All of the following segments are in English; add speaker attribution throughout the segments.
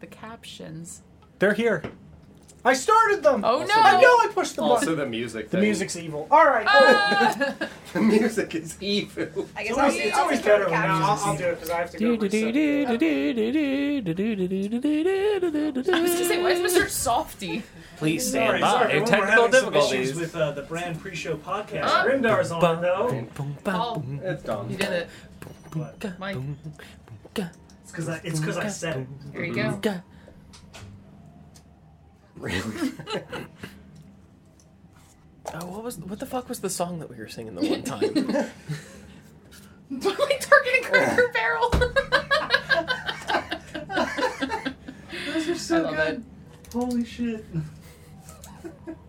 Speaker 1: the captions.
Speaker 2: They're here. I started them.
Speaker 1: Oh
Speaker 3: Also-
Speaker 2: I
Speaker 1: no! Oh,
Speaker 2: know I pushed the
Speaker 4: Oh,
Speaker 3: Also,
Speaker 2: button.
Speaker 3: the music.
Speaker 2: The
Speaker 3: thing.
Speaker 2: music's evil. All right.
Speaker 3: The music is evil.
Speaker 5: I guess
Speaker 2: It's
Speaker 5: I'll
Speaker 2: always,
Speaker 5: do-
Speaker 2: it's
Speaker 5: I'll
Speaker 2: always
Speaker 5: do the
Speaker 2: better when
Speaker 5: captions.
Speaker 2: I'll, I'll do it because I have to go. reset.
Speaker 1: I was gonna say, why is
Speaker 6: Please
Speaker 1: Mr. Softy?
Speaker 6: stand
Speaker 4: Sorry,
Speaker 6: by.
Speaker 4: sorry,
Speaker 6: Technical
Speaker 4: everyone, we're having some
Speaker 6: difficulties.
Speaker 4: issues with uh, the brand pre-show podcast.
Speaker 1: Huh?
Speaker 4: Grimdar's on it though.
Speaker 1: Oh,
Speaker 3: It's dumb.
Speaker 1: you did it.
Speaker 4: But
Speaker 1: Mike.
Speaker 4: it's because I, it's 'cause I said it.
Speaker 1: Here you go.
Speaker 3: Really?
Speaker 6: Oh, what was what the fuck was the song that we were singing the one time?
Speaker 1: Totally targeting Cracker Barrel.
Speaker 4: Those are
Speaker 1: I
Speaker 4: so
Speaker 1: love
Speaker 4: good. Holy shit.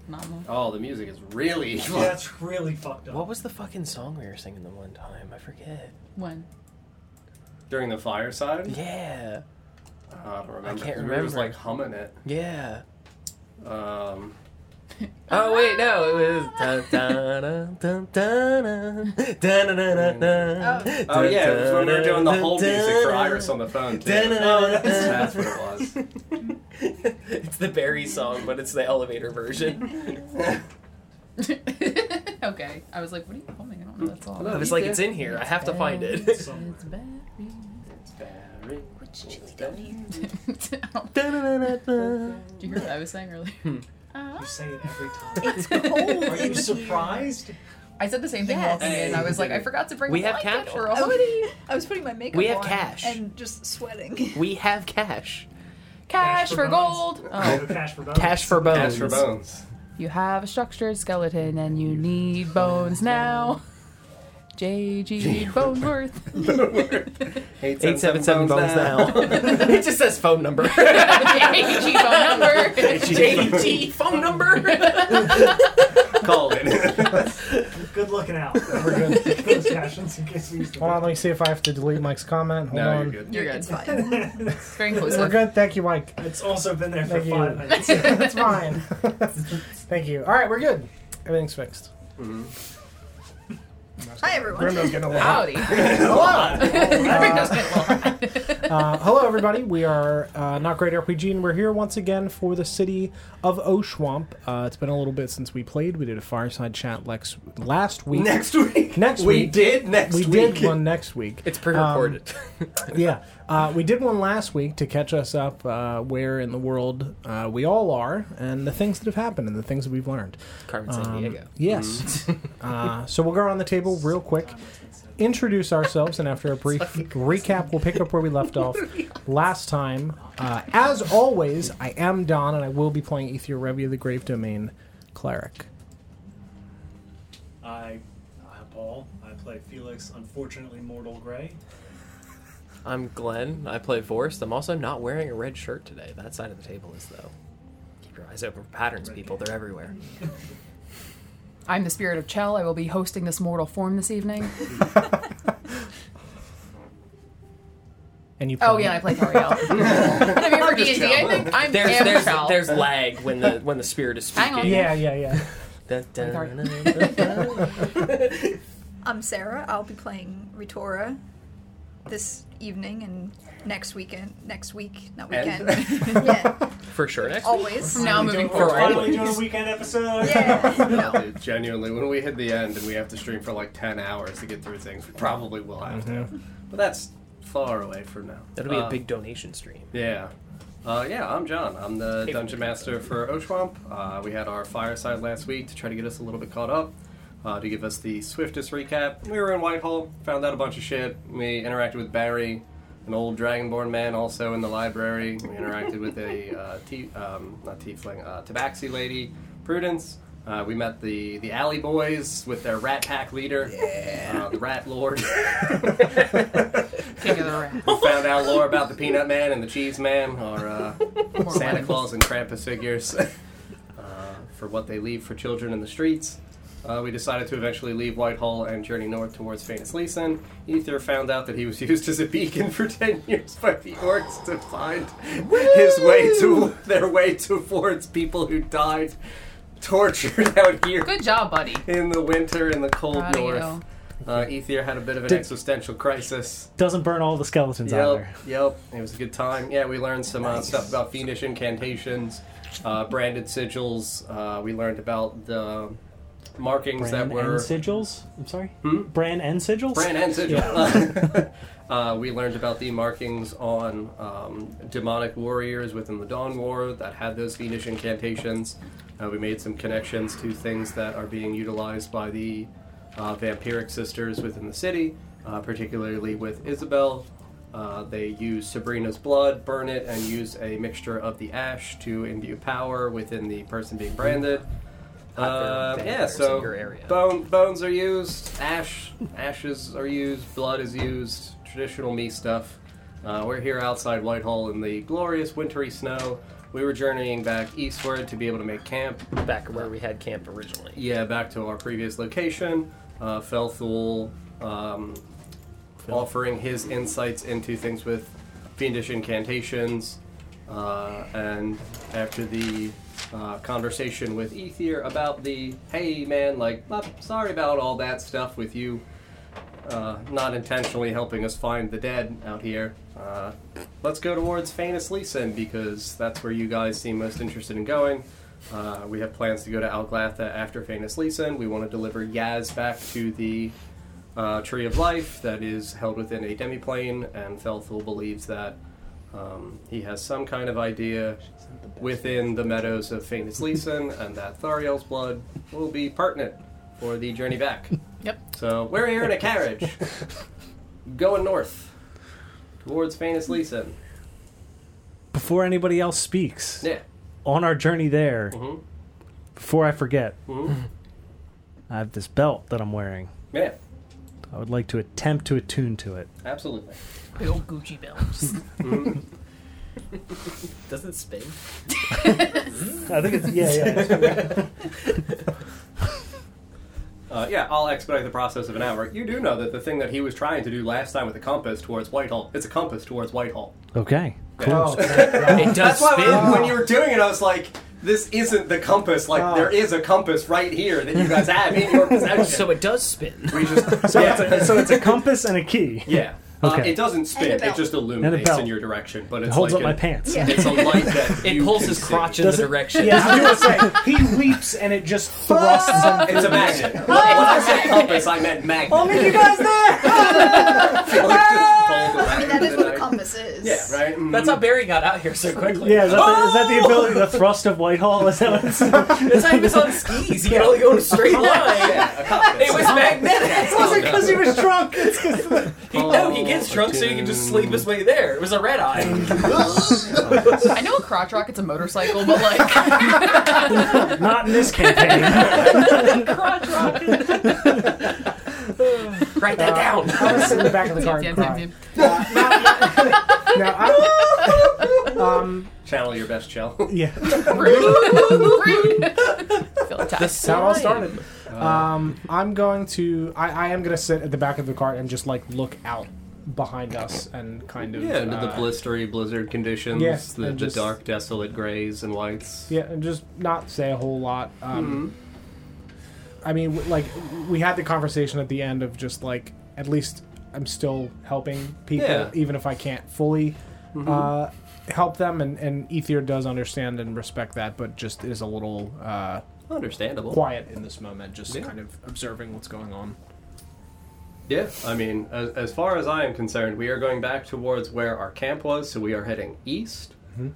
Speaker 1: Mama.
Speaker 3: Oh, the music is really evil.
Speaker 4: That's really fucked up.
Speaker 6: what was the fucking song we were singing the one time? I forget.
Speaker 1: When?
Speaker 3: During the fireside?
Speaker 6: Yeah,
Speaker 3: I don't remember.
Speaker 6: I can't
Speaker 3: We were just
Speaker 6: remember.
Speaker 3: like humming it.
Speaker 6: yeah.
Speaker 3: Um,
Speaker 6: Oh wait, no, it was. dun, dun, dun, dun, dun, dun, dun, dun, dun, dun.
Speaker 3: oh, yeah, it was when we were doing the
Speaker 6: Dun,
Speaker 3: whole
Speaker 6: dun,
Speaker 3: music for
Speaker 6: dun,
Speaker 3: Iris on the phone, too.
Speaker 6: dun, dun, dun.
Speaker 3: That's what it was.
Speaker 6: it's the Barry song, but it's the elevator version.
Speaker 1: okay. I was like, what are you humming? I don't know that song.
Speaker 3: Hello.
Speaker 6: I was like, it's in here. I have to find it.
Speaker 4: Somewhere.
Speaker 1: It's bad.
Speaker 3: Barry.
Speaker 1: I don't- Did you hear what I was saying earlier? Ah,
Speaker 4: You say it every time.
Speaker 5: It's cold.
Speaker 4: Are you
Speaker 5: in
Speaker 4: surprised?
Speaker 1: I said the same thing
Speaker 5: Yes.
Speaker 1: walking in. I was like, I forgot to bring
Speaker 6: We
Speaker 1: a
Speaker 6: have
Speaker 1: blanket
Speaker 6: cash.
Speaker 1: or a
Speaker 5: I was,
Speaker 1: hoodie.
Speaker 5: I was putting my makeup
Speaker 6: We have
Speaker 5: on
Speaker 6: cash.
Speaker 5: and just sweating.
Speaker 6: We have cash.
Speaker 1: Cash for
Speaker 4: bones.
Speaker 1: gold.
Speaker 4: No
Speaker 1: Oh.
Speaker 4: Cash for bones.
Speaker 6: Cash for bones.
Speaker 3: As for bones.
Speaker 1: You have a structured skeleton and you need bones now. J.G. Boneworth.
Speaker 6: Eight seven seven bones now. it just says phone number.
Speaker 1: J.G. Bone number.
Speaker 6: JT phone number.
Speaker 3: Call it.
Speaker 4: Good looking out. We're good. Those captions in case we used
Speaker 2: Hold on,
Speaker 4: them.
Speaker 2: let me see if I have to delete Mike's comment. Hold
Speaker 3: no,
Speaker 2: on.
Speaker 3: you're good.
Speaker 1: You're good.
Speaker 5: It's fine.
Speaker 1: It's very inclusive.
Speaker 2: We're good. Thank you, Mike.
Speaker 4: It's also been there for
Speaker 2: Thank you.
Speaker 4: five minutes.
Speaker 2: That's fine. Thank you. All right, we're good. Everything's fixed.
Speaker 5: Hi everyone.
Speaker 2: Grimbo's getting a little
Speaker 1: Howdy.
Speaker 2: Uh, hello, everybody. We are uh, Not Great RPG, and we're here once again for the city of Oshwamp. Uh, it's been a little bit since we played. We did a fireside chat lex- last week.
Speaker 3: Next week.
Speaker 2: Next
Speaker 3: we
Speaker 2: week.
Speaker 3: did next
Speaker 2: we
Speaker 3: week. Um,
Speaker 2: did one next week.
Speaker 6: It's pre-recorded.
Speaker 2: yeah. Uh, we did one last week to catch us up uh, where in the world uh, we all are and the things that have happened and the things that we've learned. Um,
Speaker 6: Carmen
Speaker 3: um,
Speaker 6: San Diego.
Speaker 2: Yes. uh, so we'll go around the table real quick, introduce ourselves, and after a brief recap, we'll pick up where we left off last time. Uh, as always, I am Don, and I will be playing Ethier Revy of the Grave Domain Cleric.
Speaker 4: I, I'm Paul. I play Felix, unfortunately mortal gray.
Speaker 6: I'm Glenn. I play Forrest. I'm also not wearing a red shirt today. That side of the table is though. Keep your eyes open for patterns, people. They're everywhere.
Speaker 1: I'm the spirit of Chell. I will be hosting this mortal form this evening.
Speaker 2: And you
Speaker 1: Oh yeah, I play Tariel. Have you ever D&D? I think I'm
Speaker 6: There's
Speaker 1: am
Speaker 6: there's
Speaker 1: Chell.
Speaker 6: there's lag when the when the spirit is speaking.
Speaker 1: Hang on.
Speaker 2: Yeah, yeah, yeah.
Speaker 6: Dun, dun,
Speaker 1: Sorry.
Speaker 6: dun, dun, dun.
Speaker 5: I'm Sarah. I'll be playing Ritora this evening and next weekend. Next week, not
Speaker 3: And-
Speaker 5: weekend. yeah,
Speaker 6: For sure. Next
Speaker 7: Oh.
Speaker 6: week.
Speaker 5: always.
Speaker 1: From now moving
Speaker 6: For
Speaker 1: forward.
Speaker 4: Finally doing a weekend episode.
Speaker 5: Yeah. No.
Speaker 3: Dude, genuinely, when we hit the end and we have to stream for like 10 hours to get through things, we probably will have to. But that's far away from now.
Speaker 6: Mm-hmm. That'll be
Speaker 7: Oh.
Speaker 3: Uh,
Speaker 6: a big donation stream.
Speaker 3: Yeah. Uh, yeah, I'm John. I'm the
Speaker 6: Hey,
Speaker 3: Dungeon Master for Oshwamp. Uh, we had our fireside last week to try to get us a little bit caught up, uh, to give us the swiftest recap. We were in Whitehall, found out a bunch of shit. We interacted with Barry, an old Dragonborn man also in the library. We interacted with a, uh, tea, um, not tiefling, uh, tabaxi lady, Prudence. Uh, we met the, the Alley Boys with their Rat Pack leader, uh, the Rat Lord.
Speaker 1: King of the Rat.
Speaker 3: We found out lore about the Peanut Man and the Cheese Man, or uh, Santa Claus and Krampus figures, uh, for what they leave for children in the streets. Uh, we decided to eventually leave Whitehall and journey north towards Phoenix Leeson. Ether found out that he was used as a beacon for 10 years by the orcs to find his way to their way towards people who died tortured out here
Speaker 1: Good job, buddy.
Speaker 3: in the winter in the cold
Speaker 1: Proud of
Speaker 3: north.
Speaker 1: you.
Speaker 3: Uh, Ethier had a bit of an
Speaker 7: Did-
Speaker 3: existential crisis.
Speaker 7: Doesn't burn all the skeletons either.
Speaker 3: Yep, yep. It was a good time. Yeah, we learned some uh, stuff about fiendish incantations, uh, branded sigils. Uh, we learned about the markings
Speaker 7: Brand
Speaker 3: that
Speaker 7: and
Speaker 3: were
Speaker 7: sigils. I'm sorry.
Speaker 6: Hmm?
Speaker 7: Brand and sigils.
Speaker 3: brand and sigil. uh, we learned about the markings on um, demonic warriors within the Dawn War that had those fiendish incantations. Uh, we made some connections to things that are being utilized by the uh, vampiric sisters within the city, uh, particularly with Isabel. Uh, they use Sabrina's blood, burn it, and use a mixture of the ash to imbue power within the person being branded.
Speaker 8: Hot
Speaker 3: Uh,
Speaker 8: there,
Speaker 3: yeah,
Speaker 8: there's
Speaker 3: so
Speaker 8: in your area.
Speaker 3: bone bones are used, ash ashes are used, blood is used, traditional me stuff. Uh, we're here outside Whitehall in the glorious wintry snow. We were journeying back eastward to be able to make camp.
Speaker 8: Back where we had camp originally.
Speaker 3: Yeah, back to our previous location. Uh, Felthul um, offering his insights into things with fiendish incantations. Uh, and after the uh, conversation with Ethier about the hey man, like, "Well, sorry about all that stuff with you uh, not intentionally helping us find the dead out here. Uh, let's go towards Famous Leeson because that's where you guys seem most interested in going. Uh, we have plans to go to Alglatha after Famous Leeson. We want to deliver Yaz back to the uh, Tree of Life that is held within a demiplane, and Felthul believes that um, he has some kind of idea within the meadows of Famous Leeson, and that Thariel's blood will be pertinent for the journey back.
Speaker 1: Yep.
Speaker 3: So we're here in a carriage, going north towards Famous Leeson.
Speaker 7: Before anybody else speaks,
Speaker 3: Yeah.
Speaker 7: on our journey there,
Speaker 3: Mhm.
Speaker 7: before I forget,
Speaker 3: Mhm.
Speaker 7: I have this belt that I'm wearing.
Speaker 3: Yeah.
Speaker 7: I would like to attempt to attune to it.
Speaker 3: Absolutely.
Speaker 1: Big old Gucci belts.
Speaker 8: Does it spin?
Speaker 7: I think it's yeah, yeah.
Speaker 3: Uh, yeah, I'll expedite the process of an hour. You do know that the thing that he was trying to do last time with the compass towards Whitehall, it's a compass towards Whitehall.
Speaker 7: Okay.
Speaker 2: Oh,
Speaker 8: It does
Speaker 3: That's why
Speaker 8: spin.
Speaker 3: when, when you were doing it, I was like, this isn't the compass. Like,
Speaker 2: Oh.
Speaker 3: there is a compass right here that you guys have in your possession.
Speaker 8: So it does spin.
Speaker 3: we just,
Speaker 7: So,
Speaker 3: yeah.
Speaker 7: it's a, so it's a compass and a key.
Speaker 3: yeah. Uh,
Speaker 7: Okay.
Speaker 3: it doesn't
Speaker 5: And a
Speaker 3: spin, it
Speaker 5: belt.
Speaker 3: just
Speaker 7: And a
Speaker 3: illuminates
Speaker 7: belt.
Speaker 3: in your direction. But
Speaker 7: It
Speaker 3: it's
Speaker 7: holds
Speaker 3: like
Speaker 7: up my
Speaker 3: an-
Speaker 7: pants.
Speaker 5: Yeah.
Speaker 3: It's a light that
Speaker 8: It
Speaker 3: you
Speaker 8: pulls
Speaker 3: can
Speaker 8: his
Speaker 3: see.
Speaker 8: crotch in the
Speaker 7: Does it-
Speaker 8: direction.
Speaker 7: Yeah, I was gonna say he leaps and it just thrusts him.
Speaker 3: It's a magnet. when I
Speaker 5: Oh,
Speaker 3: said compass, I meant magnet. Oh,
Speaker 7: you guys there.
Speaker 5: I mean, Oh, that is what a compass is.
Speaker 3: Yeah, right? Mm.
Speaker 8: That's how Barry got out here so quickly. Oh!
Speaker 7: Yeah, is that, the, is that the ability, the thrust of Whitehall? Is that what Oh! it's,
Speaker 8: That's how he was on skis. He could only go in a straight line.
Speaker 3: Yeah, a compass.
Speaker 8: It was magnetic.
Speaker 7: wasn't because he was drunk. It's
Speaker 8: He, no, he gets drunk so he can just sleep his way there. It was a red eye.
Speaker 1: I know a crotch rocket's a motorcycle, but like
Speaker 7: not in this campaign.
Speaker 1: crotch rocket.
Speaker 8: Write that
Speaker 2: I'm
Speaker 8: down.
Speaker 2: gonna sit in the back of the car and
Speaker 1: Yep,
Speaker 2: cry.
Speaker 1: yep, yep.
Speaker 2: Now, I- um,
Speaker 3: Channel your best shell.
Speaker 2: yeah,
Speaker 1: Rude. Rude. Feel attacked.
Speaker 8: That's
Speaker 2: that's how it all started.
Speaker 3: Uh,
Speaker 2: Um, I'm going to. I, I am going to sit at the back of the cart and just like look out behind us and kind of
Speaker 3: Yeah, under the
Speaker 2: uh,
Speaker 3: blistery blizzard conditions,
Speaker 2: Yeah,
Speaker 3: the,
Speaker 2: and
Speaker 3: the
Speaker 2: just-
Speaker 3: dark, desolate grays and whites.
Speaker 2: Yeah, and just not say a whole lot. Um,
Speaker 3: Mm-hmm.
Speaker 2: I mean, w- like we had the conversation at the end of just like at least I'm still helping people,
Speaker 3: Yeah. Mm-hmm.
Speaker 2: even if I can't fully uh, help them. And and Ethier does understand and respect that, but just is a little uh,
Speaker 3: Understandable.
Speaker 2: quiet in this moment, just
Speaker 3: Yeah.
Speaker 2: kind of observing what's going on.
Speaker 3: Yeah, I mean, as, as far as I am concerned, we are going back towards where our camp was, so we are heading east.
Speaker 8: Mm-hmm.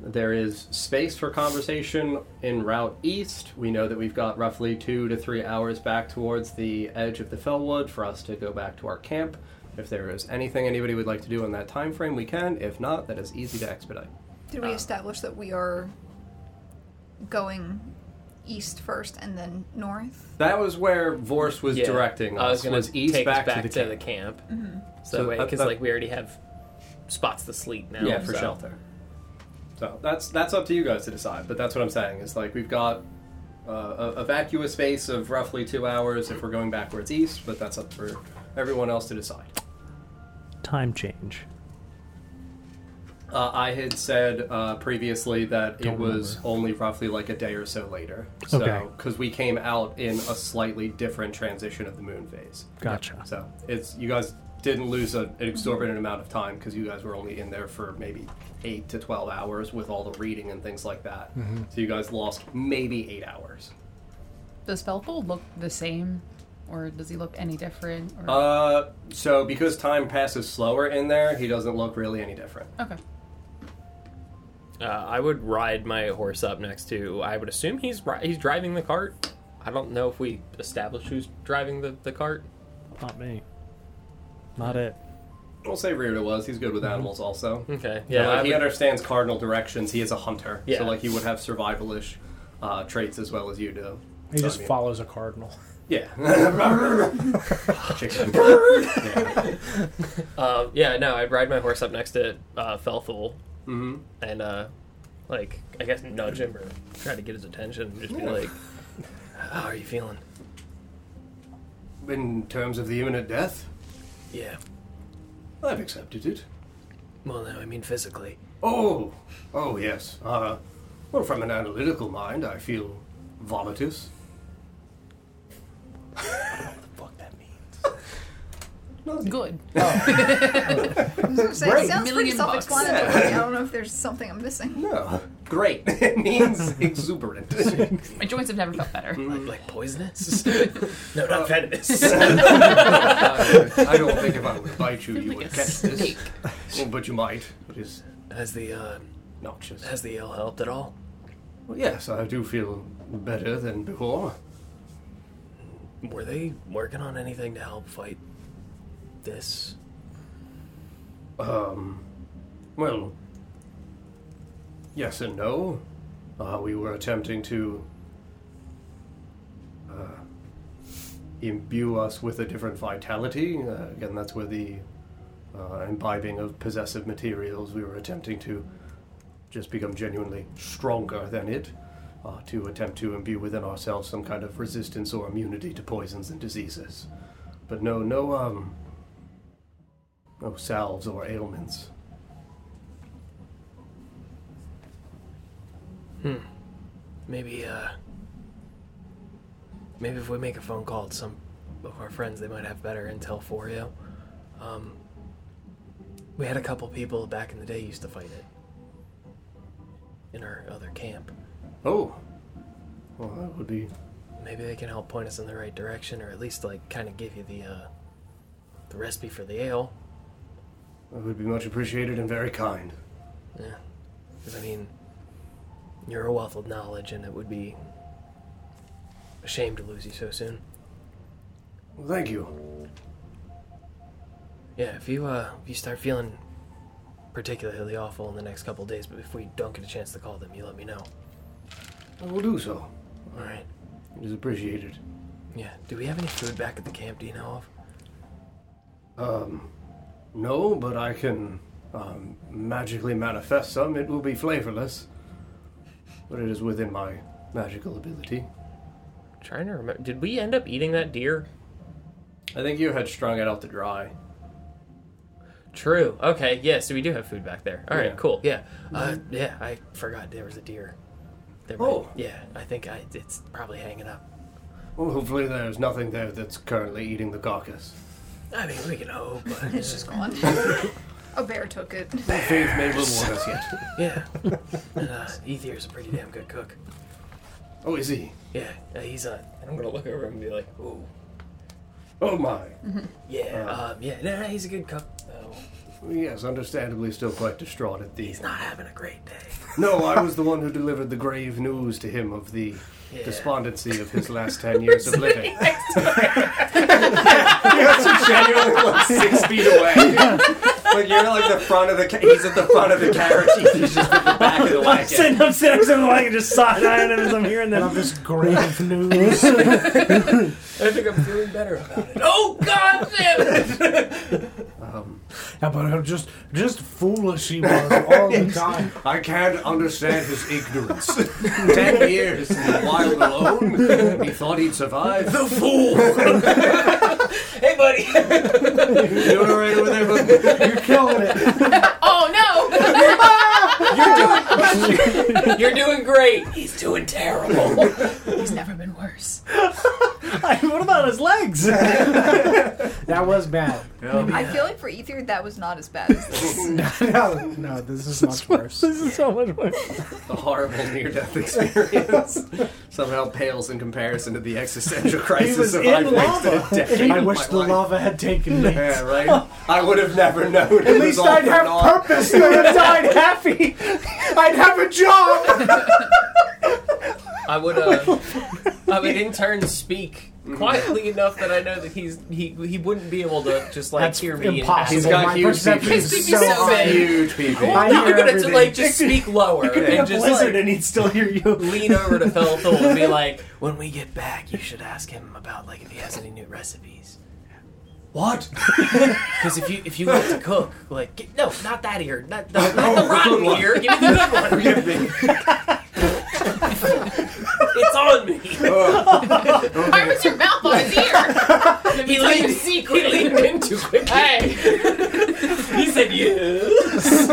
Speaker 3: There is space for conversation en route east. We know that we've got roughly two to three hours back towards the edge of the Fellwood for us to go back to our camp. If there is anything anybody would like to do in that time frame, we can. If not, that is easy to expedite.
Speaker 5: Did we establish that we are going east first and then north?
Speaker 3: That was where Vorse was directing us.
Speaker 8: I was gonna
Speaker 3: was east
Speaker 8: take
Speaker 3: back,
Speaker 8: us back
Speaker 3: to the camp.
Speaker 8: So,
Speaker 3: So
Speaker 8: that way,
Speaker 3: that-
Speaker 8: because
Speaker 3: that-
Speaker 8: like we already have spots to sleep now.
Speaker 3: yeah, for
Speaker 8: so.
Speaker 3: shelter. So that's that's up to you guys to decide. But that's what I'm saying is like we've got uh, a, a vacuous space of roughly two hours if we're going backwards east. But that's up for everyone else to decide.
Speaker 7: Time change.
Speaker 3: Uh, I had said uh, previously that it was only roughly like a day or so later. So,
Speaker 7: Okay.
Speaker 3: Because we came out in a slightly different transition of the moon phase.
Speaker 7: Gotcha.
Speaker 3: So it's you guys didn't lose a, an exorbitant amount of time because you guys were only in there for maybe eight to twelve hours with all the reading and things like that.
Speaker 7: Mm-hmm.
Speaker 3: So you guys lost maybe eight hours.
Speaker 1: Does Felfold look the same, or does he look any different? Or...
Speaker 3: Uh, so because time passes slower in there, he doesn't look really any different.
Speaker 1: okay.
Speaker 6: Uh, I would ride my horse up next to. I would assume he's ri- he's driving the cart. I don't know if we established who's driving the, the cart.
Speaker 9: Not me. Not it.
Speaker 3: We'll say Reardon was. He's good with
Speaker 7: Mm-hmm.
Speaker 3: animals also.
Speaker 6: Okay.
Speaker 3: Yeah,
Speaker 6: Yeah. I
Speaker 3: like he
Speaker 6: would-
Speaker 3: understands cardinal directions. He is a hunter,
Speaker 6: Yeah.
Speaker 3: so like he would have survivalish uh, traits as well as you do.
Speaker 7: He
Speaker 3: So, I
Speaker 7: just
Speaker 3: mean,
Speaker 7: follows a cardinal.
Speaker 3: Yeah. Chicken. yeah.
Speaker 6: Uh, yeah, no, I'd ride my horse up next to uh, Felthul
Speaker 3: Mhm.
Speaker 6: and, uh, like, I guess nudge him or try to get his attention. and Just be like, how are you feeling?
Speaker 3: In terms of the imminent death,
Speaker 6: Yeah.
Speaker 3: I've accepted it.
Speaker 6: Well, no, I mean physically.
Speaker 3: Oh, oh yes. Uh, well, from an analytical mind, I feel vomitous.
Speaker 7: Fuck that means.
Speaker 1: Good.
Speaker 5: So saying,
Speaker 3: Great.
Speaker 5: it sounds pretty
Speaker 1: Million bucks.
Speaker 5: self-explanatory. I don't know if there's something I'm missing.
Speaker 3: No, great. it means exuberant.
Speaker 1: My joints have never felt better.
Speaker 6: Like, like poisonous? no, not venomous.
Speaker 3: Uh, I don't think if I would bite you, you
Speaker 1: Like
Speaker 3: would
Speaker 1: a
Speaker 3: catch this.
Speaker 1: snake.
Speaker 3: Well, but you might. It is
Speaker 6: has the uh,
Speaker 3: noxious.
Speaker 6: has the ale helped at all?
Speaker 3: Well, yes, I do feel better than before.
Speaker 6: Were they working on anything to help fight this?
Speaker 3: Um, well, yes and no. Uh, we were attempting to uh, imbue us with a different vitality. Uh, again, that's where the uh, imbibing of possessive materials, we were attempting to just become genuinely stronger than it, uh, to attempt to imbue within ourselves some kind of resistance or immunity to poisons and diseases. But no, no, um, no salves or ailments.
Speaker 6: Maybe uh, maybe if we make a phone call to some of our friends, they might have better intel for you. Um, we had a couple people back in the day used to fight it in our other camp.
Speaker 3: Oh. Well, that would be.
Speaker 6: Maybe they can help point us in the right direction, or at least like kind of give you the uh, the recipe for the ale.
Speaker 3: That would be much appreciated and very kind.
Speaker 6: Yeah, because I mean, you're a wealth of knowledge, and it would be a shame to lose you so soon.
Speaker 3: Well, thank you.
Speaker 6: Yeah, if you uh, if you start feeling particularly awful in the next couple of days, but if we don't get a chance to call them, you let me know.
Speaker 3: I will do so.
Speaker 6: All right.
Speaker 3: It is appreciated.
Speaker 6: Yeah. Do we have any food back at the camp? Do you know of?
Speaker 3: Um, no, but I can um, magically manifest some. It will be flavorless, but it is within my magical ability.
Speaker 6: trying to remember. Did we end up eating that deer?
Speaker 3: I think you had strung it out to dry.
Speaker 6: True. Okay. Yeah. So we do have food back there. All right.
Speaker 3: Yeah.
Speaker 6: Cool. Yeah. Uh, yeah. I forgot there was a deer. There might-
Speaker 3: Oh.
Speaker 6: Yeah. I think I, it's probably hanging up.
Speaker 3: Well, hopefully there's nothing there that's currently eating the carcass.
Speaker 6: I mean, we can hope, but
Speaker 5: It's just gone. a bear took it.
Speaker 3: Faith may reward us yet.
Speaker 6: yeah. And, uh, Ethier's a pretty damn good cook.
Speaker 3: Oh, is he?
Speaker 6: Yeah. Uh, he's a. I'm gonna look over and be like, ooh.
Speaker 3: Oh my.
Speaker 6: Yeah. um. Yeah. No, no, he's a good cook. though.
Speaker 3: Yes, understandably still quite distraught at the
Speaker 6: he's not having a great day.
Speaker 3: No, I was the one who delivered the grave news to him of the
Speaker 6: Yeah.
Speaker 3: despondency of his last ten years of living.
Speaker 1: Next to
Speaker 3: That's genuinely like six feet away. like you're like the front of the. Ca- he's at the front of the carriage. He's just at the back of the
Speaker 9: I'm sitting I'm sitting- I'm sitting like and just side eyeing him as I'm hearing that.
Speaker 7: This grave news.
Speaker 6: I think I'm feeling better about it.
Speaker 1: Oh God, damn it!
Speaker 7: Yeah, but I'm just just foolish he was all the time.
Speaker 3: I can't understand his ignorance. Ten years in the wild alone. He thought he'd survive. The fool.
Speaker 6: Hey, buddy.
Speaker 3: You doing all right over there? bud?
Speaker 7: You're killing it.
Speaker 1: Oh no!
Speaker 6: You're doing great. He's doing terrible.
Speaker 1: He's never been worse.
Speaker 10: what about his legs? That
Speaker 2: That was bad.
Speaker 5: I feel like for Ether, that was not as bad as this.
Speaker 2: no, no, this is much worse.
Speaker 10: is so much worse.
Speaker 3: The horrible near-death experience somehow pales in comparison to the existential crisis
Speaker 2: was
Speaker 3: of
Speaker 2: in
Speaker 3: I've wasted
Speaker 2: lava.
Speaker 3: a decade
Speaker 2: I
Speaker 3: of
Speaker 2: wish
Speaker 3: my
Speaker 2: the
Speaker 3: life.
Speaker 2: lava had taken me.
Speaker 3: Yeah, right. I would have never known.
Speaker 2: At least I'd have purpose. I would have died happy. I'd have a job.
Speaker 6: I would uh, I would in turn speak quietly enough that I know that he's he he wouldn't be able to just like
Speaker 2: That's
Speaker 6: hear me.
Speaker 2: impossible.
Speaker 6: And
Speaker 3: He's got
Speaker 2: My
Speaker 3: huge
Speaker 2: perception
Speaker 6: people.
Speaker 2: is
Speaker 6: He's
Speaker 2: so
Speaker 6: so
Speaker 2: high.
Speaker 6: big.
Speaker 3: Huge people.
Speaker 2: I
Speaker 6: no,
Speaker 2: hear
Speaker 6: you're gonna
Speaker 2: everything.
Speaker 6: like just speak lower and just like,
Speaker 10: Blizzard, and he'd still hear you.
Speaker 6: lean over to Felthul and be like,
Speaker 8: When we get back, you should ask him about like if he has any new recipes.
Speaker 3: What?
Speaker 8: Because if you if you like to cook, like get, no, not that ear, not the,
Speaker 3: Oh,
Speaker 8: not the
Speaker 3: the good
Speaker 8: rotten
Speaker 3: one.
Speaker 8: ear. Give me the good one.
Speaker 3: Forgive me.
Speaker 8: It's on me.
Speaker 3: Oh,
Speaker 1: Why was your mouth on his ear? Let me
Speaker 8: He
Speaker 1: tell you a
Speaker 8: leaned, he
Speaker 1: secret.
Speaker 8: leaned in too quickly.
Speaker 1: Hey,
Speaker 8: He said yes.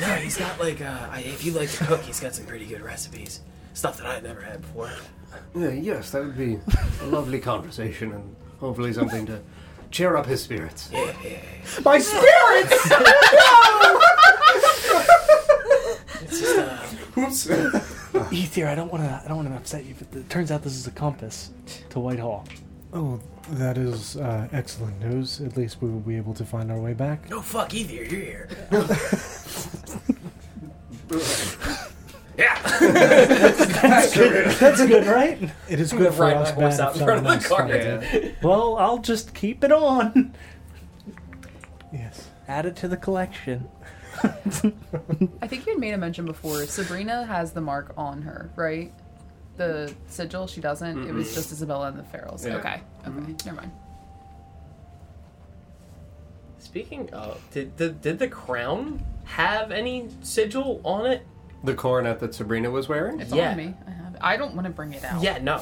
Speaker 8: no, he's got like uh, I- if you like to cook, he's got some pretty good recipes. Stuff that I've never had before.
Speaker 3: yeah, yes, that would be a lovely conversation and hopefully something to cheer up his spirits.
Speaker 8: Yeah, yeah, yeah.
Speaker 2: My spirits.
Speaker 8: It's just uh,
Speaker 3: Oops.
Speaker 10: Ether, I don't want to. I don't want to upset you, but it turns out this is a compass to Whitehall.
Speaker 7: Oh, that is uh, excellent news. At least we will be able to find our way back.
Speaker 8: no fuck either. You're here.
Speaker 7: That's good, right? It is good for
Speaker 8: Ride
Speaker 7: us.
Speaker 8: my horse
Speaker 7: bad
Speaker 8: out in
Speaker 7: if
Speaker 8: front
Speaker 7: someone
Speaker 8: of the
Speaker 7: else
Speaker 8: car.
Speaker 7: finds it.
Speaker 10: Well, I'll just keep it on.
Speaker 7: Yes.
Speaker 10: Add it to the collection.
Speaker 1: I think you had made a mention before. Sabrina has the mark on her, right? The sigil. She doesn't. It was just Isabella and the Ferals.
Speaker 3: Yeah.
Speaker 1: Okay. Okay. Never mind.
Speaker 6: Speaking of, did the did the crown have any sigil on it?
Speaker 3: The coronet that Sabrina was wearing?
Speaker 1: It's
Speaker 6: Yeah.
Speaker 1: on me. I have. It. I don't want to bring it out.
Speaker 6: Yeah, no.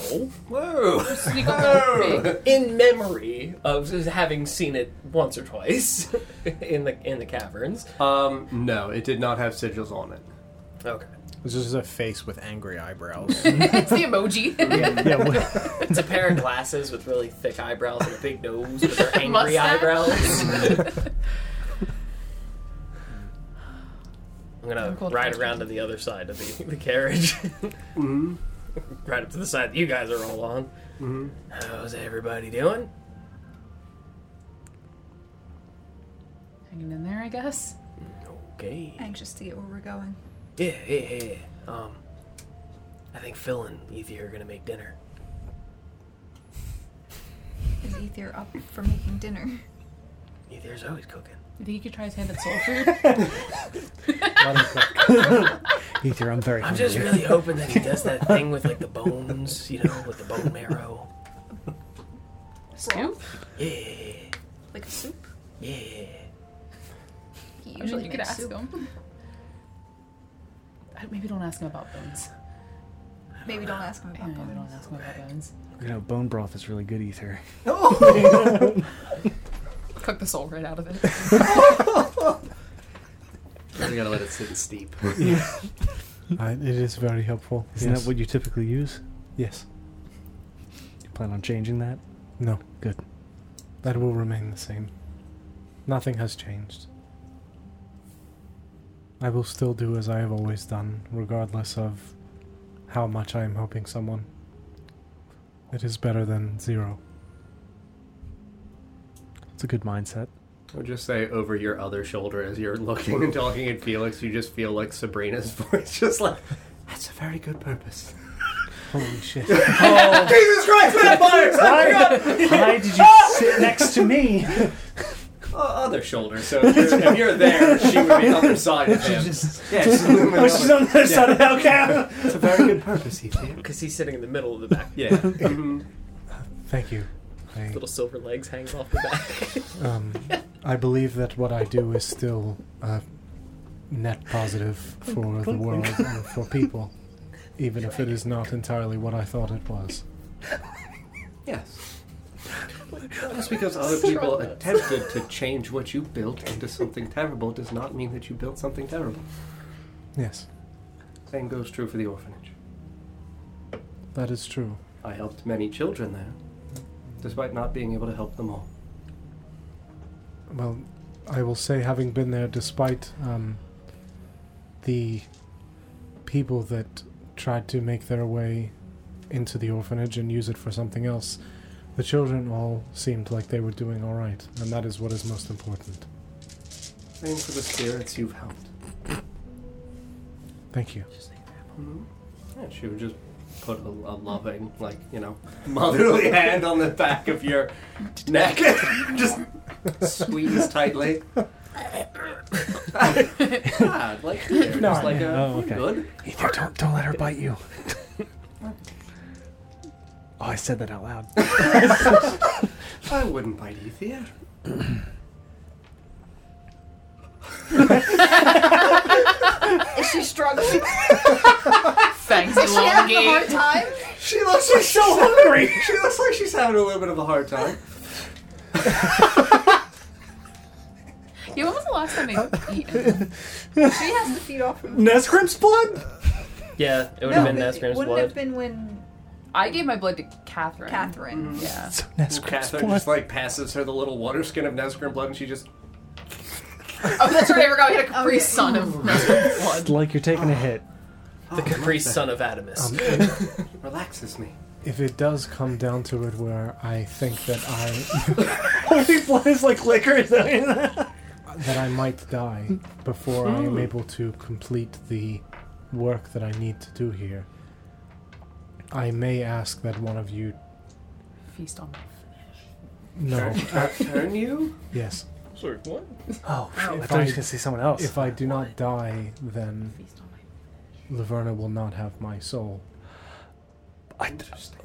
Speaker 3: Whoa!
Speaker 1: Sneak up on the big.
Speaker 6: In memory of having seen it once or twice in the in the caverns.
Speaker 3: Um, no, it did not have sigils on it.
Speaker 6: Okay.
Speaker 2: This is a face with angry eyebrows.
Speaker 1: It's the emoji.
Speaker 10: Yeah, well,
Speaker 6: It's a pair of glasses with really thick eyebrows and a big nose with her angry
Speaker 1: Mustache?
Speaker 6: eyebrows. I'm gonna
Speaker 1: I'm cold
Speaker 6: ride
Speaker 1: flushed.
Speaker 6: around to the other side of the, the carriage.
Speaker 3: Mm-hmm.
Speaker 6: right up to the side that you guys are all on.
Speaker 8: How's everybody doing?
Speaker 1: Hanging in there, I guess.
Speaker 8: Okay.
Speaker 5: Anxious to get where we're going.
Speaker 8: Yeah, yeah, yeah. yeah. Um, I think Phil and Ethy are gonna make dinner.
Speaker 5: Is Ether up for making dinner?
Speaker 8: Ether's always cooking.
Speaker 1: You think you could try his hand at soul food?
Speaker 7: Ether, I'm very
Speaker 8: I'm
Speaker 7: hungry.
Speaker 8: just really hoping that he does that thing with like the bones, you know, with the bone marrow.
Speaker 1: Scoop?
Speaker 8: Yeah,
Speaker 5: Like a soup?
Speaker 8: yeah.
Speaker 5: He
Speaker 1: I mean,
Speaker 5: usually
Speaker 1: you could
Speaker 5: makes
Speaker 1: ask
Speaker 5: soup.
Speaker 1: him. I- Maybe don't ask him about bones.
Speaker 5: Maybe don't ask him about
Speaker 1: Maybe don't
Speaker 5: bones.
Speaker 1: ask him about bones.
Speaker 7: You know, bone broth is really good, Ether.
Speaker 1: Cook the soul right out of it.
Speaker 3: You gotta let it sit and steep.
Speaker 7: Uh, it is very helpful.
Speaker 10: Isn't
Speaker 7: yes.
Speaker 10: that what you typically use?
Speaker 7: Yes.
Speaker 10: You plan on changing that?
Speaker 7: No.
Speaker 10: Good.
Speaker 7: That will remain the same. Nothing has changed. I will still do as I have always done, regardless of how much I am helping someone. It is better than zero.
Speaker 10: It's a good mindset.
Speaker 3: I would just say over your other shoulder as you're looking and talking at Felix, you just feel like Sabrina's voice, just like, that's a very good purpose. Oh,
Speaker 7: Holy shit.
Speaker 3: Jesus Christ, vampires!
Speaker 7: Why did you sit next to me?
Speaker 3: Uh, other shoulder, so if you're, if you're there, she would be other side of him. yeah, she's on the
Speaker 7: She's on the other side of Hellcat.
Speaker 3: It's a very good purpose, he thinks.
Speaker 6: Because he's sitting in the middle of the back.
Speaker 3: Yeah. Mhm.
Speaker 7: Thank you. I,
Speaker 6: Little silver legs hangs off the back.
Speaker 7: um, I believe that what I do is still uh, net positive for the world and for people, even if it is not entirely what I thought it was.
Speaker 3: Yes. Just because other people attempted to change what you built into something terrible does not mean that you built something terrible.
Speaker 2: Yes,
Speaker 3: Same goes true for the orphanage.
Speaker 2: that is true.
Speaker 3: I helped many children there, despite not being able to help them all.
Speaker 2: Well, I will say, having been there, despite um, the people that tried to make their way into the orphanage and use it for something else, the children all seemed like they were doing all right, and that is what is most important.
Speaker 3: Same for the spirits you've helped.
Speaker 2: Thank you.
Speaker 3: Yeah, she would just put a, a loving, like, you know, motherly hand on the back of your neck. just squeeze tightly. God, like here.
Speaker 11: No,
Speaker 3: just like
Speaker 11: yeah.
Speaker 3: a,
Speaker 7: Oh,
Speaker 3: "You
Speaker 7: okay.
Speaker 3: good.
Speaker 7: Ether, don't don't let her bite you. oh, I said that out loud.
Speaker 3: I wouldn't bite Ethier.
Speaker 5: Is she struggling? Is
Speaker 1: Fangs
Speaker 5: she having a
Speaker 1: elongate.
Speaker 5: hard time?
Speaker 3: She looks like so hungry. she looks like she's having a little bit of a hard time.
Speaker 1: Yeah, when was the last time they eaten?
Speaker 5: She has to feed off of.
Speaker 7: Nescrim's blood.
Speaker 12: Yeah, it would
Speaker 5: No,
Speaker 12: have been
Speaker 5: it
Speaker 12: Nasgrim's
Speaker 5: wouldn't
Speaker 12: blood.
Speaker 5: have been when
Speaker 1: I gave my blood to Catherine.
Speaker 5: Catherine.
Speaker 1: Yeah.
Speaker 7: So Nescrim's
Speaker 3: Catherine
Speaker 7: blood.
Speaker 3: just like passes her the little water skin of Nesgrim blood, and she just
Speaker 1: Oh, that's right. I forgot we had a Capri
Speaker 5: yeah.
Speaker 1: Sun of Nesquik's
Speaker 7: It's
Speaker 1: blood.
Speaker 7: like you're taking a hit.
Speaker 12: The Capri son of Adamus.
Speaker 7: Um,
Speaker 3: relaxes me.
Speaker 2: If it does come down to it, where I think that I
Speaker 7: Holy blood is like liquor.
Speaker 2: that I might die before I
Speaker 3: Hmm.
Speaker 2: am able to complete the work that I need to do here, I may ask that one of you.
Speaker 1: Feast on.
Speaker 2: No.
Speaker 3: Turn you?
Speaker 2: Uh, Yes.
Speaker 12: Sorry, what?
Speaker 7: oh, shit, I
Speaker 2: If
Speaker 7: thought I
Speaker 2: I-
Speaker 7: was gonna see someone else.
Speaker 2: If I do not die, then
Speaker 1: Feast on. my-
Speaker 2: Laverna will not have my soul.
Speaker 7: I,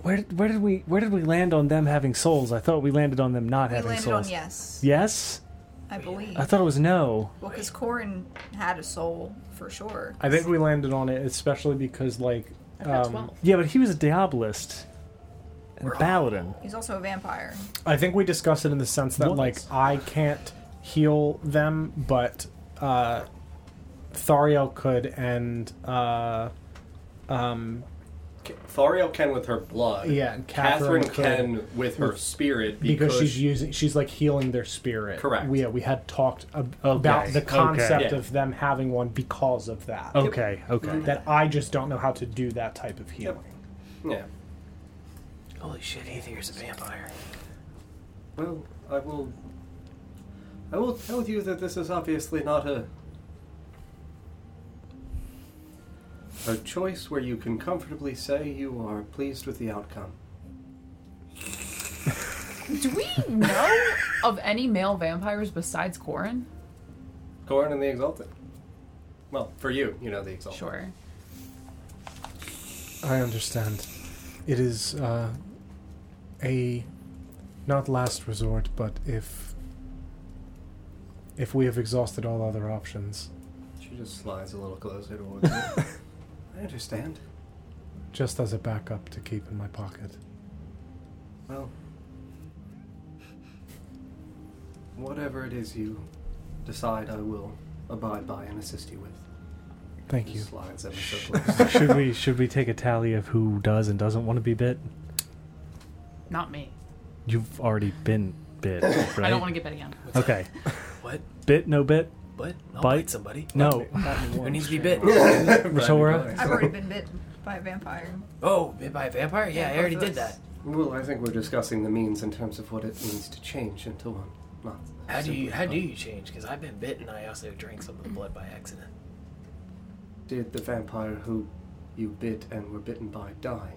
Speaker 7: where did- where did we where did we land on them having souls? I thought we landed on them not
Speaker 5: we
Speaker 7: having
Speaker 5: landed
Speaker 7: souls.
Speaker 5: on yes,
Speaker 7: Yes,
Speaker 5: I believe.
Speaker 7: I thought it was no.
Speaker 5: well, because Corin had a soul for sure.
Speaker 11: I think we landed on it, especially because like
Speaker 1: I've got
Speaker 11: um,
Speaker 1: 12.
Speaker 7: Yeah, but he was a Diabolist and a Paladin.
Speaker 5: He's also a vampire.
Speaker 11: I think we discussed it in the sense that
Speaker 7: What?
Speaker 11: like I can't heal them, but uh, Thariel could, and uh,
Speaker 3: Thariel can with her blood.
Speaker 11: yeah, and
Speaker 3: Catherine,
Speaker 11: Catherine, could,
Speaker 3: can with her spirit
Speaker 11: because she's using she's like healing their spirit.
Speaker 3: Correct.
Speaker 11: We, yeah, we had talked ab- about the concept
Speaker 3: Yeah.
Speaker 11: of them having one because of that.
Speaker 7: Okay, okay.
Speaker 11: That I just don't know how to do that type of healing.
Speaker 3: Yeah.
Speaker 6: Holy shit, Aether's a vampire.
Speaker 3: Well, I will. I will tell you that this is obviously not a. A choice where you can comfortably say you are pleased with the outcome.
Speaker 1: Do we know of any male vampires besides Corin?
Speaker 3: Corin and the Exalted. Well, for you, you know the Exalted.
Speaker 1: Sure.
Speaker 2: I understand. It is uh, a not last resort, but if if we have exhausted all other options,
Speaker 3: She just slides a little closer towards me. I understand.
Speaker 2: just as a backup to keep in my pocket.
Speaker 3: Well, whatever it is you decide, I will abide by and assist you with.
Speaker 2: Thank you.
Speaker 3: Slides ever so close.
Speaker 7: should we should we take a tally of who does and doesn't want to be bit?
Speaker 1: Not me.
Speaker 7: You've already been bit, right?
Speaker 1: I don't want to get bit again.
Speaker 7: Okay,
Speaker 6: What?
Speaker 7: bit no bit.
Speaker 6: What? I'll
Speaker 7: Bite?
Speaker 6: bite somebody.
Speaker 7: No,
Speaker 6: Who needs to be bit?
Speaker 7: Retora.
Speaker 5: I've already been bit by a vampire.
Speaker 6: Oh, bit by a vampire? Yeah, I already did that.
Speaker 3: Well, I think we're discussing the means in terms of what it means to change into one. Not
Speaker 6: How do
Speaker 3: simply
Speaker 6: you how do
Speaker 3: one.
Speaker 6: you change? Because I've been bitten. I also drank some of the blood by accident.
Speaker 3: Did the vampire who you bit and were bitten by die?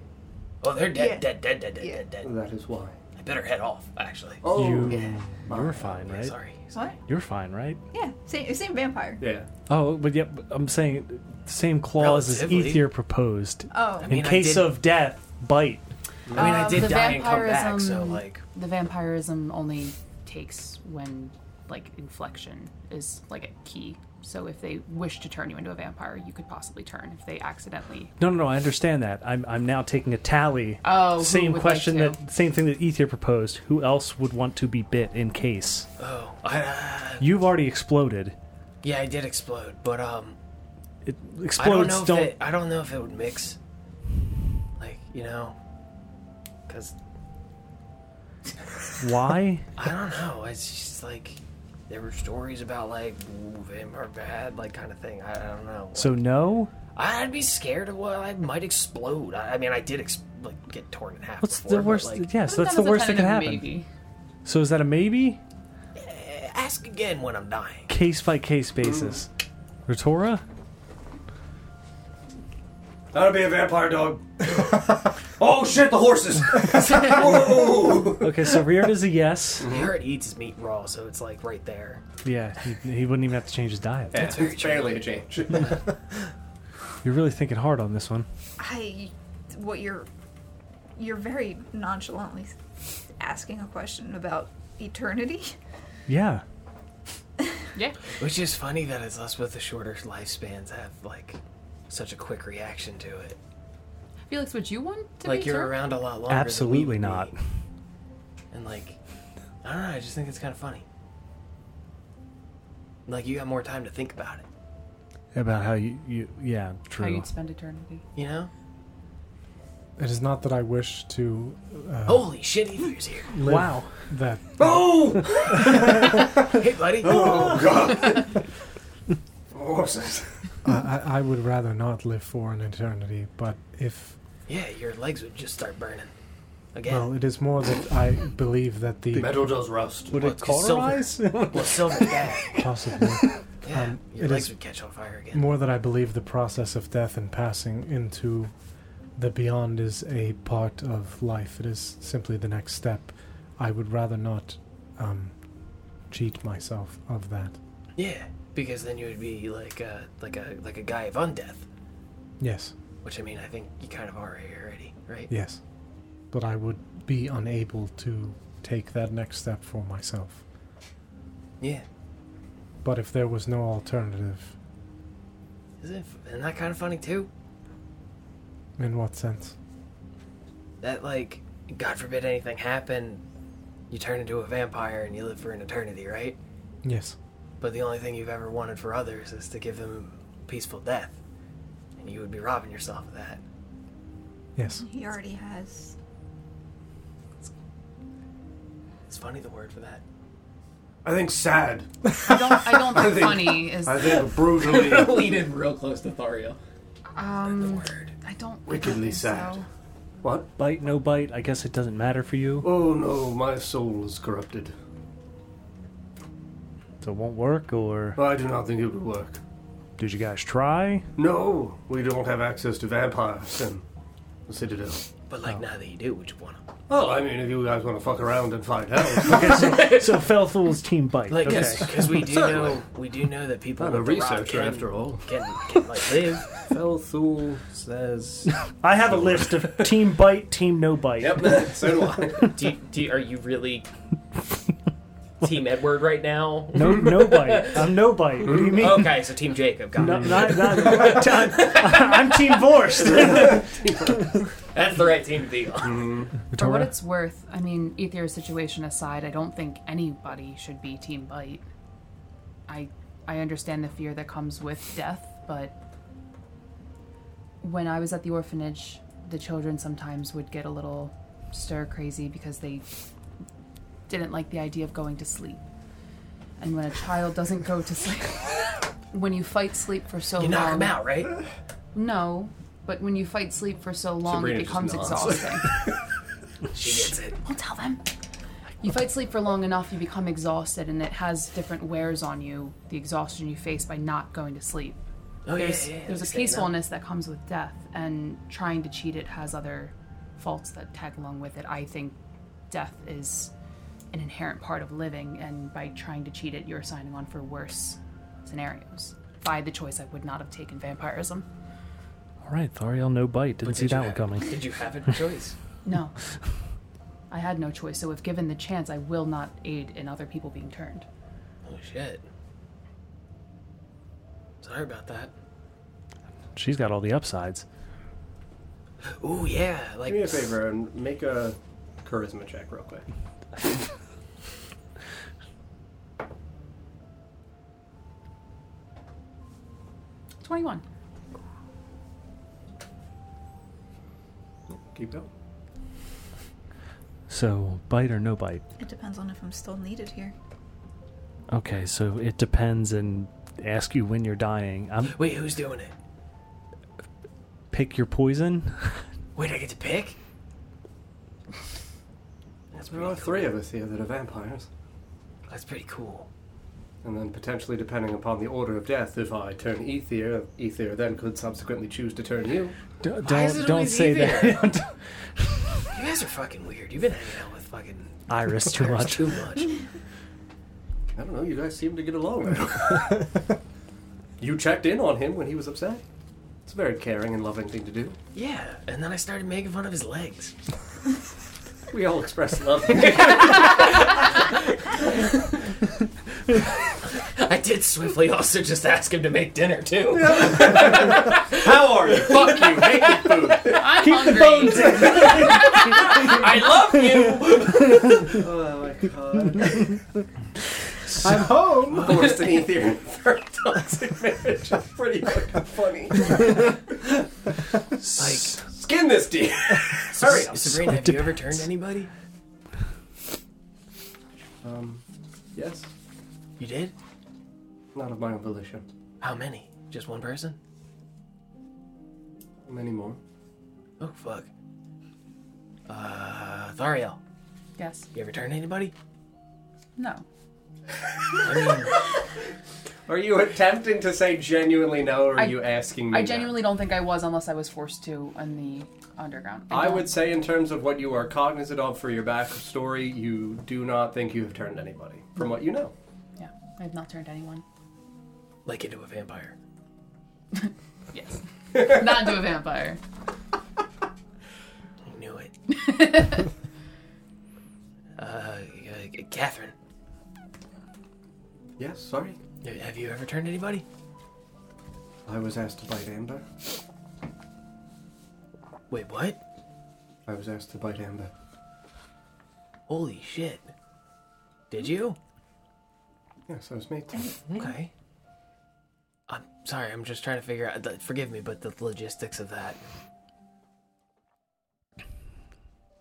Speaker 6: Oh, they're dead,
Speaker 5: Yeah.
Speaker 6: dead, dead, dead, dead,
Speaker 5: Yeah.
Speaker 6: dead, dead.
Speaker 3: That is why.
Speaker 6: I better head off. Actually.
Speaker 3: Oh,
Speaker 7: You-
Speaker 3: yeah.
Speaker 7: You're fine, right?
Speaker 6: Sorry.
Speaker 5: What?
Speaker 7: You're fine, right?
Speaker 5: Yeah, same same vampire.
Speaker 3: Yeah.
Speaker 7: Oh, but yep, I'm saying same clause as
Speaker 6: Relatively.
Speaker 7: Ethier proposed.
Speaker 5: Oh,
Speaker 6: I mean,
Speaker 7: In
Speaker 6: I
Speaker 7: case
Speaker 6: did-
Speaker 7: of death, bite.
Speaker 6: I mean, I
Speaker 1: Um,
Speaker 6: did
Speaker 1: the
Speaker 6: die and come back,
Speaker 1: vampirism-
Speaker 6: so like,
Speaker 1: The vampirism only takes when like inflection is like a key. So if they wish to turn you into a vampire, you could possibly turn if they accidentally.
Speaker 7: No, no, no. I understand that. I'm, I'm now taking a tally.
Speaker 1: Oh, who
Speaker 7: same
Speaker 1: would like
Speaker 7: question
Speaker 1: to?
Speaker 7: that same thing that Ethier proposed. Who else would want to be bit in case
Speaker 6: oh, I, uh,
Speaker 7: you've already exploded?
Speaker 6: yeah, I did explode, but um,
Speaker 4: it
Speaker 6: I don't
Speaker 4: explodes.
Speaker 6: know
Speaker 4: Don't.
Speaker 6: if it, I don't know if it would mix. Like you know, because
Speaker 4: Why?
Speaker 6: I don't know. It's just like there were stories about like ooh, vampire bad, like kind of thing. I, I don't know.
Speaker 4: So no.
Speaker 6: I'd be scared of what I might explode. I, I mean, I did ex- like get torn in half.
Speaker 4: What's
Speaker 6: before,
Speaker 4: the
Speaker 6: but,
Speaker 4: worst?
Speaker 6: Like,
Speaker 4: yes, that's
Speaker 1: That
Speaker 4: the
Speaker 1: was a
Speaker 4: worst that could
Speaker 1: tentative
Speaker 4: happen.
Speaker 1: Maybe.
Speaker 4: So is that a maybe?
Speaker 6: Ask again when I'm dying.
Speaker 4: Case by case basis. Retora.
Speaker 3: That'll be a vampire dog. oh shit, the horses! Whoa!
Speaker 4: Okay, so Reard is a
Speaker 3: Mm-hmm.
Speaker 4: yes.
Speaker 6: He already eats meat raw, so it's like right there.
Speaker 4: Yeah, he, he wouldn't even have to change his diet.
Speaker 3: Yeah, it's barely a change.
Speaker 4: You're really thinking hard on this one.
Speaker 5: I, what you're, you're very nonchalantly asking a question about eternity.
Speaker 4: Yeah.
Speaker 1: Yeah.
Speaker 6: Which is funny that it's us with the shorter lifespans have like such a quick reaction to it.
Speaker 1: Felix, would you want to
Speaker 6: like
Speaker 1: be
Speaker 6: you're
Speaker 1: too?
Speaker 6: around a lot longer. than we
Speaker 4: Absolutely
Speaker 6: would
Speaker 4: not.
Speaker 6: be. And like, I don't know. I just think it's kind of funny. Like you got more time to think about it.
Speaker 4: About how you, you yeah,
Speaker 1: How
Speaker 4: true.
Speaker 1: you'd spend eternity.
Speaker 6: You know?
Speaker 7: It is not that I wish to
Speaker 6: Holy shit, Ether's here.
Speaker 7: live wow. that.
Speaker 3: oh!
Speaker 6: hey, buddy.
Speaker 3: Oh god! horses.
Speaker 7: I, I I would rather not live for an eternity, but if
Speaker 6: Yeah, your legs would just start burning. Again.
Speaker 7: well, it is more that I believe that the
Speaker 3: Metal does rust.
Speaker 4: Would
Speaker 6: Well,
Speaker 4: it
Speaker 6: it's 'cause silver-
Speaker 4: cauterize?
Speaker 6: well, silver bad.
Speaker 7: possibly
Speaker 6: Yeah, your
Speaker 7: it
Speaker 6: legs
Speaker 7: is-
Speaker 6: would catch on fire again.
Speaker 7: more that I believe the process of death and passing into the beyond is a part of life. It is simply the next step. I would rather not um, cheat myself of that.
Speaker 6: Yeah, because then you would be like a like a like a guy of undeath,
Speaker 7: Yes,
Speaker 6: which I mean I think you kind of are already, right?
Speaker 7: yes, but I would be unable to take that next step for myself.
Speaker 6: Yeah.
Speaker 7: But if there was no alternative,
Speaker 6: Isn't, it, isn't that kind of funny too?
Speaker 7: in what sense?
Speaker 6: That like, God forbid anything happen, you turn into a vampire and you live for an eternity, right?
Speaker 7: Yes.
Speaker 6: But the only thing you've ever wanted for others is to give them a peaceful death, and you would be robbing yourself of that.
Speaker 7: Yes.
Speaker 5: He already has.
Speaker 6: It's funny the word for that.
Speaker 3: I think sad.
Speaker 1: I don't, I don't think
Speaker 3: think-
Speaker 1: funny is.
Speaker 3: I think brutally,
Speaker 13: Lean in real close to Thario.
Speaker 1: um,
Speaker 6: Word.
Speaker 1: I don't.
Speaker 3: wickedly sad. What?
Speaker 4: bite, no bite. I guess it doesn't matter for you,
Speaker 3: Oh no, my soul is corrupted.
Speaker 4: so it won't work. Or
Speaker 3: I do not think it would work.
Speaker 4: did you guys try?
Speaker 3: No, we don't have access to vampires in the Citadel.
Speaker 6: But like now that you do, would you want to?
Speaker 3: Oh, I mean, if you guys want to fuck around and find out,
Speaker 4: So Fell Fool's team bite.
Speaker 6: Like,
Speaker 4: okay.
Speaker 6: because we do
Speaker 3: Certainly.
Speaker 6: know we do know that people
Speaker 3: I'm a
Speaker 6: with the rock
Speaker 3: researcher
Speaker 6: can-
Speaker 3: after all.
Speaker 6: can, can like live.
Speaker 3: Felthul says.
Speaker 4: I have a list of team bite, team no bite.
Speaker 3: yep, so do I.
Speaker 13: Do you, do you- are you really Team Edward right now?
Speaker 4: No, no bite. I'm no bite. What do you mean?
Speaker 13: Okay, so Team Jacob. Got
Speaker 4: No,
Speaker 13: it.
Speaker 4: not, not, I'm, I'm team Vorst.
Speaker 13: That's the right team to be on.
Speaker 4: Mm-hmm.
Speaker 1: For what it's worth, I mean, Ethier's situation aside, I don't think anybody should be Team Bite. I I understand the fear that comes with death, but when I was at the orphanage, the children sometimes would get a little stir crazy because they didn't like the idea of going to sleep. And when a child doesn't go to sleep, when you fight sleep for so
Speaker 6: You
Speaker 1: long,
Speaker 6: knock them out, right?
Speaker 1: no, but when you fight sleep for so long,
Speaker 3: Sabrina
Speaker 1: it
Speaker 3: just
Speaker 1: becomes
Speaker 3: nods.
Speaker 1: exhausting.
Speaker 6: She gets it.
Speaker 1: I'll tell them. You fight sleep for long enough, you become exhausted, and it has different wears on you. The exhaustion you face by not going to sleep.
Speaker 6: Oh yeah,
Speaker 1: There's
Speaker 6: yeah, yeah,
Speaker 1: there's a
Speaker 6: just saying that.
Speaker 1: peacefulness that comes with death, and trying to cheat it has other faults that tag along with it. I think death is an inherent part of living, and by trying to cheat it, you're signing on for worse scenarios. By the choice, I would not have taken vampirism.
Speaker 4: All right, Thariel, no bite. Didn't
Speaker 6: But
Speaker 4: see
Speaker 6: did you
Speaker 4: that one
Speaker 6: have-
Speaker 4: coming.
Speaker 6: Did you have a choice?
Speaker 1: No. I had no choice, so if given the chance, I will not aid in other people being turned.
Speaker 6: oh shit. Sorry about that.
Speaker 4: She's got all the upsides.
Speaker 6: Oh yeah, like
Speaker 3: Do me a favor and make a charisma check real quick.
Speaker 1: Twenty-one.
Speaker 3: Keep going.
Speaker 10: So, bite or no bite?
Speaker 5: It depends on if I'm still needed here.
Speaker 10: Okay, so it depends and ask you when you're dying. I'm
Speaker 6: Wait, who's doing it?
Speaker 10: pick your poison.
Speaker 6: Wait, I get to pick? That's
Speaker 3: There are
Speaker 6: pretty
Speaker 3: three of us here that are vampires.
Speaker 6: cool. That's pretty cool.
Speaker 3: And then potentially, depending upon the order of death, if I turn Ether, Ether then could subsequently choose to turn you.
Speaker 10: D- don't
Speaker 6: is it
Speaker 10: don't
Speaker 6: always
Speaker 10: say
Speaker 6: either?
Speaker 10: that.
Speaker 6: You guys are fucking weird. You've been hanging out with fucking
Speaker 10: Iris too much.
Speaker 6: too much.
Speaker 3: I don't know, you guys seem to get along. you checked in on him when he was upset. It's a very caring and loving thing to do.
Speaker 6: Yeah, and then I started making fun of his legs.
Speaker 3: We all express love.
Speaker 6: I did swiftly also just ask him to make dinner too. How are you?
Speaker 3: Fuck you, hate food.
Speaker 1: I'm hungry.
Speaker 6: I love you.
Speaker 3: Oh my god.
Speaker 7: I'm home.
Speaker 3: Forced an Ether in very toxic marriage. That's pretty fucking funny.
Speaker 6: Like,
Speaker 3: Skin this deer. Hurry up.
Speaker 6: Sabrina, have you ever turned anybody?
Speaker 3: Um, yes,
Speaker 6: You did?
Speaker 3: not of my own volition.
Speaker 6: How many? Just one person?
Speaker 3: Many more.
Speaker 6: Oh fuck. Uh, Thariel,
Speaker 1: yes.
Speaker 6: you ever turned anybody?
Speaker 1: No.
Speaker 6: I mean,
Speaker 3: Are you attempting to say genuinely no, or are
Speaker 1: I-
Speaker 3: you asking me?
Speaker 1: I
Speaker 3: no?
Speaker 1: genuinely don't think I was unless I was forced to in the underground.
Speaker 3: I
Speaker 1: don't-
Speaker 3: would say, in terms of what you are cognizant of for your backstory, you do not think you have turned anybody, from what you know.
Speaker 1: Yeah, I have not turned anyone.
Speaker 6: like into a vampire.
Speaker 1: Yes. not into a vampire.
Speaker 6: I knew it. uh, uh, Catherine,
Speaker 3: Yes, sorry.
Speaker 6: have you ever turned anybody?
Speaker 3: I was asked to bite Amber.
Speaker 6: Wait, what?
Speaker 3: I was asked to bite Amber.
Speaker 6: Holy shit. Did you?
Speaker 3: Yes, I was made to.
Speaker 6: Okay. I'm sorry, I'm just trying to figure out. th- Forgive me, but the logistics of that.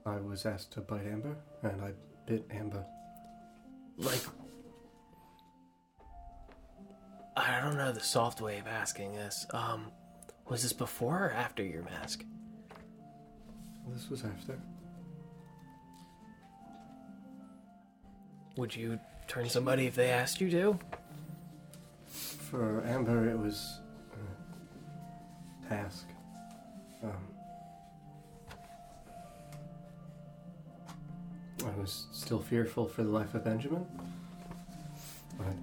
Speaker 3: I was asked to bite Amber, and I bit Amber.
Speaker 6: Like. I don't know the soft way of asking this. Um, was this before or after your mask?
Speaker 3: This was after.
Speaker 6: Would you turn somebody if they asked you to?
Speaker 3: For Amber, it was a task. Um, I was still fearful for the life of Benjamin. But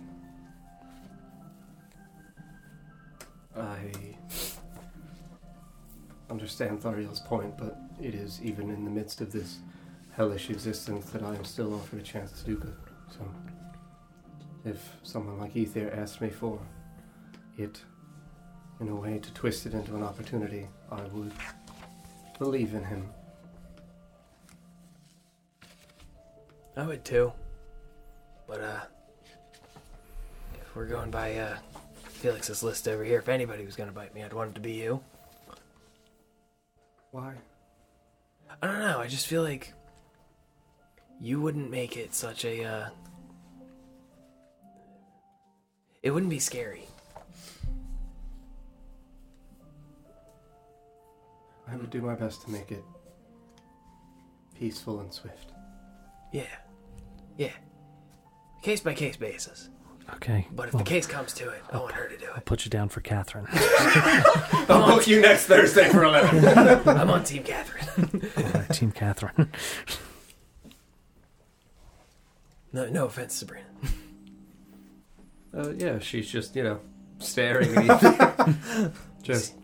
Speaker 3: I understand Thariel's point, but it is even in the midst of this hellish existence that I am still offered a chance to do good. So, if someone like Ether asked me for it in a way to twist it into an opportunity, I would believe in him.
Speaker 6: I would too. But, uh. If we're going by, uh. Felix's list over here, if anybody was gonna bite me, I'd want it to be you.
Speaker 3: Why?
Speaker 6: I don't know. I just feel like you wouldn't make it such a. Uh, it wouldn't be scary.
Speaker 3: I would do my best to make it peaceful and swift.
Speaker 6: Yeah, yeah. Case by case basis.
Speaker 10: Okay.
Speaker 6: But if
Speaker 10: well,
Speaker 6: the case comes to it, I want her to do
Speaker 10: I'll
Speaker 6: it.
Speaker 10: put you down for Catherine.
Speaker 3: I'll book you next Thursday for 11.
Speaker 6: I'm on Team Catherine.
Speaker 10: All right, Team Catherine.
Speaker 6: No, no offense, Sabrina.
Speaker 3: Uh, yeah, she's just, you know, staring at you. just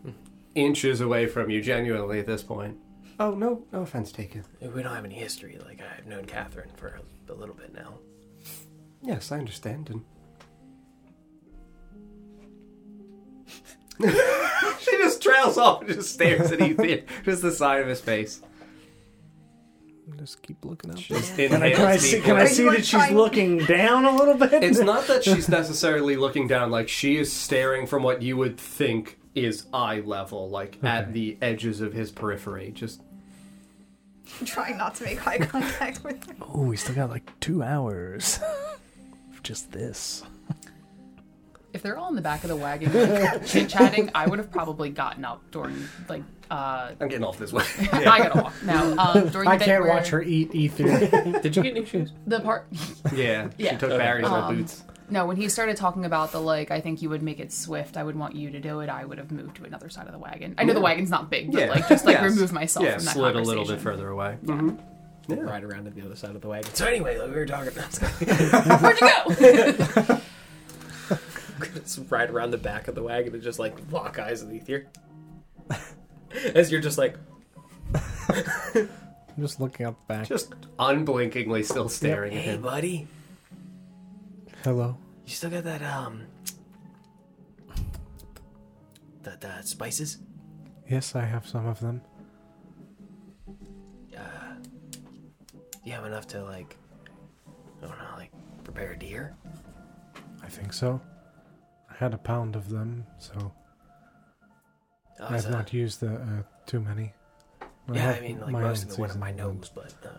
Speaker 3: inches away from you, genuinely, at this point. Oh, no, no offense taken.
Speaker 6: We don't have any history. Like I've known Catherine for a little bit now.
Speaker 3: Yes, I understand. And she just trails off and just stares at Ethan, just the side of his face.
Speaker 7: Just keep looking up.
Speaker 3: Just
Speaker 10: Can I, can I
Speaker 3: inhales
Speaker 10: see,
Speaker 3: deeply.
Speaker 10: can I
Speaker 5: Are
Speaker 10: see
Speaker 5: you
Speaker 10: that she's
Speaker 5: trying-
Speaker 10: looking down a little bit?
Speaker 3: It's not that she's necessarily looking down; like she is staring from what you would think is eye level, like at the edges of his periphery. Just
Speaker 5: trying not to make eye contact with her.
Speaker 10: Oh, we still got like two hours. of Just this.
Speaker 1: If they're all in the back of the wagon chit chatting, I would have probably gotten up during like uh
Speaker 3: I'm getting off this way.
Speaker 1: I gotta walk now. Um, during the
Speaker 14: I
Speaker 1: bit
Speaker 14: can't
Speaker 1: where
Speaker 14: watch her eat ether.
Speaker 15: Did you get new shoes?
Speaker 1: The part
Speaker 3: yeah. She
Speaker 1: Yeah.
Speaker 3: took Barry's old boots.
Speaker 1: no, when he started talking about the like, I think you would make it swift. I would want you to do it. I would have moved to another side of the wagon. I know the wagon's not big, but
Speaker 3: Yeah.
Speaker 1: like just like
Speaker 3: Yes.
Speaker 1: remove myself
Speaker 3: Yeah,
Speaker 1: from that
Speaker 3: slid a
Speaker 1: conversation.
Speaker 3: little bit further away.
Speaker 6: Ride Um, around to the other side of the wagon. So anyway, like we were talking about
Speaker 1: Where'd you go?
Speaker 6: just ride around the back of the wagon and just like lock eyes with Ether. As you're just like
Speaker 14: I'm just looking up back.
Speaker 3: Just unblinkingly still staring at
Speaker 6: Hey
Speaker 3: him.
Speaker 6: buddy,
Speaker 14: Hello.
Speaker 6: you still got that um that uh spices?
Speaker 7: Yes, I have some of them.
Speaker 6: Uh, You have enough to like I don't know, like prepare a deer?
Speaker 7: I think so. I had a pound of them, so
Speaker 6: Oh,
Speaker 7: I
Speaker 6: is
Speaker 7: have
Speaker 6: that-
Speaker 7: not used the, uh, too many.
Speaker 6: yeah, I
Speaker 7: have
Speaker 6: mean like
Speaker 7: my
Speaker 6: most
Speaker 7: own
Speaker 6: of it went in
Speaker 7: seasoned
Speaker 6: my
Speaker 7: ones.
Speaker 6: nose, but uh,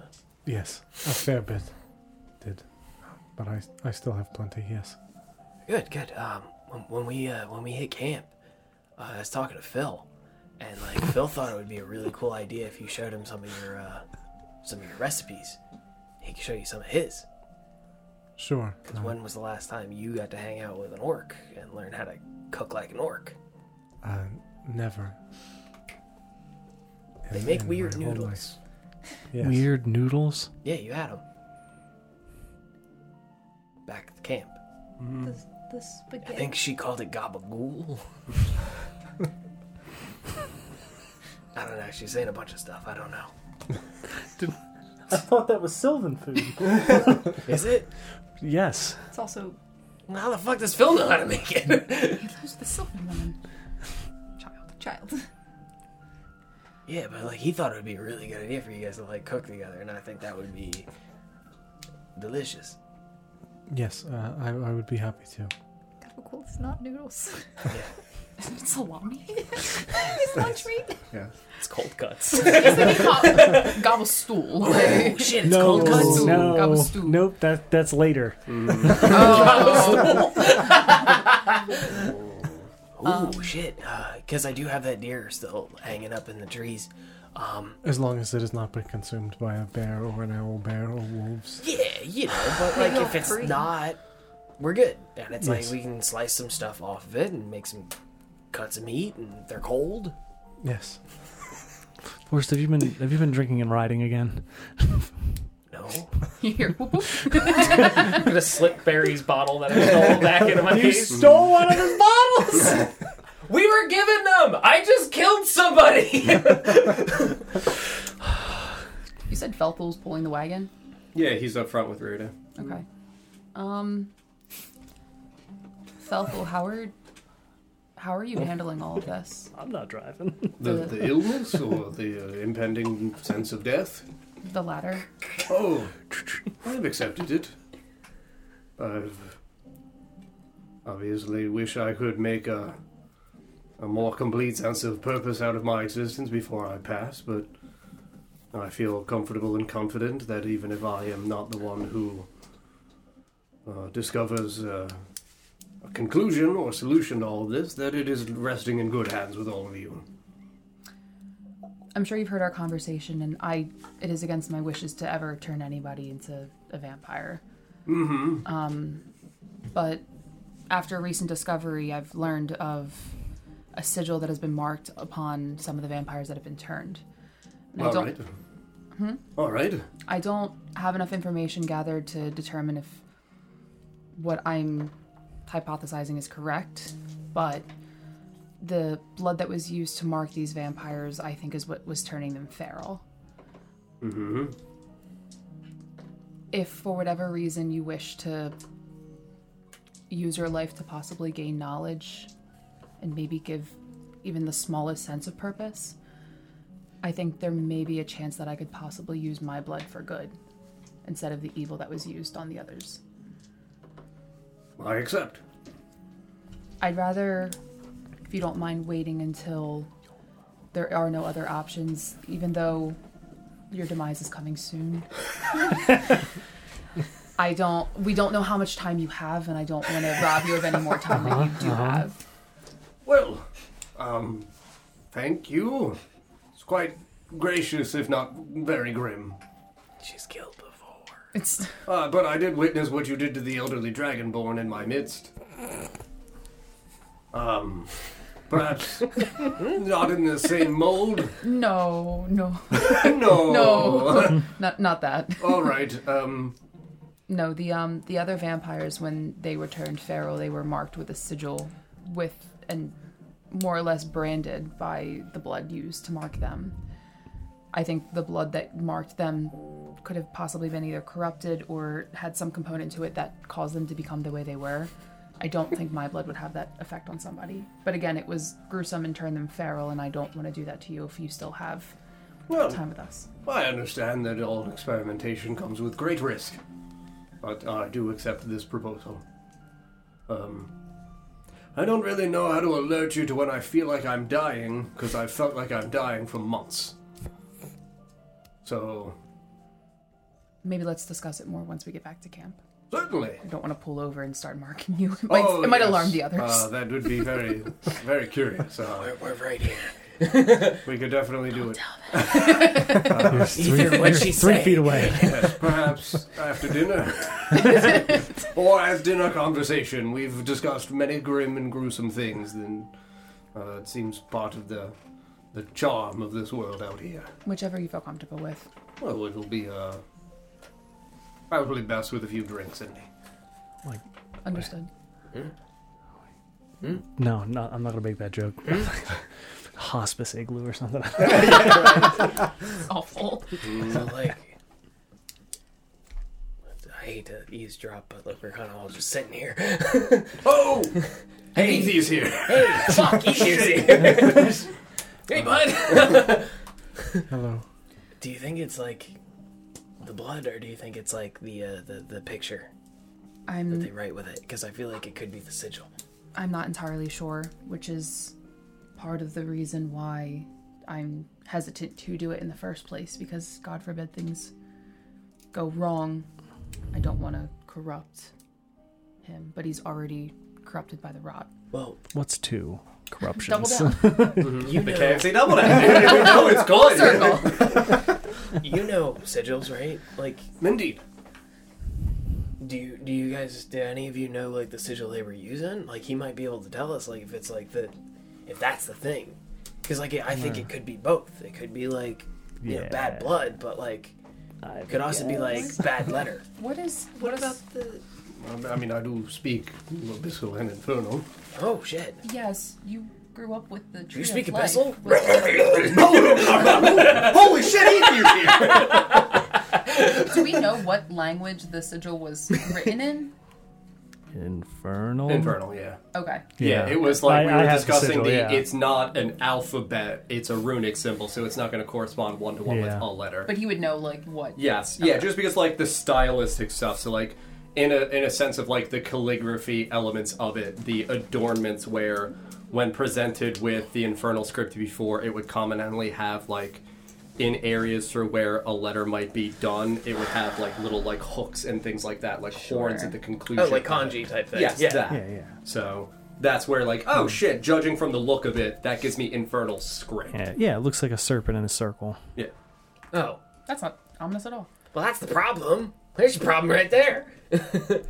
Speaker 7: Yes, a fair bit did, but I I still have plenty. Yes.
Speaker 6: Good, good. Um, when, when we uh, when we hit camp, uh, I was talking to Phil, and like Phil thought it would be a really cool idea if you showed him some of your uh, some of your recipes. He could show you some of his.
Speaker 7: Sure.
Speaker 6: Because when was the last time you got to hang out with an orc and learn how to cook like an orc?
Speaker 7: Uh, never.
Speaker 6: They
Speaker 7: In-
Speaker 6: make
Speaker 7: in
Speaker 6: weird
Speaker 7: my whole
Speaker 6: noodles.
Speaker 7: life. Yes.
Speaker 10: Weird noodles.
Speaker 6: Yeah, you had them. Back at the camp.
Speaker 5: The, the
Speaker 6: Hmm. I
Speaker 5: spaghetti.
Speaker 6: think she called it gabagool. I don't know. She's saying a bunch of stuff. I don't know.
Speaker 10: I thought that was Sylvan food.
Speaker 6: Is it?
Speaker 10: yes.
Speaker 5: It's also
Speaker 6: Well, How the fuck does Phil know how to make it?
Speaker 1: Who's the Sylvan woman?
Speaker 5: child. Child.
Speaker 6: yeah, but like he thought it would be a really good idea for you guys to like cook together, and I think that would be delicious.
Speaker 7: Yes, uh, I, I would be happy to.
Speaker 5: Cool. It's not noodles.
Speaker 6: Yeah,
Speaker 1: Isn't it salami?
Speaker 5: it's lunch meat.
Speaker 6: it's cold cuts.
Speaker 1: It's like he called- gobble stool. Like,
Speaker 6: oh shit, it's
Speaker 10: No,
Speaker 6: cold cuts.
Speaker 1: Gobble
Speaker 10: no,
Speaker 1: stew.
Speaker 10: nope. That that's later.
Speaker 1: Mm.
Speaker 6: Oh shit, because I do have that deer still hanging up in the trees. Um,
Speaker 7: As long as it has not been consumed by a bear or an owl bear or wolves.
Speaker 6: yeah, you know, but like if it's
Speaker 5: free.
Speaker 6: not, we're good. And it's
Speaker 7: Yes.
Speaker 6: like we can slice some stuff off of it and make some cuts of meat, and they're cold.
Speaker 7: Yes.
Speaker 10: Forrest, have you been have you been drinking and riding again?
Speaker 6: No,
Speaker 1: you hear whoop whoop.
Speaker 15: I'm gonna slip Barry's bottle that I stole back into my case.
Speaker 6: stole one of his bottles.
Speaker 15: We were given them. I just killed somebody.
Speaker 1: You said Felpel's pulling the wagon.
Speaker 3: Yeah, he's up front with Ruda.
Speaker 1: Okay. Um. Felpel, how are how are you handling all of this?
Speaker 10: I'm not driving.
Speaker 3: The,
Speaker 1: Uh.
Speaker 3: the illness or the uh, impending sense of death?
Speaker 1: The latter.
Speaker 3: Oh, I've accepted it. I've obviously wish I could make a a more complete sense of purpose out of my existence before I pass, but I feel comfortable and confident that even if I am not the one who uh, discovers uh, a conclusion or solution to all of this, that it is resting in good hands with all of you.
Speaker 1: I'm sure you've heard our conversation, and I it is against my wishes to ever turn anybody into a vampire. Um,
Speaker 3: Mm-hmm.
Speaker 1: But after a recent discovery, I've learned of a sigil that has been marked upon some of the vampires that have been turned. And I
Speaker 3: All
Speaker 1: don't
Speaker 3: right. All right.
Speaker 1: I don't have enough information gathered to determine if what I'm hypothesizing is correct, but the blood that was used to mark these vampires, I think, is what was turning them feral.
Speaker 3: Mm-hmm.
Speaker 1: If for whatever reason you wish to use your life to possibly gain knowledge and maybe give even the smallest sense of purpose, I think there may be a chance that I could possibly use my blood for good instead of the evil that was used on the others.
Speaker 3: I accept.
Speaker 1: I'd rather, if you don't mind, waiting until there are no other options, even though your demise is coming soon. I don't. We don't know how much time you have, and I don't want to rob you of any more time than you do have.
Speaker 3: Well, um, thank you. It's quite gracious, if not very grim.
Speaker 8: She's killed before.
Speaker 1: It's
Speaker 3: Uh, but I did witness what you did to the elderly dragonborn in my midst. Um, perhaps not in the same mold.
Speaker 1: no, no,
Speaker 3: no.
Speaker 1: no, not not that.
Speaker 3: All right. Um,
Speaker 1: No, the um the other vampires when they were turned feral, they were marked with a sigil with and more or less branded by the blood used to mark them. I think the blood that marked them could have possibly been either corrupted or had some component to it that caused them to become the way they were. I don't think my blood would have that effect on somebody. But again, it was gruesome and turned them feral, and I don't want to do that to you if you still have
Speaker 3: well,
Speaker 1: time with us.
Speaker 3: I understand that all experimentation comes with great risk, but I do accept this proposal. Um, I don't really know how to alert you to when I feel like I'm dying, because I've felt like I'm dying for months. So,
Speaker 1: Maybe let's discuss it more once we get back to camp.
Speaker 3: certainly. Oh,
Speaker 1: I don't want to pull over and start marking you. It might,
Speaker 8: Oh,
Speaker 1: it might
Speaker 3: yes.
Speaker 1: alarm the others.
Speaker 3: Uh, that would be very, very curious. Uh,
Speaker 8: We're, we're right here.
Speaker 3: we could definitely do it.
Speaker 7: Yes, three,
Speaker 8: Ethan, what'd she
Speaker 7: yes, three
Speaker 8: say?
Speaker 7: feet away.
Speaker 3: Yes, perhaps after dinner. or as dinner conversation. We've discussed many grim and gruesome things, and uh, it seems part of the the charm of this world out here.
Speaker 1: Whichever you feel comfortable with.
Speaker 3: Well, it'll be uh, probably best with a few drinks, isn't it?
Speaker 1: Understood.
Speaker 10: No, no, I'm not gonna make that joke. Hospice igloo or something.
Speaker 1: Awful.
Speaker 8: So like, I hate to eavesdrop, but like we're kind of all just sitting here.
Speaker 3: Oh!
Speaker 8: Hey,
Speaker 3: Ethy's here!
Speaker 8: hey, fuck, Ethan's here. hey, bud.
Speaker 7: Hello.
Speaker 8: Do you think it's like the blood, or do you think it's like the uh, the the picture that they
Speaker 1: I'm
Speaker 8: write with it? Because I feel like it could be the sigil.
Speaker 1: I'm not entirely sure, which is part of the reason why I'm hesitant to do it in the first place, because God forbid things go wrong. I don't want to corrupt him, but he's already corrupted by the rot.
Speaker 8: Well,
Speaker 10: What's two
Speaker 1: Double
Speaker 10: corruptions?
Speaker 1: down.
Speaker 8: you
Speaker 3: The
Speaker 8: know,
Speaker 3: KFC double that! we know it's good!
Speaker 8: you know sigils, right? Like,
Speaker 3: Indeed.
Speaker 8: do you do you guys do any of you know like the sigil they were using? Like, he might be able to tell us like if it's like the if that's the thing. Because like I think it could be both. It could be like you know,
Speaker 10: Hmm. Yeah.
Speaker 8: bad blood, but like
Speaker 10: I
Speaker 8: could also be like bad letter.
Speaker 1: What is
Speaker 5: What about the?
Speaker 3: I mean, I do speak Abyssal and Infernal.
Speaker 8: Oh shit!
Speaker 1: Yes, you grew up with the tree
Speaker 8: speak
Speaker 1: of life.
Speaker 8: Abyssal?
Speaker 1: Was-
Speaker 3: Holy shit, Ethy's here!
Speaker 1: Do we know what language the sigil was written in?
Speaker 10: Infernal.
Speaker 3: Infernal, yeah.
Speaker 1: Okay.
Speaker 3: Yeah,
Speaker 10: Yeah.
Speaker 3: it was like we
Speaker 10: I- I
Speaker 3: were
Speaker 10: have
Speaker 3: discussing
Speaker 10: sigil,
Speaker 3: the.
Speaker 10: yeah.
Speaker 3: It's not an alphabet; it's a runic symbol, so it's not going to correspond one to one with
Speaker 10: Yeah.
Speaker 3: a letter.
Speaker 1: But he would know like what
Speaker 3: yes, yeah, just because like the stylistic stuff. So like in a in a sense of like the calligraphy elements of it, the adornments where when presented with the infernal script before, it would commonly have like in areas for where a letter might be done, it would have like little like hooks and things like that, like horns
Speaker 1: Sure.
Speaker 3: at the conclusion.
Speaker 8: Oh, like
Speaker 3: of it.
Speaker 8: kanji type thing.
Speaker 3: Yes,
Speaker 8: yeah.
Speaker 3: that.
Speaker 10: Yeah, yeah.
Speaker 3: So that's where, like,
Speaker 10: Hmm.
Speaker 3: oh shit, judging from the look of it, that gives me infernal script.
Speaker 10: Yeah, yeah, it looks like a serpent in a circle.
Speaker 3: Yeah.
Speaker 8: Oh,
Speaker 1: That's not ominous at all.
Speaker 8: well, that's the problem. There's your problem right there.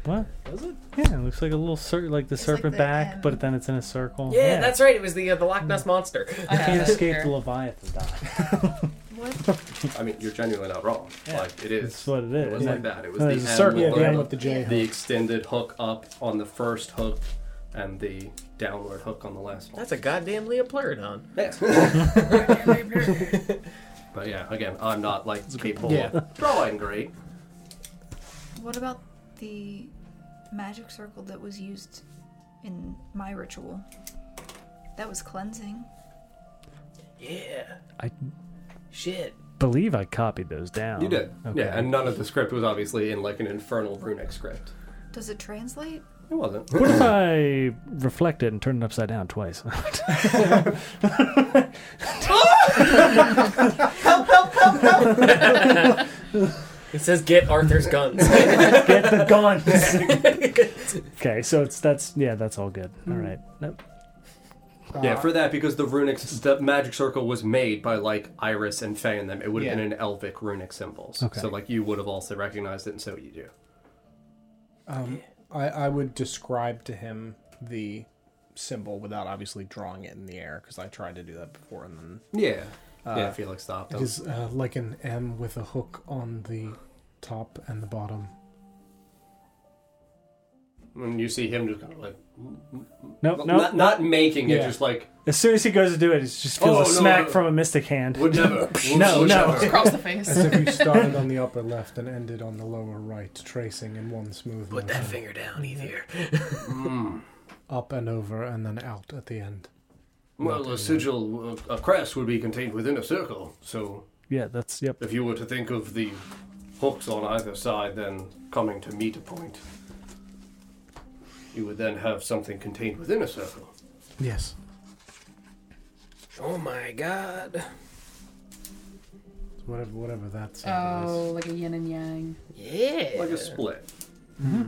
Speaker 10: What?
Speaker 8: Is it?
Speaker 10: Yeah, it looks like a little ser- like the serpent
Speaker 5: the
Speaker 10: back,
Speaker 5: M.
Speaker 10: but then it's in a circle.
Speaker 8: Yeah, that's right. It was the uh, the Loch Ness
Speaker 10: Hmm.
Speaker 8: monster.
Speaker 1: I have
Speaker 10: Can't
Speaker 1: it
Speaker 10: escape
Speaker 1: here.
Speaker 10: the Leviathan die.
Speaker 3: I mean, you're genuinely not wrong. Like, it is.
Speaker 10: That's what it is.
Speaker 3: It was like that. It was
Speaker 10: It's
Speaker 3: the
Speaker 10: a
Speaker 3: M
Speaker 10: circle.
Speaker 3: with
Speaker 10: Yeah,
Speaker 7: The
Speaker 3: the,
Speaker 7: end with the J.
Speaker 3: the extended hook up on the first hook and the downward hook on the last one.
Speaker 8: That's a goddamn Leopleurodon.
Speaker 3: But yeah, again, I'm not, like, capable of drawing great.
Speaker 5: What about the magic circle that was used in my ritual? That was cleansing.
Speaker 8: Yeah.
Speaker 10: I
Speaker 8: Shit.
Speaker 10: believe I copied those down.
Speaker 3: You did.
Speaker 10: Um, Okay.
Speaker 3: Yeah, and none of the script was obviously in, like, an infernal runic script.
Speaker 5: Does it translate?
Speaker 3: It wasn't.
Speaker 10: what if I reflect it and turn it upside down twice?
Speaker 8: Help! Help!
Speaker 6: It says get Arthur's guns.
Speaker 10: Get the guns. okay, so it's that's yeah, that's all good.
Speaker 3: Hmm.
Speaker 10: All right. Nope.
Speaker 3: yeah,
Speaker 10: Uh,
Speaker 3: for that because the runic, the magic circle was made by like Iris and Faye and them. It would have
Speaker 6: Yeah.
Speaker 3: been an elvic runic symbols.
Speaker 10: Okay.
Speaker 3: So like you would have also recognized it, and so you do.
Speaker 2: Um, I, I would describe to him the symbol without obviously drawing it in the air because I tried to do that before and then
Speaker 3: Yeah. yeah,
Speaker 2: Uh,
Speaker 3: Felix stopped
Speaker 7: It
Speaker 3: him.
Speaker 7: is uh, like an M with a hook on the top and the bottom.
Speaker 3: When you see him just kind of like,
Speaker 10: Nope, nope.
Speaker 3: not, not making it,
Speaker 7: Yeah.
Speaker 3: just like,
Speaker 10: As soon as he goes to do it, it just feels
Speaker 3: Oh,
Speaker 10: a
Speaker 3: no,
Speaker 10: smack
Speaker 3: no.
Speaker 10: from a mystic hand.
Speaker 3: would never.
Speaker 10: No,
Speaker 3: would
Speaker 10: no.
Speaker 3: never.
Speaker 1: across the face.
Speaker 7: As if you started on the upper left and ended on the lower right, tracing in one smooth
Speaker 8: Put that
Speaker 7: motion.
Speaker 8: finger down, either.
Speaker 3: Hmm.
Speaker 7: Up and over and then out at the end.
Speaker 3: Well, a sigil of- of crest would be contained within a circle, so
Speaker 10: Yeah, that's yep.
Speaker 3: if you were to think of the hooks on either side then coming to meet a point, you would then have something contained within a circle.
Speaker 7: Yes.
Speaker 8: Oh my god.
Speaker 7: Whatever, whatever that symbol
Speaker 1: Oh, like a yin and yang.
Speaker 8: Yeah.
Speaker 3: Like a split.
Speaker 10: Mm-hmm.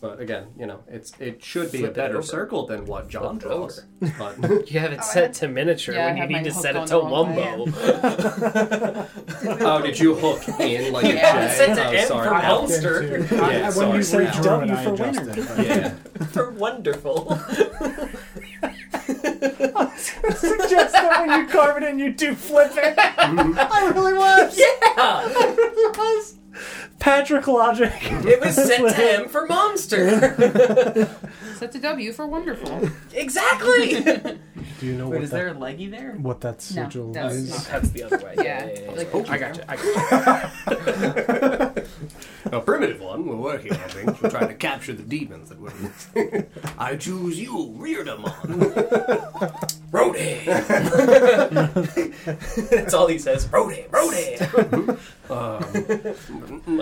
Speaker 3: But again, you know, it's it should be
Speaker 8: Flip
Speaker 3: a
Speaker 8: it
Speaker 3: better
Speaker 8: over.
Speaker 3: circle than what John
Speaker 8: Flip it
Speaker 3: draws. But
Speaker 8: You have
Speaker 5: Oh,
Speaker 8: it
Speaker 5: I
Speaker 8: set
Speaker 5: had-
Speaker 8: to miniature
Speaker 1: Yeah, I
Speaker 8: when you
Speaker 1: had
Speaker 8: need
Speaker 1: mine
Speaker 8: to set it
Speaker 1: hooked
Speaker 8: to
Speaker 1: on the
Speaker 8: Lumbo.
Speaker 1: wrong
Speaker 3: oh, did you hook in like
Speaker 1: Yeah.
Speaker 3: a
Speaker 1: It
Speaker 3: J?
Speaker 1: said
Speaker 6: to
Speaker 3: oh,
Speaker 6: M
Speaker 3: sorry.
Speaker 6: for
Speaker 3: I-
Speaker 6: help.
Speaker 7: is.
Speaker 6: Monster.
Speaker 7: Into-
Speaker 3: Yeah,
Speaker 10: when
Speaker 3: sorry.
Speaker 10: you said
Speaker 3: Yeah.
Speaker 10: W
Speaker 7: I
Speaker 10: for
Speaker 7: adjusted.
Speaker 10: winner.
Speaker 3: Yeah.
Speaker 6: For wonderful.
Speaker 10: Suggest that when you carve it and you do flip it. I really was. Yeah. Patrick logic.
Speaker 6: It was set to M for monster.
Speaker 1: Set to W for wonderful.
Speaker 6: exactly.
Speaker 7: Do you know
Speaker 6: Wait,
Speaker 7: what
Speaker 6: is
Speaker 7: that,
Speaker 6: there a leggy there?
Speaker 7: what that sigil
Speaker 1: that's
Speaker 7: is?
Speaker 1: not-
Speaker 6: That's the other way.
Speaker 1: Yeah. Like,
Speaker 6: I got you. I got
Speaker 3: A primitive one. We're working on things. We're trying to capture the demons that were. I choose you, Reardamon. Rody.
Speaker 6: you. That's all he says. Rode, rode.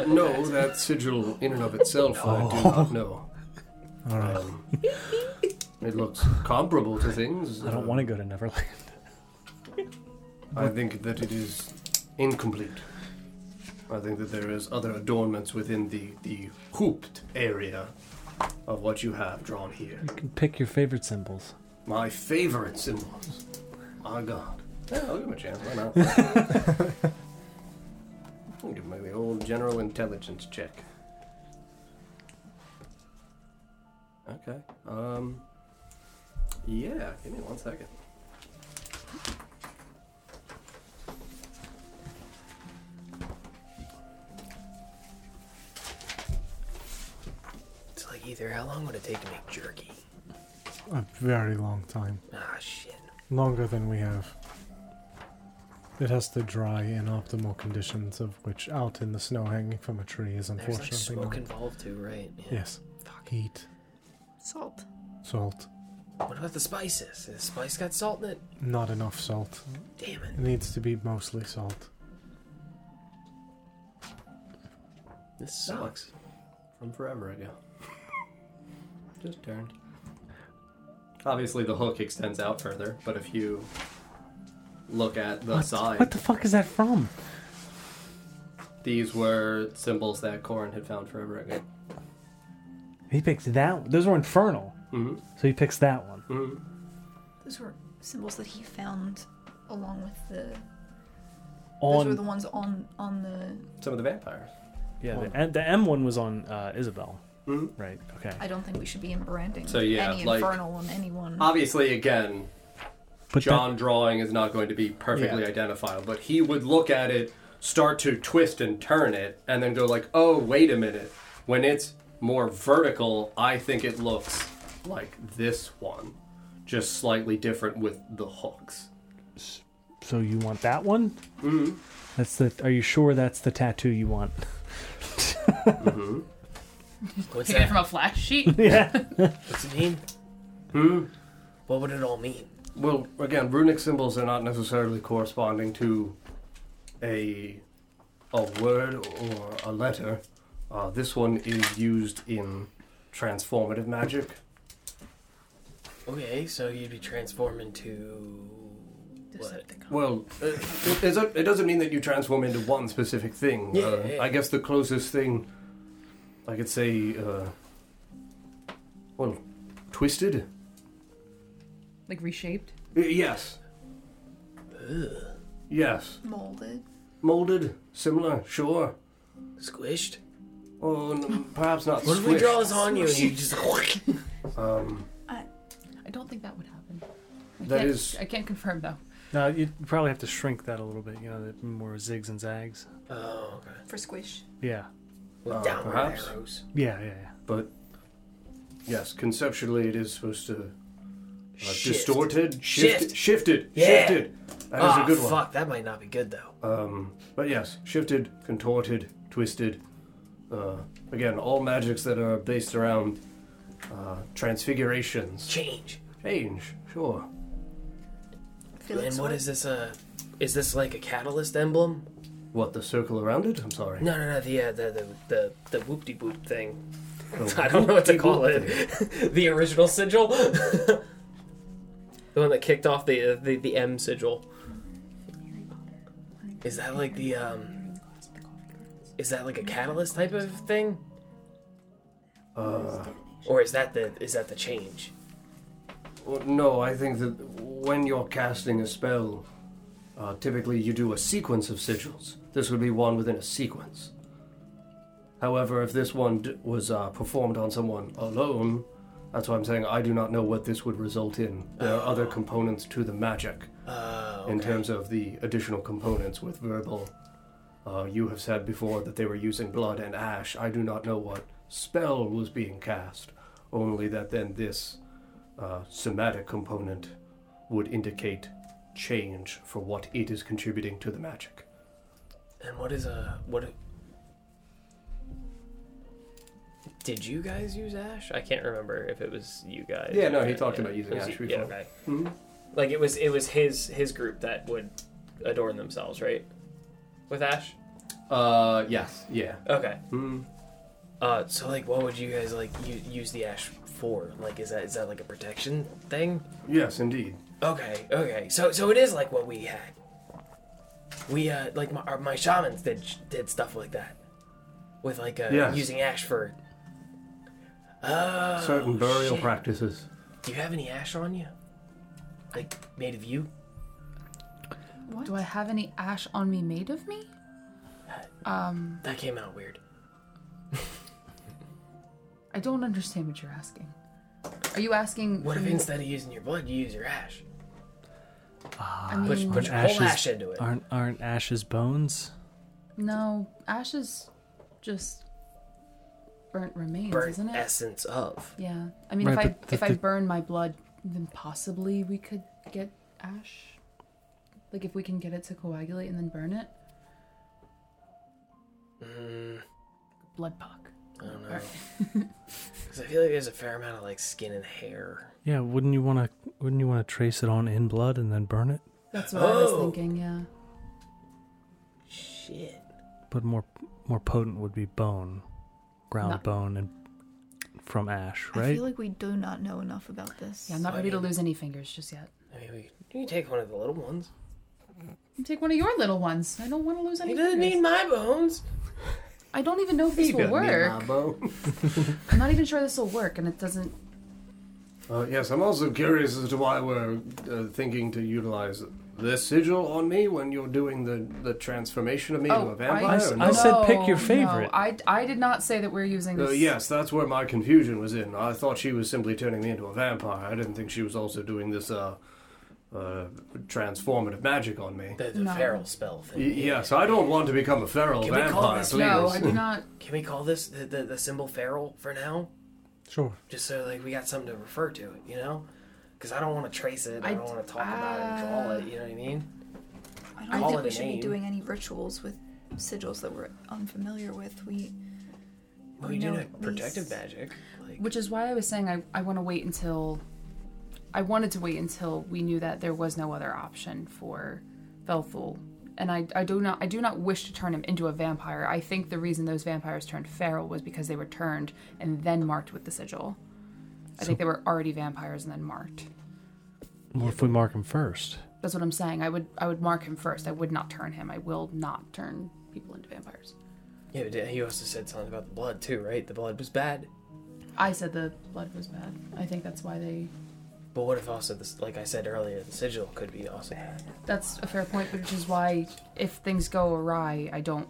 Speaker 3: No, that sigil in and of itself, I do not know.
Speaker 7: All right.
Speaker 3: Um, it looks comparable to things. Uh,
Speaker 10: I don't want to go to Neverland.
Speaker 3: I think that it is incomplete. I think that there is other adornments within the the hooped area of what you have drawn here.
Speaker 10: You can pick your favorite symbols.
Speaker 3: My favorite symbols. My God. Yeah, I'll give him a chance. Why not? I'll give him the old general intelligence check. Okay. Um. Yeah. Give me one second.
Speaker 8: It's like, either how long would it take to make jerky?
Speaker 7: A very long time.
Speaker 8: Ah, shit.
Speaker 7: Longer than we have. It has to dry in optimal conditions, of which out in the snow hanging from a tree is
Speaker 8: There's like
Speaker 7: unfortunately
Speaker 8: smoke
Speaker 7: not.
Speaker 8: involved too, right? Yeah.
Speaker 7: Yes. Heat,
Speaker 5: Salt.
Speaker 7: salt,
Speaker 8: What about the spices? Has the spice got salt in it?
Speaker 7: not enough salt.
Speaker 8: Damn
Speaker 7: It
Speaker 8: it.
Speaker 7: needs to be mostly salt.
Speaker 8: This sucks.
Speaker 3: From forever ago. Just turned. Obviously, the hook extends out further, but if you look at the side,
Speaker 10: What the fuck is that from?
Speaker 3: these were symbols that Corin had found forever ago.
Speaker 10: He picks that. one. Those were infernal,
Speaker 3: Mhm.
Speaker 10: so he picks that one.
Speaker 3: Mhm.
Speaker 5: Those were symbols that he found along with the. those were
Speaker 10: On
Speaker 5: the ones on on the.
Speaker 3: Some of the vampires.
Speaker 10: yeah, the, and the M one was on uh, Isabel,
Speaker 3: Mhm.
Speaker 10: right? Okay,
Speaker 5: I don't think we should be branding
Speaker 3: So, yeah,
Speaker 5: any
Speaker 3: like- uh,
Speaker 5: infernal on anyone.
Speaker 3: Obviously, again,
Speaker 10: but
Speaker 3: John drawing is not going to be perfectly
Speaker 2: Yeah.
Speaker 3: identifiable, but he would look at it, start to twist and turn it, and then go like, "Oh, wait a minute." When it's more vertical, I think it looks like this one, just slightly different with the hooks.
Speaker 10: that- so you want that one? Mm-hmm. That's the. Are you sure that's the tattoo you want?
Speaker 8: What's
Speaker 1: Take it
Speaker 8: that?
Speaker 1: from a flash sheet.
Speaker 10: yeah.
Speaker 8: What's it mean? What would it all mean?
Speaker 3: Well, again, runic symbols are not necessarily corresponding to a a word or a letter. Uh, this one is used in transformative magic.
Speaker 8: Okay, so you'd be transformed into
Speaker 5: Decepticon.
Speaker 3: Well, uh, it, it doesn't- it doesn't mean that you transform into one specific thing.
Speaker 6: Yeah,
Speaker 3: Uh,
Speaker 6: yeah.
Speaker 3: I guess the closest thing I could say, uh, well, twisted.
Speaker 1: Like reshaped?
Speaker 3: Uh, yes. Yes.
Speaker 5: Molded.
Speaker 3: Molded, similar, sure.
Speaker 6: Squished.
Speaker 3: Oh, n- perhaps not.
Speaker 6: What if we
Speaker 3: squished.
Speaker 6: draw this on you and you just
Speaker 3: Um,
Speaker 1: I don't think that would happen. I
Speaker 3: That
Speaker 1: can't-
Speaker 3: is-
Speaker 1: I can't confirm though.
Speaker 10: No, you probably have to shrink that a little bit. You know, the more zigs and zags.
Speaker 6: Oh, okay.
Speaker 5: For squish.
Speaker 10: Yeah,
Speaker 6: With
Speaker 3: Uh,
Speaker 6: downward
Speaker 3: perhaps.
Speaker 6: arrows.
Speaker 10: yeah, yeah. yeah.
Speaker 3: but yes, conceptually, it is supposed to uh,
Speaker 6: Shift.
Speaker 3: distorted,
Speaker 6: Shift.
Speaker 3: shifted, shifted,
Speaker 6: Yeah.
Speaker 3: shifted. That is
Speaker 6: Ah,
Speaker 3: a good one.
Speaker 6: fuck, that might not be good though.
Speaker 3: Um, but yes, shifted, contorted, twisted. Uh, again, all magics that are based around uh, transfigurations.
Speaker 6: Change.
Speaker 3: Change, sure.
Speaker 5: Felix,
Speaker 6: and what is this? Uh, is this like a catalyst emblem?
Speaker 3: What, the circle around it? I'm sorry.
Speaker 6: No, no, no. The uh, the the the, the whoop de whoop thing.
Speaker 3: Oh,
Speaker 6: I don't know what to call it. the original sigil. the one that kicked off the, uh, the the M sigil. Is that like the um? Is that like a catalyst type of thing,
Speaker 3: Uh,
Speaker 6: or is that the is that the change?
Speaker 3: well, no, I think that when you're casting a spell, uh, typically you do a sequence of sigils. This would be one within a sequence. However, if this one d- was uh, performed on someone alone, that's why I'm saying I do not know what this would result in. There are other components to the magic.
Speaker 6: Uh,
Speaker 3: in terms of the additional components with verbal. Uh, you have said before that they were using blood and ash. I do not know what spell was being cast, only that then this uh, somatic component would indicate change for what it is contributing to the magic.
Speaker 6: and what is a what? a- Did you guys use ash? I can't remember if it was you guys.
Speaker 3: Yeah, no,
Speaker 6: or-
Speaker 3: he talked about using
Speaker 6: It was
Speaker 3: ash
Speaker 6: you-
Speaker 3: before.
Speaker 6: Yeah, okay.
Speaker 3: Hmm?
Speaker 6: Like it was it was his his group that would adorn themselves, right? With ash.
Speaker 3: Uh, yes, yeah.
Speaker 6: Okay.
Speaker 3: Hmm.
Speaker 6: Uh, so like, what would you guys like u- use the ash for? Like, is that is that like a protection thing?
Speaker 3: Yes, indeed.
Speaker 6: Okay, okay. So so it is like what we had. We uh like my our, my shamans did did stuff like that, with like uh
Speaker 3: Yes.
Speaker 6: using ash for. Oh,
Speaker 3: Certain burial
Speaker 6: shit.
Speaker 3: practices.
Speaker 6: Do you have any ash on you? Like made of you?
Speaker 1: Do I have any ash on me made of me? Um,
Speaker 6: That came out weird.
Speaker 1: I don't understand what you're asking. Are you asking?
Speaker 6: What if instead of using your blood, you use your ash?
Speaker 1: I mean,
Speaker 6: Push push whole ash into it.
Speaker 10: Ah, Aren't aren't ashes bones?
Speaker 1: no, ash is just burnt remains,
Speaker 6: Burn
Speaker 1: isn't it?
Speaker 6: essence of.
Speaker 1: yeah. I mean,
Speaker 10: Right,
Speaker 1: if I
Speaker 10: but the-
Speaker 1: if I
Speaker 10: the-
Speaker 1: burn my blood, then possibly we could get ash. Like if we can get it to coagulate and then burn it. Blood puck.
Speaker 6: Mm, I don't know. Because I feel like there's a fair amount of like skin and hair.
Speaker 10: Yeah, wouldn't you want to? Wouldn't you want to trace it on in blood and then burn it?
Speaker 1: That's what I was
Speaker 6: Oh.
Speaker 1: thinking. Yeah.
Speaker 6: Shit.
Speaker 10: But more more potent would be bone, ground
Speaker 1: Not-
Speaker 10: bone, and from ash,
Speaker 5: I
Speaker 10: right?
Speaker 5: feel like we do not know enough about this.
Speaker 1: Yeah. I'm not
Speaker 6: So I
Speaker 1: ready to
Speaker 6: mean-
Speaker 1: lose any fingers just yet.
Speaker 6: I mean, we, you can take one of the little ones.
Speaker 1: Take one of your little ones. I don't want to lose any.
Speaker 6: He doesn't
Speaker 1: fingers.
Speaker 6: need my bones.
Speaker 1: I don't even know if this will work. I'm not even sure this will work, and it doesn't.
Speaker 3: Uh, yes, I'm also curious as to why we're uh, thinking to utilize this sigil on me when you're doing the, the transformation of me into a
Speaker 10: I
Speaker 3: vampire.
Speaker 10: s-
Speaker 3: and
Speaker 10: I
Speaker 3: not-
Speaker 10: said pick
Speaker 1: Oh, No,
Speaker 10: your favorite.
Speaker 1: No, I, I did not say that we're using
Speaker 3: Uh,
Speaker 1: this.
Speaker 3: yes, that's where my confusion was in. I thought she was simply turning me into a vampire. I didn't think she was also doing this uh, uh, transformative magic on me.
Speaker 6: The, the
Speaker 1: No.
Speaker 6: feral spell thing.
Speaker 3: Y- yes, I don't want to become a feral
Speaker 6: Can we call
Speaker 3: vampire,
Speaker 6: this-
Speaker 3: please.
Speaker 1: No, I do not.
Speaker 6: Can we call this the, the, the symbol feral for now?
Speaker 7: Sure.
Speaker 6: Just so like we got something to refer to it, you know? Because I don't want to trace it. I,
Speaker 1: I-
Speaker 6: don't want to talk about it and draw
Speaker 1: uh,
Speaker 6: it. You know what I mean?
Speaker 5: I
Speaker 6: Call
Speaker 5: don't
Speaker 6: it
Speaker 5: think we
Speaker 6: a
Speaker 5: should
Speaker 6: name.
Speaker 5: be doing any rituals with sigils that we're unfamiliar with. We
Speaker 6: But we do
Speaker 5: know
Speaker 6: know
Speaker 5: at
Speaker 6: protective
Speaker 5: least-
Speaker 6: magic. Like,
Speaker 1: Which is why I was saying I, I want to wait until. I wanted to wait until we knew that there was no other option for Velful. And I, I do not I do not wish to turn him into a vampire. I think the reason those vampires turned feral was because they were turned and then marked with the sigil. I think they were already vampires and then marked.
Speaker 10: What if we mark them first?
Speaker 1: That's what I'm saying. I would I would mark him first. I would not turn him. I will not turn people into vampires.
Speaker 6: Yeah, but he also said something about the blood too, right? The blood was bad.
Speaker 1: I said the blood was bad. I think that's why they.
Speaker 6: But what if also this, like I said earlier, the sigil could be also bad.
Speaker 1: That's a fair point, which is why if things go awry, I don't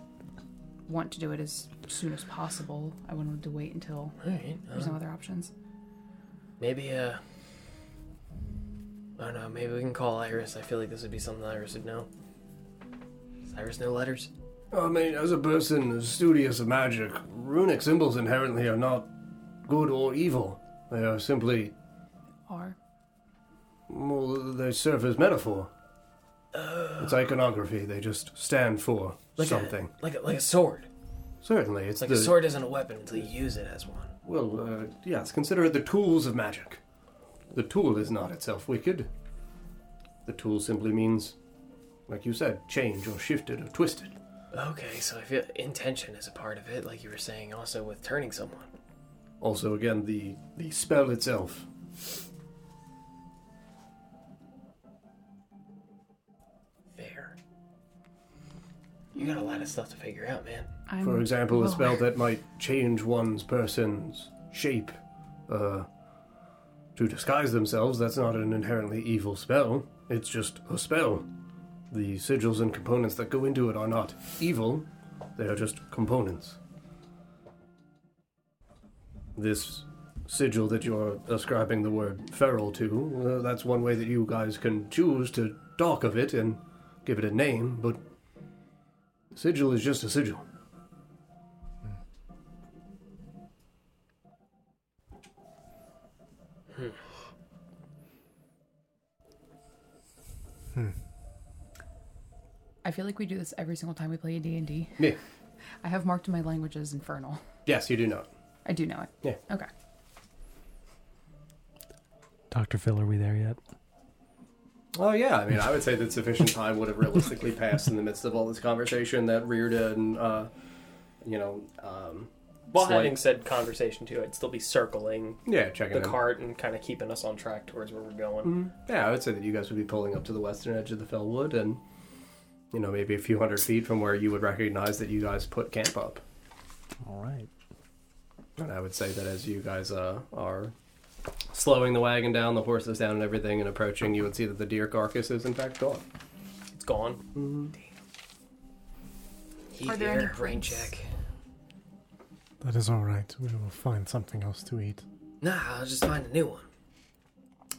Speaker 1: want to do it as soon as possible. I wanted to wait until
Speaker 6: All right.
Speaker 1: there's
Speaker 3: Uh-huh.
Speaker 1: no other options.
Speaker 6: Maybe, uh. I don't know, maybe we can call Iris. I feel like this would be something Iris would know. Does Iris know letters?
Speaker 3: I mean, as a person who's studious of magic, runic symbols inherently are not good or evil. They are simply
Speaker 1: Or
Speaker 3: well, they serve as metaphor. it's iconography. They just stand for
Speaker 6: Uh. Like
Speaker 3: something.
Speaker 6: A, like, a, like a sword.
Speaker 3: Certainly, it's
Speaker 6: It's like
Speaker 3: the
Speaker 6: a sword isn't a weapon until you use it as one.
Speaker 3: Well, uh, yes, consider it the tools of magic. The tool is not itself wicked. The tool simply means, like you said, change or shifted or twisted.
Speaker 6: Okay, so I feel intention is a part of it, like you were saying also with turning someone.
Speaker 3: Also, again, the the spell itself.
Speaker 6: Fair. You got a lot of stuff to figure out, man.
Speaker 1: I'm oh.
Speaker 3: For example, a
Speaker 1: well,
Speaker 3: spell that might change one's person's shape, uh, to disguise themselves. That's not an inherently evil spell. It's just a spell. The sigils and components that go into it are not evil. They are just components. This sigil that you're ascribing the word feral to, uh, that's one way that you guys can choose to talk of it and give it a name, but sigil is just a sigil.
Speaker 1: I feel like we do this every single time we play a D&D.
Speaker 3: Yeah.
Speaker 1: I have marked my language as infernal.
Speaker 3: Yes, you do not.
Speaker 1: I do know it.
Speaker 3: Yeah.
Speaker 1: Okay.
Speaker 10: Dr. Phil, are we there yet?
Speaker 3: Oh yeah, I mean, I would say that sufficient time would have realistically passed in the midst of all this conversation that Reardon, uh, you know, um,
Speaker 6: Well,
Speaker 3: Slight-
Speaker 6: having said conversation too, I'd still be circling
Speaker 3: yeah, checking
Speaker 6: the
Speaker 3: in.
Speaker 6: cart and kind of keeping us on track towards where we're going.
Speaker 3: Yeah, I would say that you guys would be pulling up to the western edge of the Fellwood, and you know, maybe a few hundred feet from where you would recognize that you guys put camp up.
Speaker 10: All right.
Speaker 3: And I would say that as you guys uh, are slowing the wagon down, the horses down, and everything, and approaching, you would see that the deer carcass is in fact gone.
Speaker 6: It's gone. Damn.
Speaker 5: Are there any
Speaker 6: brain
Speaker 5: prints?
Speaker 6: check?
Speaker 7: That is all right. We will find something else to eat.
Speaker 6: Nah, I'll just find a new one.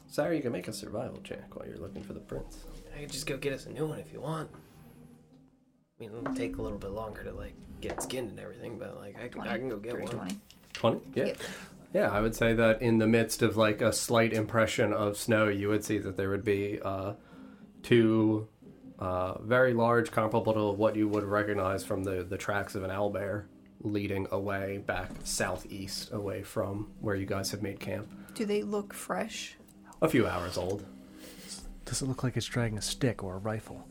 Speaker 3: Sorry, you can make a survival check while you're looking for the prints.
Speaker 6: I could just go get us a new one if you want. I mean, it'll take a little bit longer to like get skinned and everything, but like I can, I can go get one.
Speaker 5: 320.
Speaker 3: Twenty. Yeah.
Speaker 5: Yep.
Speaker 3: Yeah, I would say that in the midst of like a slight impression of snow, you would see that there would be uh, two uh, very large, comparable to what you would recognize from the, the tracks of an owl bear leading away back southeast away from where you guys have made camp.
Speaker 5: Do they look fresh?
Speaker 3: A few hours old.
Speaker 10: Does it look like it's dragging a stick or a rifle?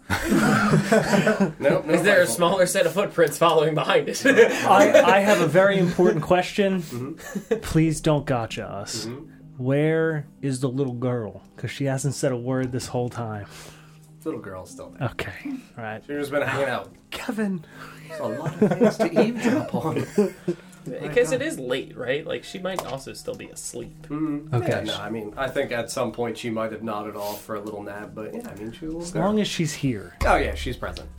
Speaker 3: No, no
Speaker 6: Is there a
Speaker 3: rifle.
Speaker 6: smaller set of footprints following behind it?
Speaker 10: I, I have a very important question. Please don't gotcha us. Where is the little girl? Because she hasn't said a word this whole time.
Speaker 3: little girl still there?
Speaker 10: Okay. All right.
Speaker 3: She's just been hanging out.
Speaker 10: Kevin.
Speaker 3: There's a lot of things to eavesdrop on.
Speaker 6: Because it is late, right? Like she might also still be asleep.
Speaker 10: Okay.
Speaker 3: Yeah, no, I mean, I think at some point she might have nodded off for a little nap, but yeah, I mean, she's a little
Speaker 10: As
Speaker 3: girl.
Speaker 10: long as she's here.
Speaker 3: Oh yeah, she's present.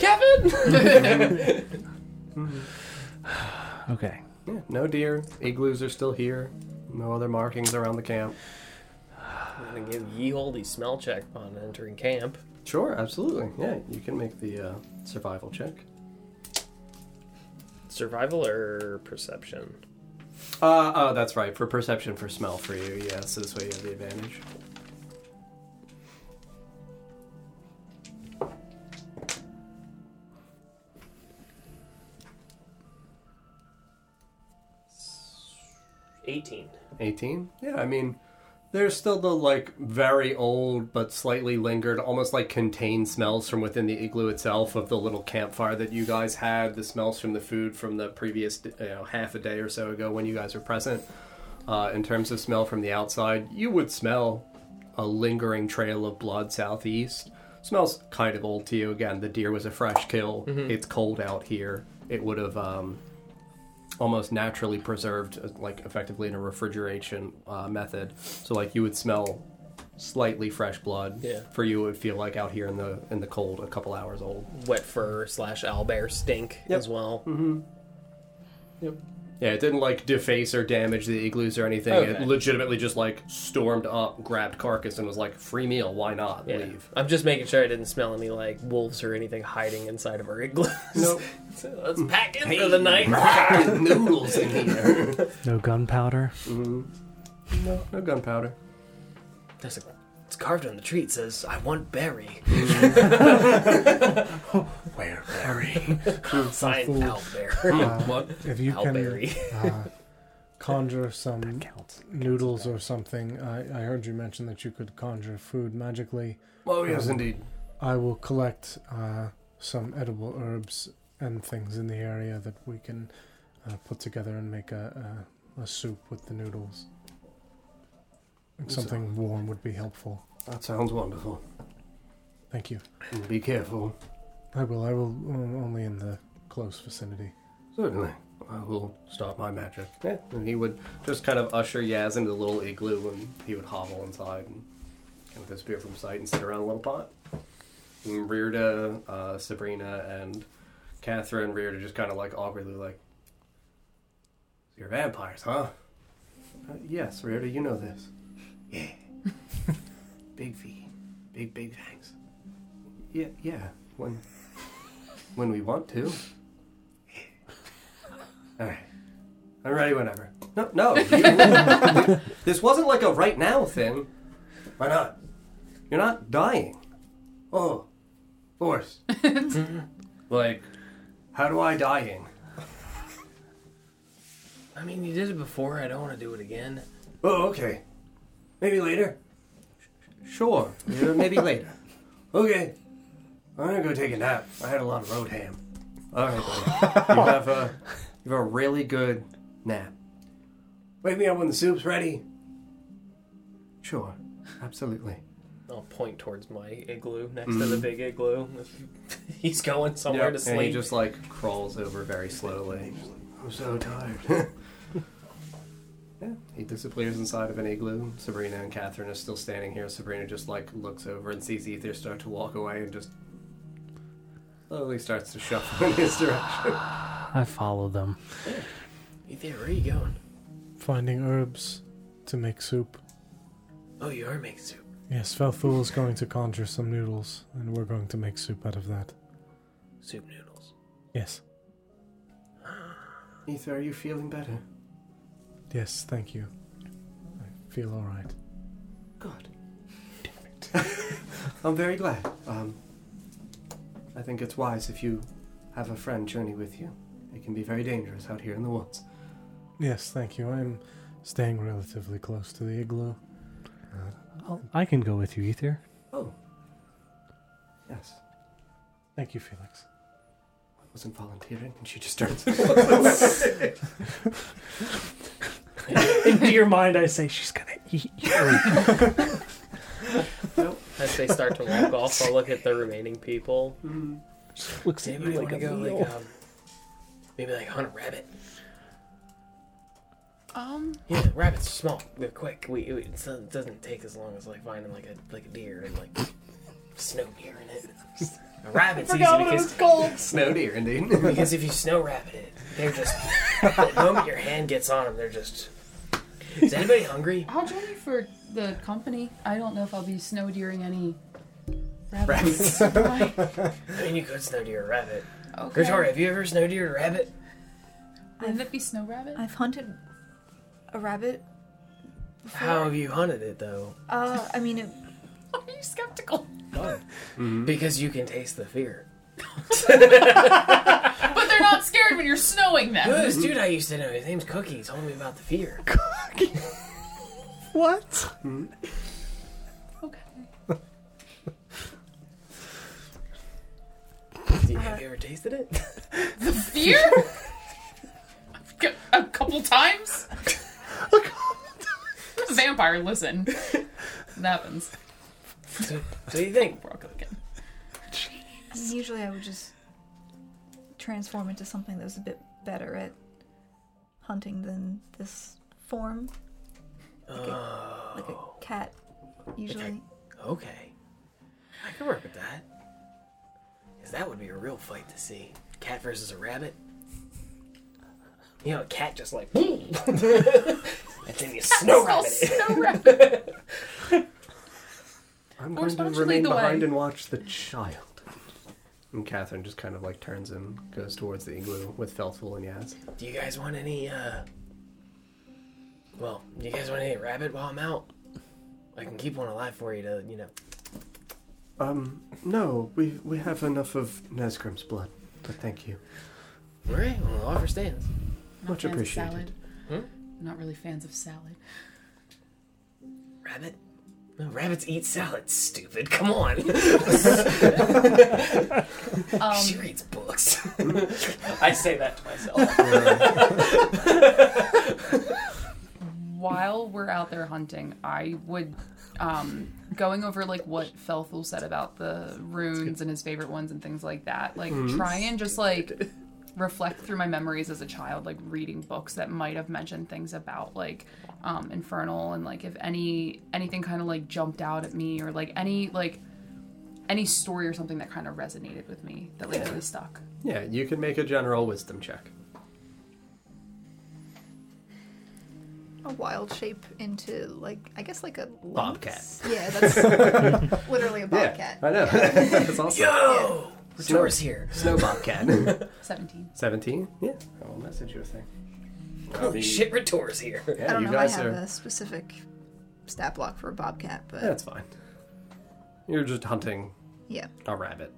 Speaker 10: Okay.
Speaker 3: Yeah, no deer. Igloos are still here. No other markings around the camp.
Speaker 6: I'm gonna give ye olde smell check upon entering camp.
Speaker 3: Sure, absolutely. Yeah, you can make the uh, survival check.
Speaker 6: Survival or perception?
Speaker 3: Uh, oh, that's right. For perception, for smell for you. Yeah, so this way you have the advantage.
Speaker 6: Eighteen.
Speaker 3: 18? Yeah, I mean, there's still the, like, very old but slightly lingered, almost like contained smells from within the igloo itself of the little campfire that you guys had, the smells from the food from the previous, you know, half a day or so ago when you guys were present. Uh, in terms of smell from the outside, you would smell a lingering trail of blood southeast. Smells kind of old to you. Again, the deer was a fresh kill. It's cold out here. It would have um, almost naturally preserved, uh, like effectively in a refrigeration uh, method. So like you would smell slightly fresh blood.
Speaker 6: Yeah.
Speaker 3: For you, it would feel like out here in the in the cold, a couple hours old.
Speaker 6: Wet fur slash owlbear stink
Speaker 3: Yep.
Speaker 6: as well.
Speaker 3: Yeah, it didn't like deface or damage the igloos or anything.
Speaker 6: Okay.
Speaker 3: It legitimately just like stormed up, grabbed carcass, and was like, "Free meal, why not?"
Speaker 6: Yeah.
Speaker 3: Leave.
Speaker 6: I'm just making sure I didn't smell any like wolves or anything hiding inside of our igloos.
Speaker 3: Nope.
Speaker 6: So let's pack in for the night.
Speaker 3: noodles in here.
Speaker 10: No gunpowder.
Speaker 3: No, no gunpowder.
Speaker 6: There's a, it's carved on the tree. It says, "I want berry." Where berry? Sign owlbear.
Speaker 3: What?
Speaker 7: If you can
Speaker 6: Owlberry.
Speaker 7: uh, conjure some
Speaker 10: Counts.
Speaker 7: noodles or something, I, I heard you mention that you could conjure food magically.
Speaker 3: Oh yes, indeed.
Speaker 7: I will collect uh, some edible herbs and things in the area that we can uh, put together and make a, a, a soup with the noodles. And something warm would be helpful.
Speaker 3: That sounds wonderful.
Speaker 7: Thank you.
Speaker 3: Be careful.
Speaker 7: I will. I will um, only in the close vicinity.
Speaker 3: Certainly. I will stop my magic. Yeah. And he would just kind of usher Yaz into the little igloo and he would hobble inside and kind of disappear from sight and sit around a little pot. And Rearda, uh, Sabrina, and Catherine Rearda just kind of like awkwardly like, You're vampires, huh? Uh, yes, Rearda, you know this. Yeah. big feet. Big, big fangs. Yeah, yeah. When, when we want to. All right. I'm ready whenever. No, no. you- this wasn't like a right now thing. Why not? You're not dying. Oh, force. like, how do I dying?
Speaker 6: I mean, you did it before. I don't want to do it again.
Speaker 3: Oh, okay. Maybe later. Sh- Sure. Yeah, maybe later. Okay. I'm gonna go take a nap. I had a lot of road ham. All right, buddy. You have a you have a really good nap. Wake me up when the soup's ready. Sure. Absolutely.
Speaker 6: I'll point towards my igloo next to the big igloo. He's going somewhere to
Speaker 3: Mm-hmm. And he
Speaker 6: sleep.
Speaker 3: just like crawls over very slowly. I'm so tired. yeah, he disappears inside of an igloo. Sabrina and Catherine are still standing here. Sabrina just like looks over and sees Ether start to walk away and just slowly starts to shuffle in his direction.
Speaker 10: I follow them.
Speaker 6: Ethan, where are you going?
Speaker 7: Finding herbs to make soup.
Speaker 6: Oh, you are making soup.
Speaker 7: Yes, Felthul is going to conjure some noodles, and we're going to make soup out of that.
Speaker 6: Soup noodles.
Speaker 7: Yes.
Speaker 3: Ether, are you feeling better?
Speaker 7: Yes. Thank you. I feel all right.
Speaker 3: Good. I'm very glad. Um, I think it's wise if you have a friend journey with you. It can be very dangerous out here in the woods.
Speaker 7: Yes. Thank you. I'm staying relatively close to the igloo.
Speaker 10: I'll, I can go with you, Ether.
Speaker 3: Oh. Yes.
Speaker 7: Thank you, Felix.
Speaker 3: wasn't volunteering, and she just turns.
Speaker 10: Into your mind, I say she's gonna eat you.
Speaker 6: As they start to walk off, I'll look at the remaining people.
Speaker 10: Looks
Speaker 6: Does
Speaker 10: at you
Speaker 6: anybody
Speaker 10: like
Speaker 6: want
Speaker 10: a
Speaker 6: to go
Speaker 10: meal.
Speaker 6: like um, maybe like hunt a rabbit?
Speaker 1: Um,
Speaker 6: Yeah, rabbits are small. They're quick. We it doesn't- doesn't take as long as like finding like a like a deer and like snow deer in it. A rabbit's easy because,
Speaker 3: Snow deer, indeed.
Speaker 6: because if you snow rabbit it, they're just the moment your hand gets on them, they're just. Is anybody hungry?
Speaker 1: I'll join you for the company. I don't know if I'll be snow deering any
Speaker 3: Rabbits.
Speaker 1: rabbits. Right.
Speaker 6: I mean, you could snow deer a rabbit.
Speaker 1: okay.
Speaker 6: Victoria, have you ever snow deer a rabbit?
Speaker 1: Wouldn't it be snow rabbit?
Speaker 5: I've hunted a rabbit. Before.
Speaker 6: How have you hunted it though?
Speaker 5: Uh, I mean, it,
Speaker 1: Are you skeptical?
Speaker 6: Because you can taste the fear.
Speaker 1: But they're not scared when you're snowing them.
Speaker 6: This dude I used to know, his name's Cookie, he told me about the fear.
Speaker 10: What?
Speaker 1: Okay.
Speaker 6: Do you- Have you ever tasted it?
Speaker 1: Fear? G- A couple times? Vampire, listen. It happens.
Speaker 6: So, so you think?
Speaker 1: Broccoli again.
Speaker 5: Usually I would just transform into something that was a bit better at hunting than this form. Like a, like
Speaker 3: Oh.
Speaker 5: a cat, usually.
Speaker 6: Okay. I can work with that. Because that would be a real fight to see. Cat versus a rabbit. You know, a cat just like, boom! and then you snow rabbit it.
Speaker 3: I'm
Speaker 1: Or
Speaker 3: going to
Speaker 1: sponsor
Speaker 3: remain
Speaker 1: lead the
Speaker 3: behind
Speaker 1: way.
Speaker 3: and watch the child. And Catherine just kind of like turns and goes towards the igloo with Felthful and Yaz.
Speaker 6: Do you guys want any, uh. Well, do you guys want any rabbit while I'm out? I can keep one alive for you to, you know.
Speaker 3: Um, no, we we have enough of Nazgrim's blood, but thank you.
Speaker 6: Alright, well, the offer stands.
Speaker 1: Not
Speaker 3: Much
Speaker 1: fans of
Speaker 3: appreciated.
Speaker 1: salad. Not really fans of salad.
Speaker 6: Rabbit? No, rabbits eat salad, stupid. Come on. she reads books. I say that to myself.
Speaker 1: While we're out there hunting, I would um going over like what Felthul said about the runes and his favorite ones and things like that. Like try and just like reflect through my memories as a child, like reading books that might have mentioned things about like um infernal and like if any anything kind of like jumped out at me or like any like any story or something that kind of resonated with me that like really stuck.
Speaker 3: Yeah, you can make a general wisdom check.
Speaker 5: A wild shape into, like, I guess like a.
Speaker 3: Bobcat.
Speaker 5: lynx? Yeah, that's literally a bobcat.
Speaker 3: I know. That's awesome. Oh.
Speaker 6: Yo! Ratour's here.
Speaker 3: Snow bobcat.
Speaker 1: 17.
Speaker 3: Seventeen. Yeah, I will message you a thing.
Speaker 6: Holy shit, Ratour's here.
Speaker 3: Yeah,
Speaker 5: Oh, I don't
Speaker 3: you
Speaker 5: know
Speaker 3: guys
Speaker 5: if I
Speaker 3: are.
Speaker 5: have a specific stat block for a bobcat, but
Speaker 3: That's fine. You're just hunting
Speaker 5: yeah.
Speaker 3: a rabbit.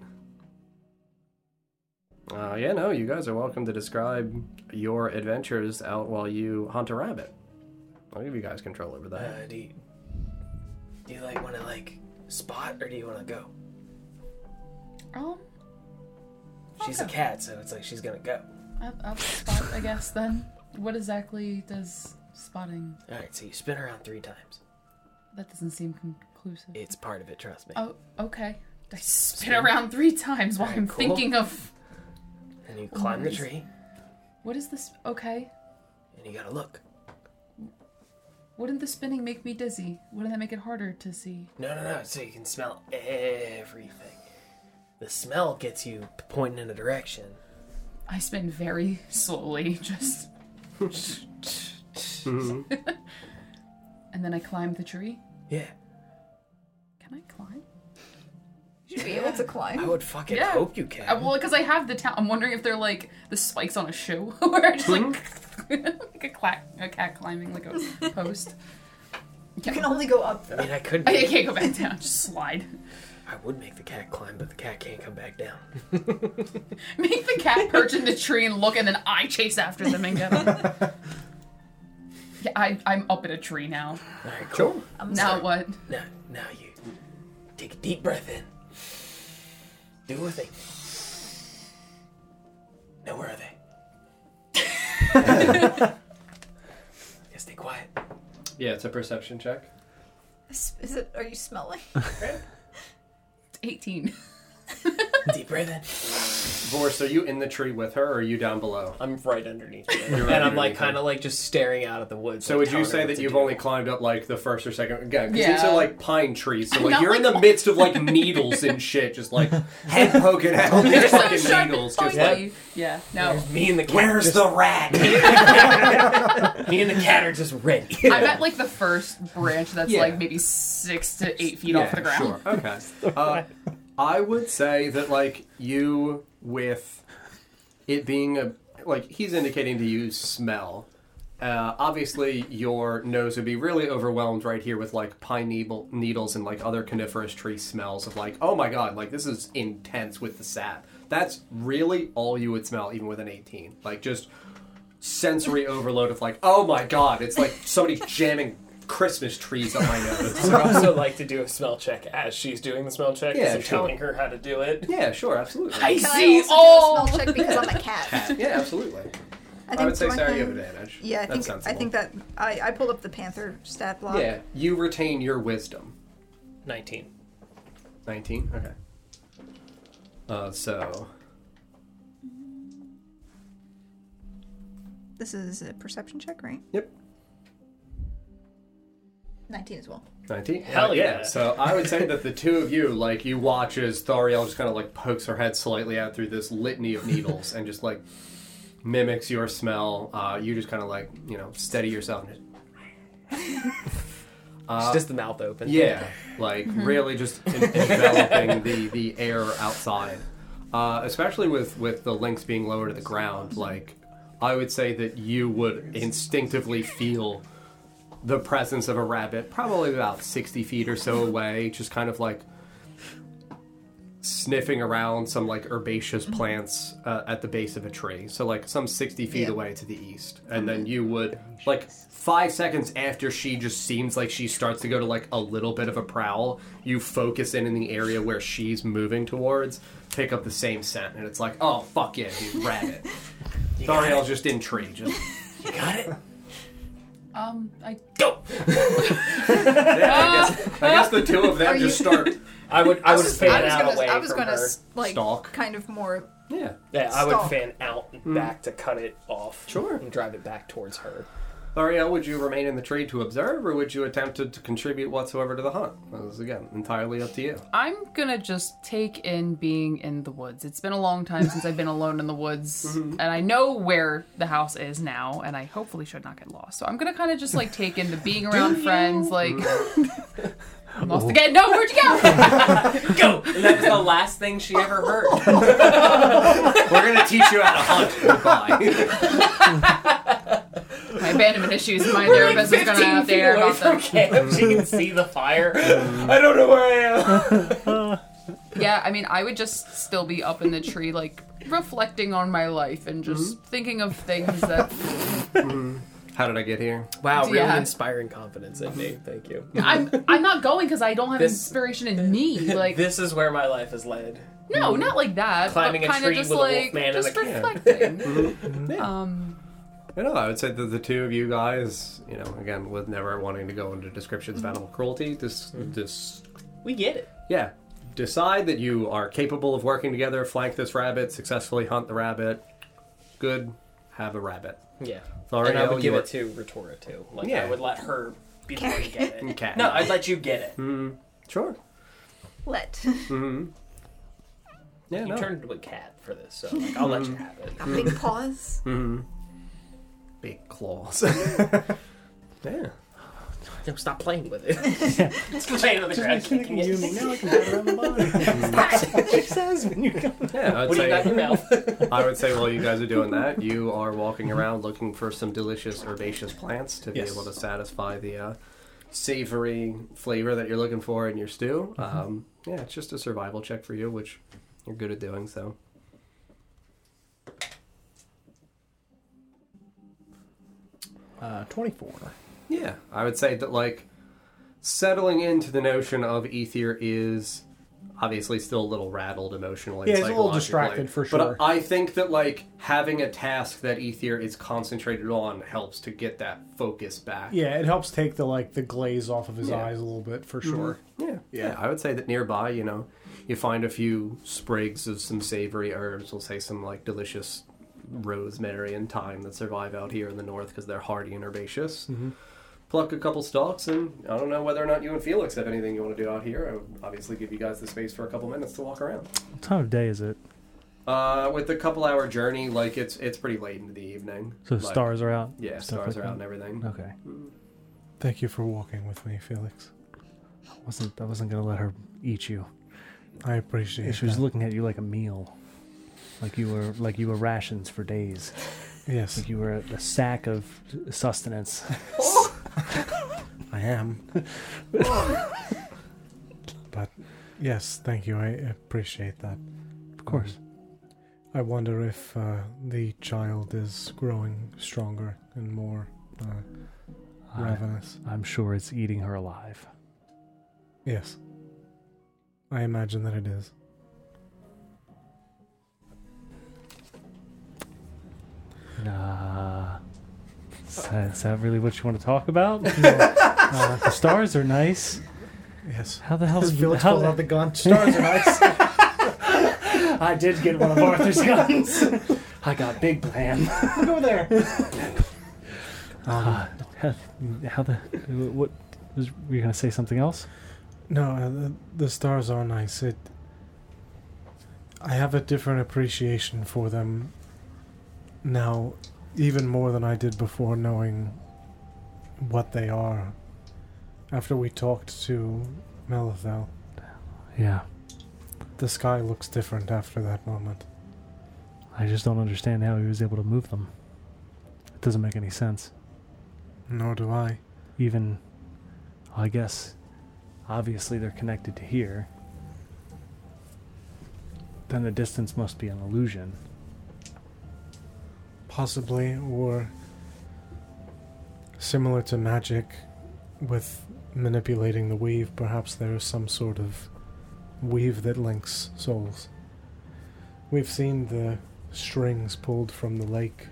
Speaker 3: Uh, yeah, no, you guys are welcome to describe your adventures out while you hunt a rabbit. I'll give you guys control over that.
Speaker 6: Uh, do you, do you like want to like spot or do you want to go?
Speaker 1: Um
Speaker 6: She's a cat, so it's like she's gonna go.
Speaker 1: I'll, I'll spot, I guess, then. What exactly does spotting.
Speaker 6: All right, so you spin around three times.
Speaker 1: That doesn't seem conclusive.
Speaker 6: It's part of it, trust me.
Speaker 1: Oh, okay. I spin around three times while I'm
Speaker 6: cool.
Speaker 1: thinking of.
Speaker 6: And you climb the
Speaker 1: nice.
Speaker 6: tree
Speaker 1: What is this? Okay.
Speaker 6: and you gotta look.
Speaker 1: Wouldn't the spinning make me dizzy? Wouldn't that make it harder to see?
Speaker 6: No, no, no. So you can smell everything. The smell gets you pointing in a direction.
Speaker 1: I spin very slowly, just. and then I climb the tree.
Speaker 6: Yeah,
Speaker 1: Can I climb?
Speaker 5: You should be able to
Speaker 6: I
Speaker 5: climb.
Speaker 6: would fucking
Speaker 1: Yeah.
Speaker 6: hope you can.
Speaker 1: Uh, well, because I have the town. I'm wondering if they're like the spikes on a shoe, where I just like like a, clack, a cat climbing like a post.
Speaker 5: You can only go up.
Speaker 6: I mean, I could.
Speaker 1: I
Speaker 6: Make,
Speaker 1: can't go back down. Just slide.
Speaker 6: I would make the cat climb, but the cat can't come back down.
Speaker 1: Make the cat perch in the tree and look, and then I chase after them and get them. Yeah, I, I'm up in a tree now.
Speaker 6: All right, cool.
Speaker 5: I'm
Speaker 1: Now
Speaker 5: sorry.
Speaker 1: what?
Speaker 6: Now, now you take a deep breath in. Do a thing. Now, where are they? yeah, stay quiet.
Speaker 3: Uh, Yeah, it's a perception check.
Speaker 5: Is, is it? Are you smelling?
Speaker 1: 18.
Speaker 6: Deep breath in.
Speaker 3: Boris, are you in the tree with her, or are you down below?
Speaker 16: I'm right underneath it.
Speaker 3: You're
Speaker 16: and
Speaker 3: right
Speaker 16: I'm like
Speaker 3: underneath
Speaker 16: kind
Speaker 3: her.
Speaker 16: of like just staring out at the woods.
Speaker 3: So
Speaker 16: like,
Speaker 3: would
Speaker 16: telling
Speaker 3: you
Speaker 16: her
Speaker 3: say
Speaker 16: what
Speaker 3: that
Speaker 16: to
Speaker 3: you've
Speaker 16: do.
Speaker 3: only climbed up like the first or second? Again, because these
Speaker 1: Yeah.
Speaker 3: are like pine trees, so like
Speaker 1: Not
Speaker 3: you're in
Speaker 1: like-
Speaker 3: the midst of like needles and shit, just like head poking out.
Speaker 1: They're so
Speaker 3: fucking
Speaker 1: sharp and
Speaker 3: needles, just
Speaker 1: pointy. Yeah, no.
Speaker 6: Me and the cat.
Speaker 3: Where's
Speaker 6: just-
Speaker 3: the rat?
Speaker 6: Me and the cat are just ready.
Speaker 1: I'm at like the first branch that's
Speaker 3: Yeah.
Speaker 1: like maybe six to eight feet off the ground.
Speaker 3: Sure. Okay. Uh, I would say that like you with it being a like he's indicating to you smell. Uh, obviously, your nose would be really overwhelmed right here with like pine needle, needles and like other coniferous tree smells of like, oh my god, like this is intense with the sap. That's really all you would smell, even with an 18. Like just sensory overload of like, oh my god, it's like somebody's jamming Christmas trees up my nose.
Speaker 16: I would also like to do a smell check as she's doing the smell check.
Speaker 3: Yeah,
Speaker 16: Yeah, I'm
Speaker 3: sure.
Speaker 16: telling her how to do it.
Speaker 3: Yeah, sure, absolutely.
Speaker 1: I
Speaker 5: Can
Speaker 1: see oh.
Speaker 5: I also
Speaker 1: all.
Speaker 5: do a smell check because I'm a cat?
Speaker 3: yeah, absolutely.
Speaker 5: I, think
Speaker 3: I would say
Speaker 5: do
Speaker 3: sorry, you have
Speaker 5: have-
Speaker 3: advantage.
Speaker 5: Yeah, I
Speaker 3: That's
Speaker 5: think I
Speaker 3: sensible.
Speaker 5: think that I, I pulled up the panther stat block.
Speaker 3: Yeah, you retain your wisdom.
Speaker 16: 19.
Speaker 3: Nineteen. Okay. Uh, so
Speaker 5: This is a perception check, right?
Speaker 3: Yep.
Speaker 5: 19 as well.
Speaker 3: 19?
Speaker 6: Hell yeah.
Speaker 3: Uh, So I would say that the two of you, like, you watch as Thariel just kind of, like, pokes her head slightly out through this litany of needles and just, like, mimics your smell. Uh, you just kind of, like, you know, steady yourself. And just,
Speaker 6: it's just the mouth open.
Speaker 3: yeah. Like, really just en- enveloping the, the air outside. Uh, especially with, with the links being lower to the ground, like, I would say that you would instinctively feel the presence of a rabbit, probably about 60 feet or so away, just kind of like sniffing around some like herbaceous
Speaker 5: Mm-hmm.
Speaker 3: plants uh, at the base of a tree. So, like, some 60 feet
Speaker 5: Yeah. Mm-hmm.
Speaker 3: away to the east. And then you would, like, five seconds after she just seems like she starts to go to like a little bit of a prowl, you focus in in the area where she's moving towards, pick up the same scent, and it's like, oh, fuck yeah, dude, rabbit. Sorry, I was just in tree. Just
Speaker 1: Um, I
Speaker 3: Yeah, I, guess, I guess the two of them
Speaker 5: Are
Speaker 3: just
Speaker 5: you-
Speaker 3: start.
Speaker 6: I would I would
Speaker 5: was,
Speaker 6: fan
Speaker 5: I was
Speaker 6: out
Speaker 5: gonna,
Speaker 6: away
Speaker 5: I was
Speaker 6: from
Speaker 5: gonna
Speaker 6: her.
Speaker 5: s- like
Speaker 3: Stalk.
Speaker 5: kind of more.
Speaker 3: Yeah.
Speaker 6: Yeah, I would
Speaker 5: Stop.
Speaker 6: fan out and back to cut it off.
Speaker 3: Sure.
Speaker 6: And drive it back towards her.
Speaker 3: Ariel, would you remain in the tree to observe, or would you attempt to, to contribute whatsoever to the hunt? That was, again, entirely up to you.
Speaker 1: I'm gonna just take in being in the woods. It's been a long time since I've been alone in the woods,
Speaker 6: Mm-hmm.
Speaker 1: and I know where the house is now, and I hopefully should not get lost. So I'm gonna kind of just like take in the being around friends, like I'm lost again. No, where'd you go?
Speaker 6: Go! And that was the last thing she ever heard.
Speaker 3: We're going to teach you how to hunt. Goodbye.
Speaker 1: my abandonment issues. and My therapist is gonna have to air about
Speaker 6: from
Speaker 1: them.
Speaker 6: camp. She can see the fire. I don't know where I am.
Speaker 1: Yeah, I mean, I would just still be up in the tree, like reflecting on my life and just
Speaker 6: Mm-hmm.
Speaker 1: thinking of things that
Speaker 3: how did I get here?
Speaker 6: Wow, really
Speaker 1: Yeah.
Speaker 6: inspiring confidence in me. Thank you.
Speaker 1: I'm. I'm not going because I don't have
Speaker 6: This-
Speaker 1: inspiration in me. Like
Speaker 6: this is where my life has led.
Speaker 1: No, not like that.
Speaker 6: Mm-hmm. Climbing a
Speaker 1: but kind
Speaker 6: tree
Speaker 1: of just
Speaker 6: with a wolf
Speaker 1: like
Speaker 6: man and
Speaker 1: just
Speaker 6: a cat.
Speaker 1: reflecting.
Speaker 3: You know, I would say that the two of you guys, you know, again, with never wanting to go into descriptions
Speaker 6: Mm-hmm.
Speaker 3: of animal cruelty, this, this,
Speaker 6: We get it.
Speaker 3: yeah, decide that you are capable of working together, flank this rabbit, successfully hunt the rabbit. Good, have a rabbit.
Speaker 6: Yeah.
Speaker 3: Sorry,
Speaker 6: and I
Speaker 3: Al,
Speaker 6: would give
Speaker 3: you're-
Speaker 6: it to Retora too. Like
Speaker 3: Yeah.
Speaker 6: I would let her be the one to get it.
Speaker 3: Okay.
Speaker 6: No, I'd let you get it.
Speaker 3: Sure.
Speaker 5: Let.
Speaker 3: Yeah,
Speaker 6: You
Speaker 3: no.
Speaker 6: turned into a cat for this, so like, I'll let you have it.
Speaker 5: A big pause.
Speaker 3: big claws. yeah.
Speaker 6: No, stop playing with it. It's laying on the ground, kicking it.
Speaker 2: now I can get around the body. That's what she says when you come.
Speaker 3: Yeah, I
Speaker 6: What
Speaker 3: would
Speaker 6: do you got in
Speaker 3: say
Speaker 6: your mouth?
Speaker 3: I would say while you guys are doing that, you are walking around looking for some delicious herbaceous plants to be
Speaker 2: Yes.
Speaker 3: able to satisfy the uh, savory flavor that you're looking for in your stew.
Speaker 2: Mm-hmm.
Speaker 3: Um, yeah, it's just a survival check for you, which you're good at doing. So
Speaker 2: Uh, 24.
Speaker 3: yeah, I would say that like settling into the notion of ether is obviously still a little rattled emotionally.
Speaker 2: Yeah,
Speaker 3: and
Speaker 2: he's a little
Speaker 3: psychologically.
Speaker 2: distracted for sure.
Speaker 3: But I think that like having a task that ether is concentrated on helps to get that focus back.
Speaker 2: Yeah, it helps take the like the glaze off of his
Speaker 3: Yeah.
Speaker 2: eyes a little bit for
Speaker 10: Mm-hmm.
Speaker 2: sure.
Speaker 3: Yeah, yeah. I would say that nearby, you know, you find a few sprigs of some savory herbs. We'll say some like delicious rosemary and thyme that survive out here in the north because they're hardy and herbaceous.
Speaker 10: Mm-hmm.
Speaker 3: Pluck a couple stalks, and I don't know whether or not you and Felix have anything you want to do out here. I would obviously give you guys the space for a couple minutes to walk around.
Speaker 10: What time of day is it?
Speaker 3: Uh, with the couple hour journey, like it's it's pretty late into the evening.
Speaker 10: So
Speaker 3: Like,
Speaker 10: stars are out.
Speaker 3: Yeah,
Speaker 10: stuff
Speaker 3: stars
Speaker 10: like
Speaker 3: are out and
Speaker 10: that?
Speaker 3: everything.
Speaker 10: Okay,
Speaker 7: Thank you for walking with me, Felix.
Speaker 10: wasn't I wasn't gonna let her eat you.
Speaker 7: I appreciate
Speaker 10: she was
Speaker 7: that.
Speaker 10: looking at you like a meal, like you were like you were rations for days,
Speaker 7: yes,
Speaker 10: like you were a, a sack of sustenance.
Speaker 7: I am. but yes, thank you. I appreciate that. Mm-hmm.
Speaker 10: Of course.
Speaker 7: I wonder if uh, the child is growing stronger and more uh,
Speaker 10: I,
Speaker 7: ravenous.
Speaker 10: I'm sure it's eating her alive.
Speaker 7: Yes. I imagine that it is.
Speaker 10: Nah. Is that- is that really what you want to talk about? Uh, the stars are nice.
Speaker 7: Yes.
Speaker 10: How the hell's
Speaker 2: Felix
Speaker 10: how
Speaker 2: pulls out the gun. Stars are nice.
Speaker 10: I did get one of Arthur's guns. I got big plan.
Speaker 2: Go there.
Speaker 10: Uh, how, how the what was were you gonna say something else?
Speaker 7: No, uh, the, the stars are nice. It. I have a different appreciation for them now, even more than I did before, knowing what they are. After we talked to Melithel,
Speaker 10: Yeah,
Speaker 7: the sky looks different after that moment.
Speaker 10: I just don't understand how he was able to move them. It doesn't make any sense.
Speaker 7: Nor do I.
Speaker 10: even I guess obviously they're connected to here. Then the distance must be an illusion.
Speaker 7: possibly, or similar to magic with manipulating the weave, perhaps there is some sort of weave that links souls. We've seen the strings pulled from the lake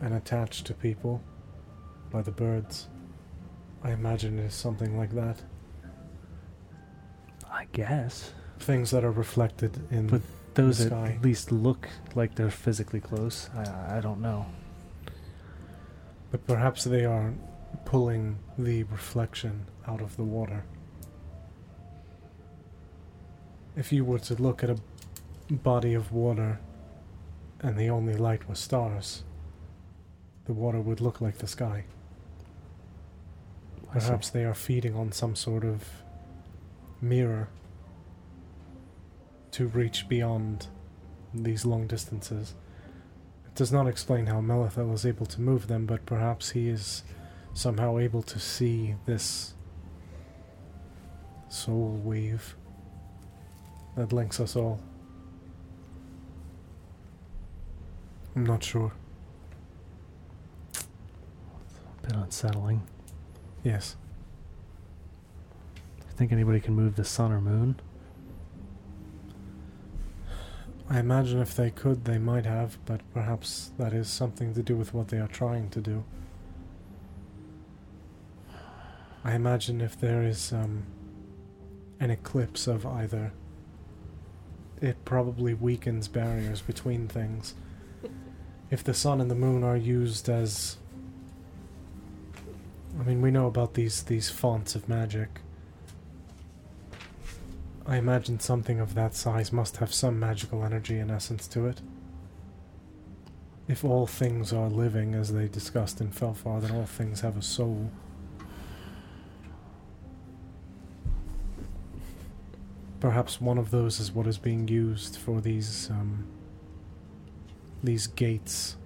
Speaker 7: and attached to people by the birds. I imagine it is something like that.
Speaker 10: I guess.
Speaker 7: Things that are reflected in.
Speaker 10: But Those
Speaker 7: The
Speaker 10: that
Speaker 7: sky.
Speaker 10: at least look like they're physically close. I, I don't know.
Speaker 7: But perhaps they are pulling the reflection out of the water. If you were to look at a body of water and the only light was stars, the water would look like the sky.
Speaker 10: I see.
Speaker 7: Perhaps they are feeding on some sort of mirror to reach beyond these long distances. It does not explain how Melithel is able to move them, but perhaps he is somehow able to see this soul wave that links us all. I'm not sure.
Speaker 10: A bit unsettling.
Speaker 7: Yes.
Speaker 10: You think anybody can move the sun or moon?
Speaker 7: I imagine if they could, they might have, but perhaps that is something to do with what they are trying to do. I imagine if there is um, an eclipse of either, it probably weakens barriers between things. If the sun and the moon are used as. I mean, we know about these, these fonts of magic. I imagine something of that size must have some magical energy and essence to it. If all things are living, as they discussed in Felfar, then all things have a soul. Perhaps one of those is what is being used for these um, these gates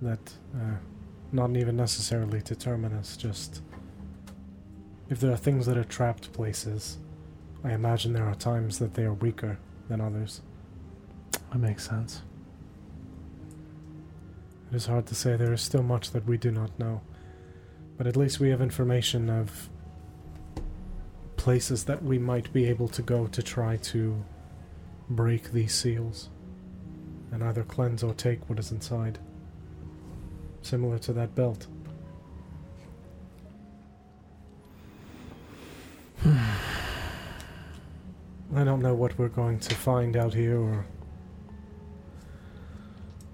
Speaker 7: that uh, not even necessarily determinous, just if there are things that are trapped places. I imagine there are times that they are weaker than others.
Speaker 10: That makes sense.
Speaker 7: It is hard to say, there is still much that we do not know. But at least we have information of places that we might be able to go to try to break these seals and either cleanse or take what is inside. Similar to that belt. I don't know what we're going to find out here or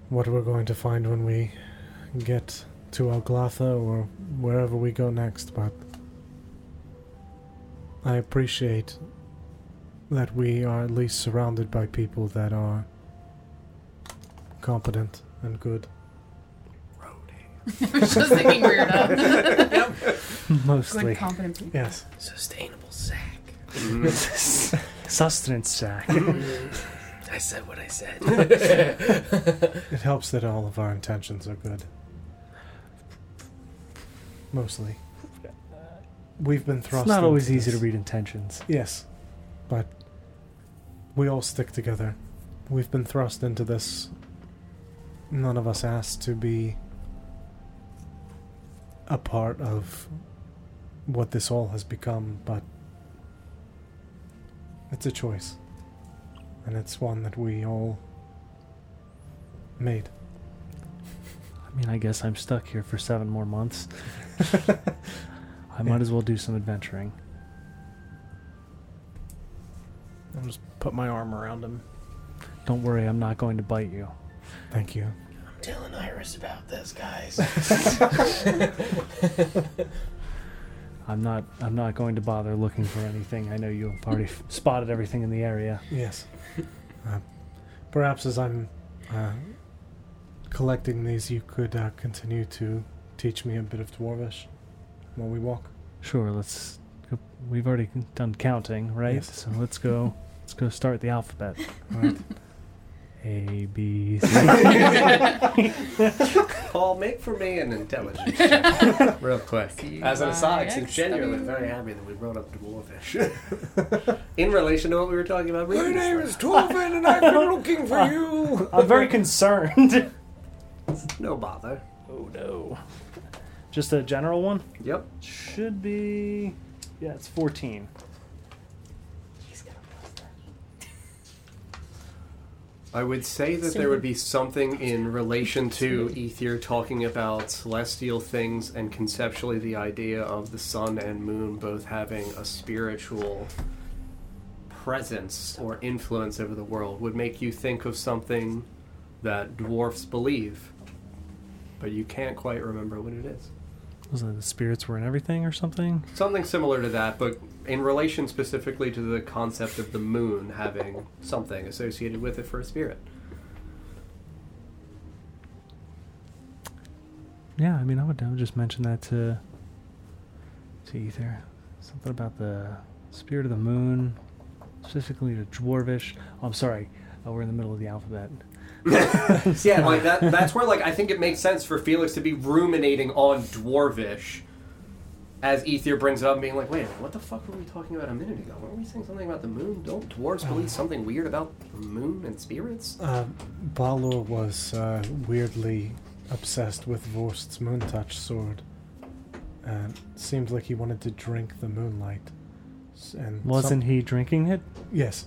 Speaker 7: what we're going to find when we get to Alglatha or wherever we go next, but I appreciate that we are at least surrounded by people that are competent and good.
Speaker 1: I was just thinking weirdo.
Speaker 10: Mostly.
Speaker 1: Good confident people.
Speaker 7: Yes.
Speaker 6: Sustainable sack.
Speaker 10: Sustenance sack.
Speaker 6: I said what I said.
Speaker 7: It helps that all of our intentions are good. Mostly. We've been thrust.
Speaker 10: it's not
Speaker 7: into
Speaker 10: always easy to
Speaker 7: this.
Speaker 10: read intentions.
Speaker 7: Yes, but we all stick together. We've been thrust into this. None of us asked to be a part of what this all has become, but it's a choice. And it's one that we all made.
Speaker 10: I mean, I guess I'm stuck here for seven more months. I might
Speaker 7: Yeah.
Speaker 10: as well do some adventuring.
Speaker 2: I'll just put my arm around him.
Speaker 10: Don't worry, I'm not going to bite you.
Speaker 7: Thank you.
Speaker 6: I'm telling Iris about this, guys.
Speaker 10: I'm not. I'm not going to bother looking for anything. I know you have already f- spotted everything in the area.
Speaker 7: Yes. Uh, perhaps as I'm uh, collecting these, you could uh, continue to teach me a bit of Dwarvish while we walk.
Speaker 10: Sure. Let's. Go, we've already done counting, right?
Speaker 7: Yes.
Speaker 10: So let's go. Let's go start the alphabet.
Speaker 7: All right.
Speaker 10: A B C.
Speaker 3: Paul, make for me an intelligence check. Real quick. As an aside, since Jen, you're like, very happy that we brought up Dwarfish. In relation to what we were talking about previously.
Speaker 7: Dwarven, and I've been looking for you.
Speaker 10: I'm very concerned.
Speaker 3: No bother.
Speaker 10: oh no. Just a general one.
Speaker 3: Yep.
Speaker 10: Should be. Yeah, it's 14.
Speaker 3: I would say that there would be something in relation to Ether talking about celestial things and conceptually the idea of the sun and moon both having a spiritual presence or influence over the world would make you think of something that dwarfs believe, but you can't quite remember what it is.
Speaker 10: Wasn't it the spirits were in everything or something?
Speaker 3: Something similar to that, but in relation specifically to the concept of the moon having something associated with it for a spirit.
Speaker 10: Yeah, I mean, I would, I would just mention that to to Ether. Something about the spirit of the moon, specifically to Dwarvish. Oh, I'm sorry, oh, we're in the middle of the alphabet.
Speaker 3: Yeah, like that. That's where like I think it makes sense for Felix to be ruminating on dwarvish, as Ether brings it up, and being like, "Wait, a minute, what the fuck were we talking about a minute ago? Weren't we saying something about the moon? Don't dwarves
Speaker 10: Oh.
Speaker 3: believe something weird about the moon and spirits?"
Speaker 7: Uh, Balor was uh, weirdly obsessed with Vorst's Moontouch sword. And seemed like he wanted to drink the moonlight. S- And
Speaker 10: Wasn't he drinking it?
Speaker 7: some- yes.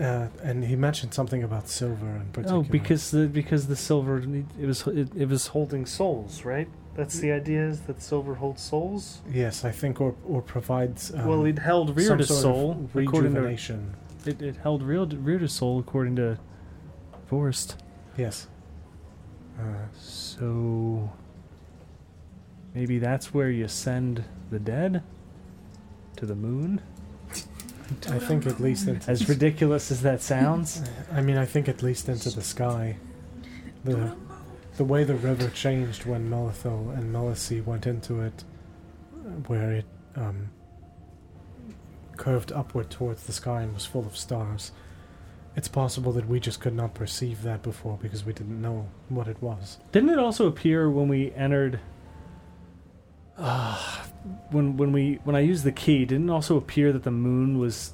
Speaker 7: Uh, and he mentioned something about silver in particular.
Speaker 10: Oh, because the because the silver it was it, it was holding souls, right? That's the idea is that silver holds souls.
Speaker 7: yes, I think, or or provides. Um,
Speaker 10: well, it held
Speaker 7: some
Speaker 10: Reardus'
Speaker 7: sort of
Speaker 10: soul according to
Speaker 7: rejuvenation.
Speaker 10: it, it held Reard- Reardus' soul according to Forrest.
Speaker 7: Yes. Uh,
Speaker 10: So maybe that's where you send the dead to the moon.
Speaker 7: I think at least into.
Speaker 10: As ridiculous as that sounds,
Speaker 7: I mean, I think at least into the sky. The, the way the river changed when Melithil and Melissi went into it, where it um, curved upward towards the sky and was full of stars. It's possible that we just could not perceive that before because we didn't know what it was.
Speaker 10: didn't it also appear when we entered? Ah, when when we when I used the key, didn't it also appear that the moon was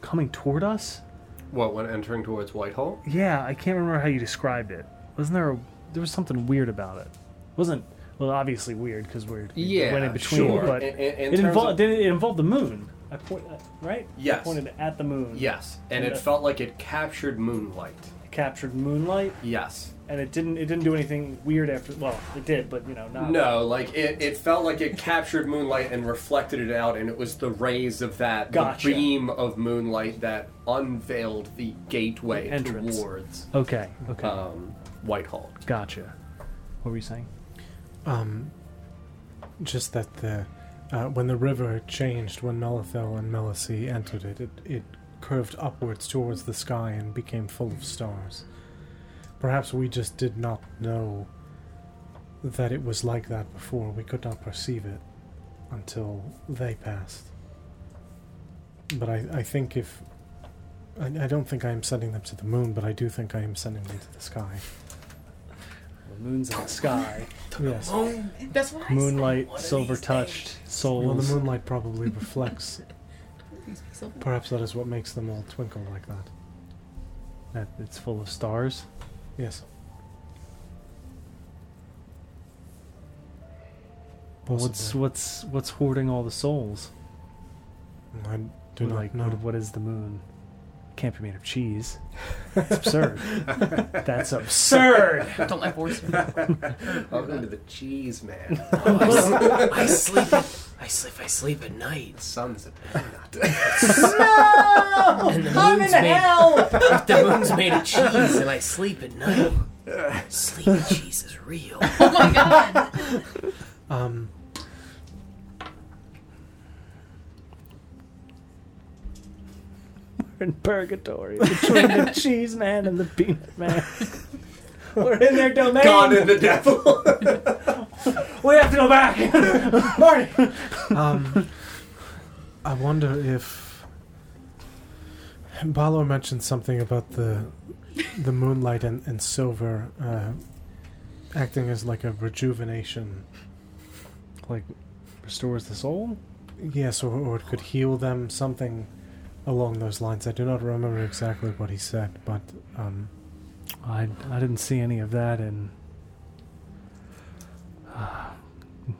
Speaker 10: coming toward us?
Speaker 3: What when entering towards Whitehall?
Speaker 10: Yeah, I can't remember how you described it. Wasn't there a, there was something weird about it? Wasn't well, obviously weird because we're we
Speaker 3: Yeah,
Speaker 10: went in between,
Speaker 3: sure.
Speaker 10: but
Speaker 3: In- in- in
Speaker 10: it
Speaker 3: terms
Speaker 10: involved
Speaker 3: of-
Speaker 10: did it involved the moon. I point uh, right. I
Speaker 3: Yes.
Speaker 10: pointed at the moon.
Speaker 3: Yes, and it
Speaker 10: Yeah.
Speaker 3: felt like it captured moonlight.
Speaker 10: It captured moonlight,
Speaker 3: Yes.
Speaker 10: and it didn't it didn't do anything weird after. Well, it did, but you know not.
Speaker 3: No, like it, it felt like it captured moonlight and reflected it out, and it was the rays of that
Speaker 10: Gotcha.
Speaker 3: the beam of moonlight that unveiled the gateway
Speaker 10: The entrance.
Speaker 3: towards
Speaker 10: Okay. Okay.
Speaker 3: um, Whitehall.
Speaker 10: gotcha. What were you saying?
Speaker 7: Um, just that the uh, when the river changed when Melithil and Melissi entered it, it, it curved upwards towards the sky and became full of stars. Perhaps we just did not know that it was like that before. We could not perceive it until they passed. But I, I think if. I, I don't think I am sending them to the moon, but I do think I am sending them to the sky.
Speaker 10: The moon's in the sky.
Speaker 7: Yes.
Speaker 17: That's what I
Speaker 10: Moonlight,
Speaker 17: said. One of
Speaker 10: silver
Speaker 17: these
Speaker 10: touched
Speaker 7: Well,
Speaker 10: souls.
Speaker 7: the moonlight probably reflects
Speaker 17: days. Silver-
Speaker 7: Perhaps that is what makes them all twinkle like that.
Speaker 10: that it's full of stars.
Speaker 7: Yes. Possibly.
Speaker 10: What's what's what's hoarding all the souls?
Speaker 7: I do not
Speaker 10: like
Speaker 7: know.
Speaker 10: what, what is the moon? Can't be made of cheese. That's absurd. That's absurd.
Speaker 17: Don't let force me.
Speaker 3: Welcome to the cheese man.
Speaker 6: Oh, I, s- I sleep. I sleep. I sleep at night.
Speaker 3: Sons of
Speaker 7: Oh,
Speaker 6: And the moon moon's made, if the moon's made of cheese and I sleep at night, sleeping cheese is real.
Speaker 7: Um.
Speaker 10: We're in purgatory between the cheese man and the peanut man. We're in their domain.
Speaker 3: God and the devil.
Speaker 10: We have to go back. Marty.
Speaker 7: Um, I wonder if Balo mentioned something about the the moonlight and, and silver uh, acting as like a rejuvenation.
Speaker 10: Like restores the soul.
Speaker 7: Yes, or, or it could heal them. Something along those lines. I do not remember exactly what he said, but um,
Speaker 10: I I didn't see any of that in uh,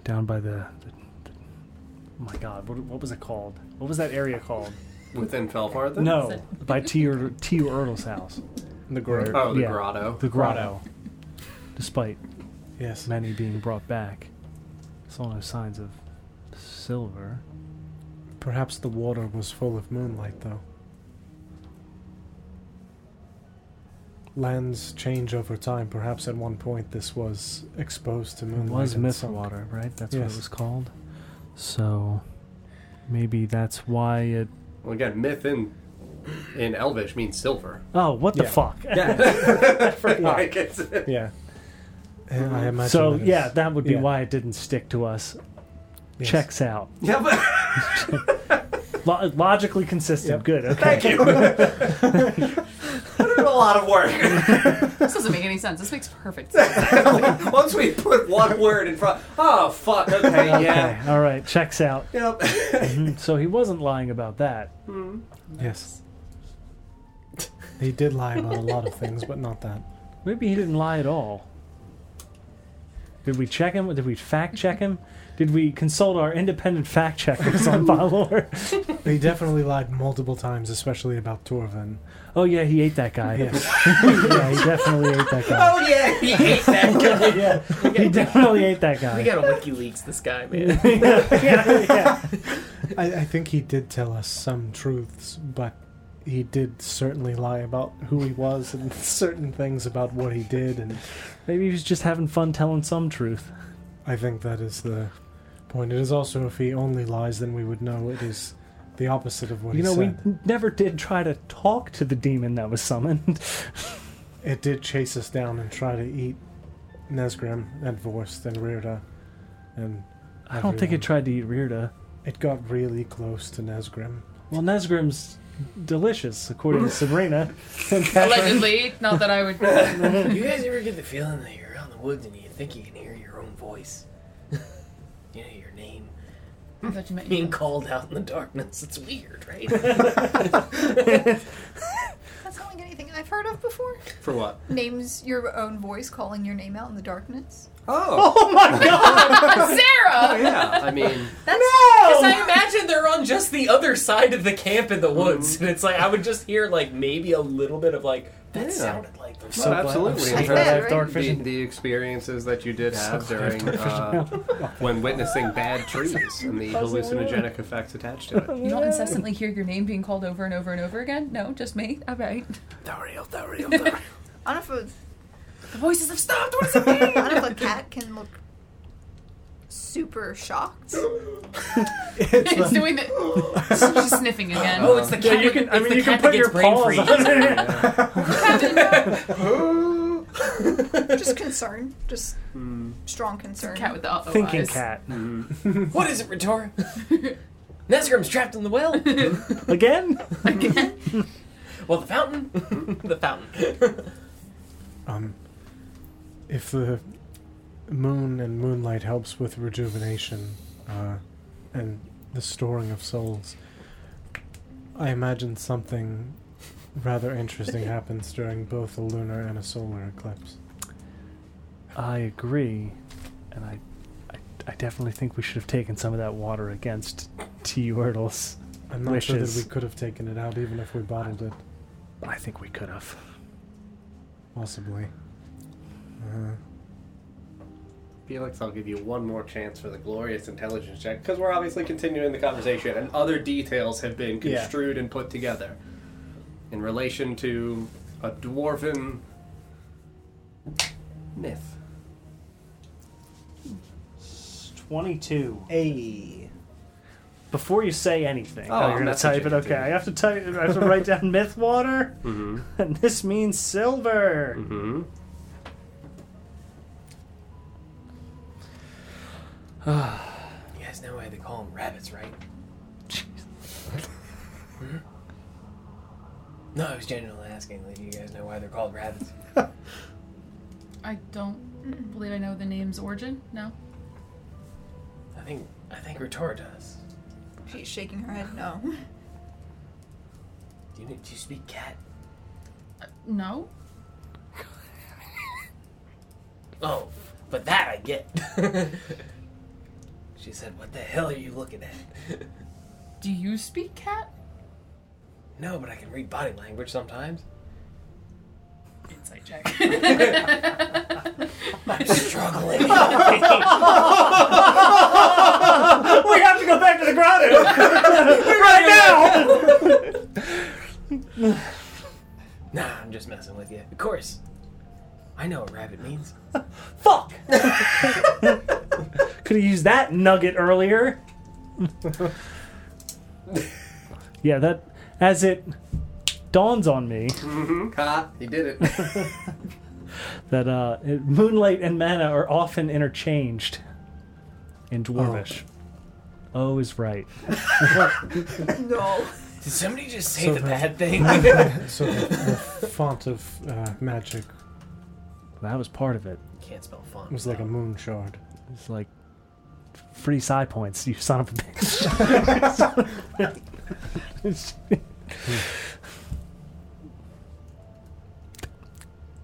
Speaker 10: down by the, the, the my God, what, what was it called? What was that area called?
Speaker 3: Within Felfarth? then?
Speaker 10: No, by T. Ur- T. Ertl's house.
Speaker 7: the grove.
Speaker 3: Oh, the grotto.
Speaker 10: The grotto. Despite
Speaker 7: Yes.
Speaker 10: many being brought back, saw no signs of silver.
Speaker 7: Perhaps the water was full of moonlight, though. Lands change over time. Perhaps at one point this was exposed to
Speaker 10: It
Speaker 7: moonlight.
Speaker 10: was
Speaker 7: and
Speaker 10: myth
Speaker 7: sunk.
Speaker 10: water, right? That's what
Speaker 7: Yes.
Speaker 10: it was called. So maybe that's why it.
Speaker 3: Well, again, myth in in Elvish means silver.
Speaker 10: Oh, what the
Speaker 7: Yeah.
Speaker 10: fuck!
Speaker 3: Like, it's-
Speaker 7: Yeah. And I imagine.
Speaker 10: so
Speaker 7: that is-
Speaker 10: yeah, that would be
Speaker 7: yeah.
Speaker 10: why it didn't stick to us.
Speaker 7: Yes.
Speaker 10: Checks out.
Speaker 3: yeah, but
Speaker 10: Lo- logically consistent. Good. Okay.
Speaker 3: thank you. I did a lot of work.
Speaker 1: This doesn't make any sense. This makes perfect sense.
Speaker 3: Once we put one word in front, oh fuck, okay, yeah,
Speaker 10: Okay, All right. Checks out.
Speaker 3: yep.
Speaker 10: Mhm, so he wasn't lying about that.
Speaker 7: Yes. He did lie about a lot of things, but not that.
Speaker 10: Maybe he didn't lie at all. Did we check him? Did we fact check him? Did we consult our independent fact checkers on Valor?
Speaker 7: He definitely lied multiple times, especially about Torvin.
Speaker 10: Oh yeah, he ate that guy.
Speaker 7: Yes.
Speaker 10: yeah, he definitely ate that guy.
Speaker 6: Oh yeah, he hates that guy.
Speaker 10: Yeah, he definitely ate that guy.
Speaker 6: We gotta WikiLeaks this guy, man.
Speaker 7: I, I think he did tell us some truths, but he did certainly lie about who he was and certain things about what he did, and
Speaker 10: Maybe he was just having fun telling some truth.
Speaker 7: I think that is the point. It is also if he only lies, then we would know it is the opposite of what
Speaker 10: you
Speaker 7: he
Speaker 10: know,
Speaker 7: said.
Speaker 10: we n- never did try to talk to the demon that was summoned.
Speaker 7: It did chase us down and try to eat Nesgrim and Vorst and Rirda, and
Speaker 10: I don't
Speaker 7: everyone.
Speaker 10: think it tried to eat Rirda.
Speaker 7: It got really close to Nesgrim.
Speaker 10: Well, Nesgrim's delicious, according to Sabrina.
Speaker 1: Allegedly, not that I would.
Speaker 6: you guys ever get the feeling that you're out in the woods and you think you can hear your own voice? you know, your name
Speaker 1: I thought you meant
Speaker 6: being
Speaker 1: you.
Speaker 6: called out in the darkness. It's weird, right?
Speaker 5: That's not like anything I've heard of before.
Speaker 3: For what?
Speaker 5: Names your own voice calling your name out in the darkness.
Speaker 3: Oh,
Speaker 1: Sarah!
Speaker 3: yeah. I mean,
Speaker 6: Because
Speaker 10: Oh
Speaker 6: I imagine they're on just the other side of the camp in the
Speaker 10: Mm-hmm.
Speaker 6: woods, and it's like I would just hear like maybe a little bit of like that
Speaker 3: Yeah.
Speaker 6: sounded like there's
Speaker 3: no, absolutely.
Speaker 5: I'm
Speaker 3: In
Speaker 5: so
Speaker 3: terms
Speaker 5: glad,
Speaker 3: of
Speaker 5: right?
Speaker 3: the- the, experiences that you did have during uh, when witnessing bad trees and the hallucinogenic effects attached to it.
Speaker 1: You don't incessantly hear your name being called over and over and over again? No, just me? All right.
Speaker 6: Dario, Dario, Dario.
Speaker 5: I don't know if it's,
Speaker 1: The voices have stopped. What does it mean?
Speaker 5: I don't know if a cat can look super shocked.
Speaker 1: it's doing the. She's sniffing again.
Speaker 6: Oh, it's the cat.
Speaker 10: you
Speaker 6: with-
Speaker 10: can.
Speaker 6: It's
Speaker 10: I mean,
Speaker 6: the
Speaker 10: you
Speaker 6: cat
Speaker 10: can put
Speaker 6: that
Speaker 10: your
Speaker 6: gets brain
Speaker 10: paws
Speaker 6: freeze.
Speaker 10: on it.
Speaker 5: Just concern. Just
Speaker 6: Hmm.
Speaker 5: strong concern.
Speaker 1: cat with the uh-oh
Speaker 10: Thinking
Speaker 1: eyes.
Speaker 10: cat
Speaker 6: What is it, Retora? Nesgrim's trapped in the well.
Speaker 10: again.
Speaker 6: well, the fountain. the fountain.
Speaker 7: Um, if the moon and moonlight helps with rejuvenation uh, and the storing of souls, I imagine something rather interesting happens during both a lunar and a solar eclipse.
Speaker 10: I agree, and I, I, I definitely think we should have taken some of that water against T. Wordles.
Speaker 7: I'm not sure that
Speaker 10: Wishes.
Speaker 7: we could have taken it out even if we bottled it,
Speaker 10: I think we could have.
Speaker 7: possibly. Uh,
Speaker 3: Felix, I'll give you one more chance for the glorious intelligence check because we're obviously continuing the conversation and other details have been
Speaker 7: Yeah.
Speaker 3: construed and put together. in relation to a dwarven myth.
Speaker 18: 22. A. Before you say anything,
Speaker 3: Oh,
Speaker 18: oh,
Speaker 3: I'm
Speaker 18: you're gonna
Speaker 3: messaging
Speaker 18: type it.
Speaker 3: it,
Speaker 18: Okay,
Speaker 3: dude.
Speaker 18: I have to type. I have to write down myth water,
Speaker 3: Mm-hmm.
Speaker 18: and this means silver.
Speaker 3: Mm-hmm.
Speaker 6: You guys know why they call them rabbits, right? Hmm? No, I was genuinely asking. Like, you guys know why they're called rabbits?
Speaker 1: I don't believe I know the name's origin. No.
Speaker 6: I think I think Retor does.
Speaker 5: She's shaking her head. No.
Speaker 6: Do you, do you speak cat?
Speaker 1: No.
Speaker 6: Oh, but that I get. she said, "What the hell are you looking at?"
Speaker 1: Do you speak cat?
Speaker 6: no, but I can read body language sometimes.
Speaker 1: Insight check.
Speaker 6: I'm struggling.
Speaker 18: we have to go back to the grotto right now.
Speaker 6: nah, I'm just messing with you. Of course, I know what rabbit means.
Speaker 18: Fuck. Could have used that nugget earlier. yeah, that as it dawns on me
Speaker 3: Mm-hmm. Ha! He did it.
Speaker 18: that uh, it- moonlight and mana are often interchanged in dwarvish. Oh, is right.
Speaker 5: no.
Speaker 6: Did somebody just say
Speaker 7: So
Speaker 6: the
Speaker 7: the-
Speaker 6: bad thing?
Speaker 7: So the, the font of uh, magic
Speaker 10: That was part of it.
Speaker 6: Can't spell font.
Speaker 7: was like a moon shard.
Speaker 10: It's like free side points, you son of a bitch.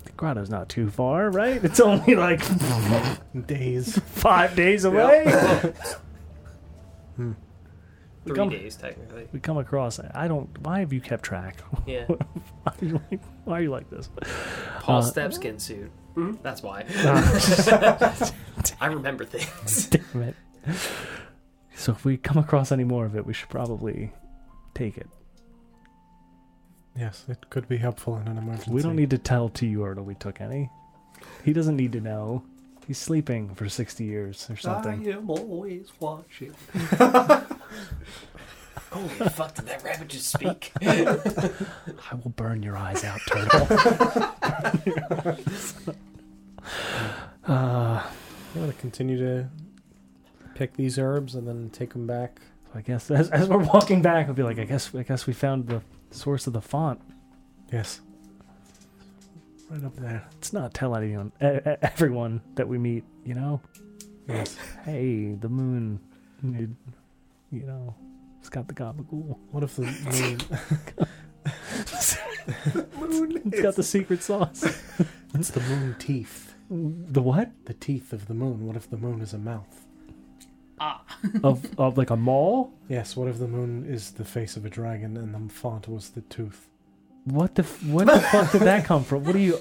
Speaker 10: the grotto's not too far, right? It's only like
Speaker 7: Days.
Speaker 10: five days away.
Speaker 6: Three
Speaker 10: Come-
Speaker 6: days technically.
Speaker 10: We come across. I don't. Why have you kept track?
Speaker 6: Yeah.
Speaker 10: why, are you like, why are you like this?
Speaker 6: Paul
Speaker 10: Uh,
Speaker 6: Stepskin suit. That's why. I remember things.
Speaker 10: Damn it. So if we come across any more of it, we should probably take it.
Speaker 7: Yes, it could be helpful in an emergency.
Speaker 10: We don't need to tell Tiyorta we took any. He doesn't need to know. He's sleeping for 60 years or something.
Speaker 3: I am always watching.
Speaker 6: Holy fuck! Did that rabbit just speak?
Speaker 10: I will burn your eyes out, turtle. uh,
Speaker 7: You want to continue to pick these herbs and then take them back.
Speaker 10: I guess as, as we're walking back, I'll be like, I guess I guess we found the source of the font.
Speaker 7: Yes. Right up there.
Speaker 10: Let's not tell anyone, e- e- everyone that we meet. You know,
Speaker 7: Yes.
Speaker 10: hey, the moon, it- you know, it's got the gabagool.
Speaker 7: What if the moon?
Speaker 10: It's got the secret sauce.
Speaker 7: it's the moon teeth.
Speaker 10: The what?
Speaker 7: The teeth of the moon. What if the moon is a mouth?
Speaker 10: Of of like a mall?
Speaker 7: Yes. What if the moon is the face of a dragon and the font was the tooth?
Speaker 10: What the f- what the fuck did that come from? What are you?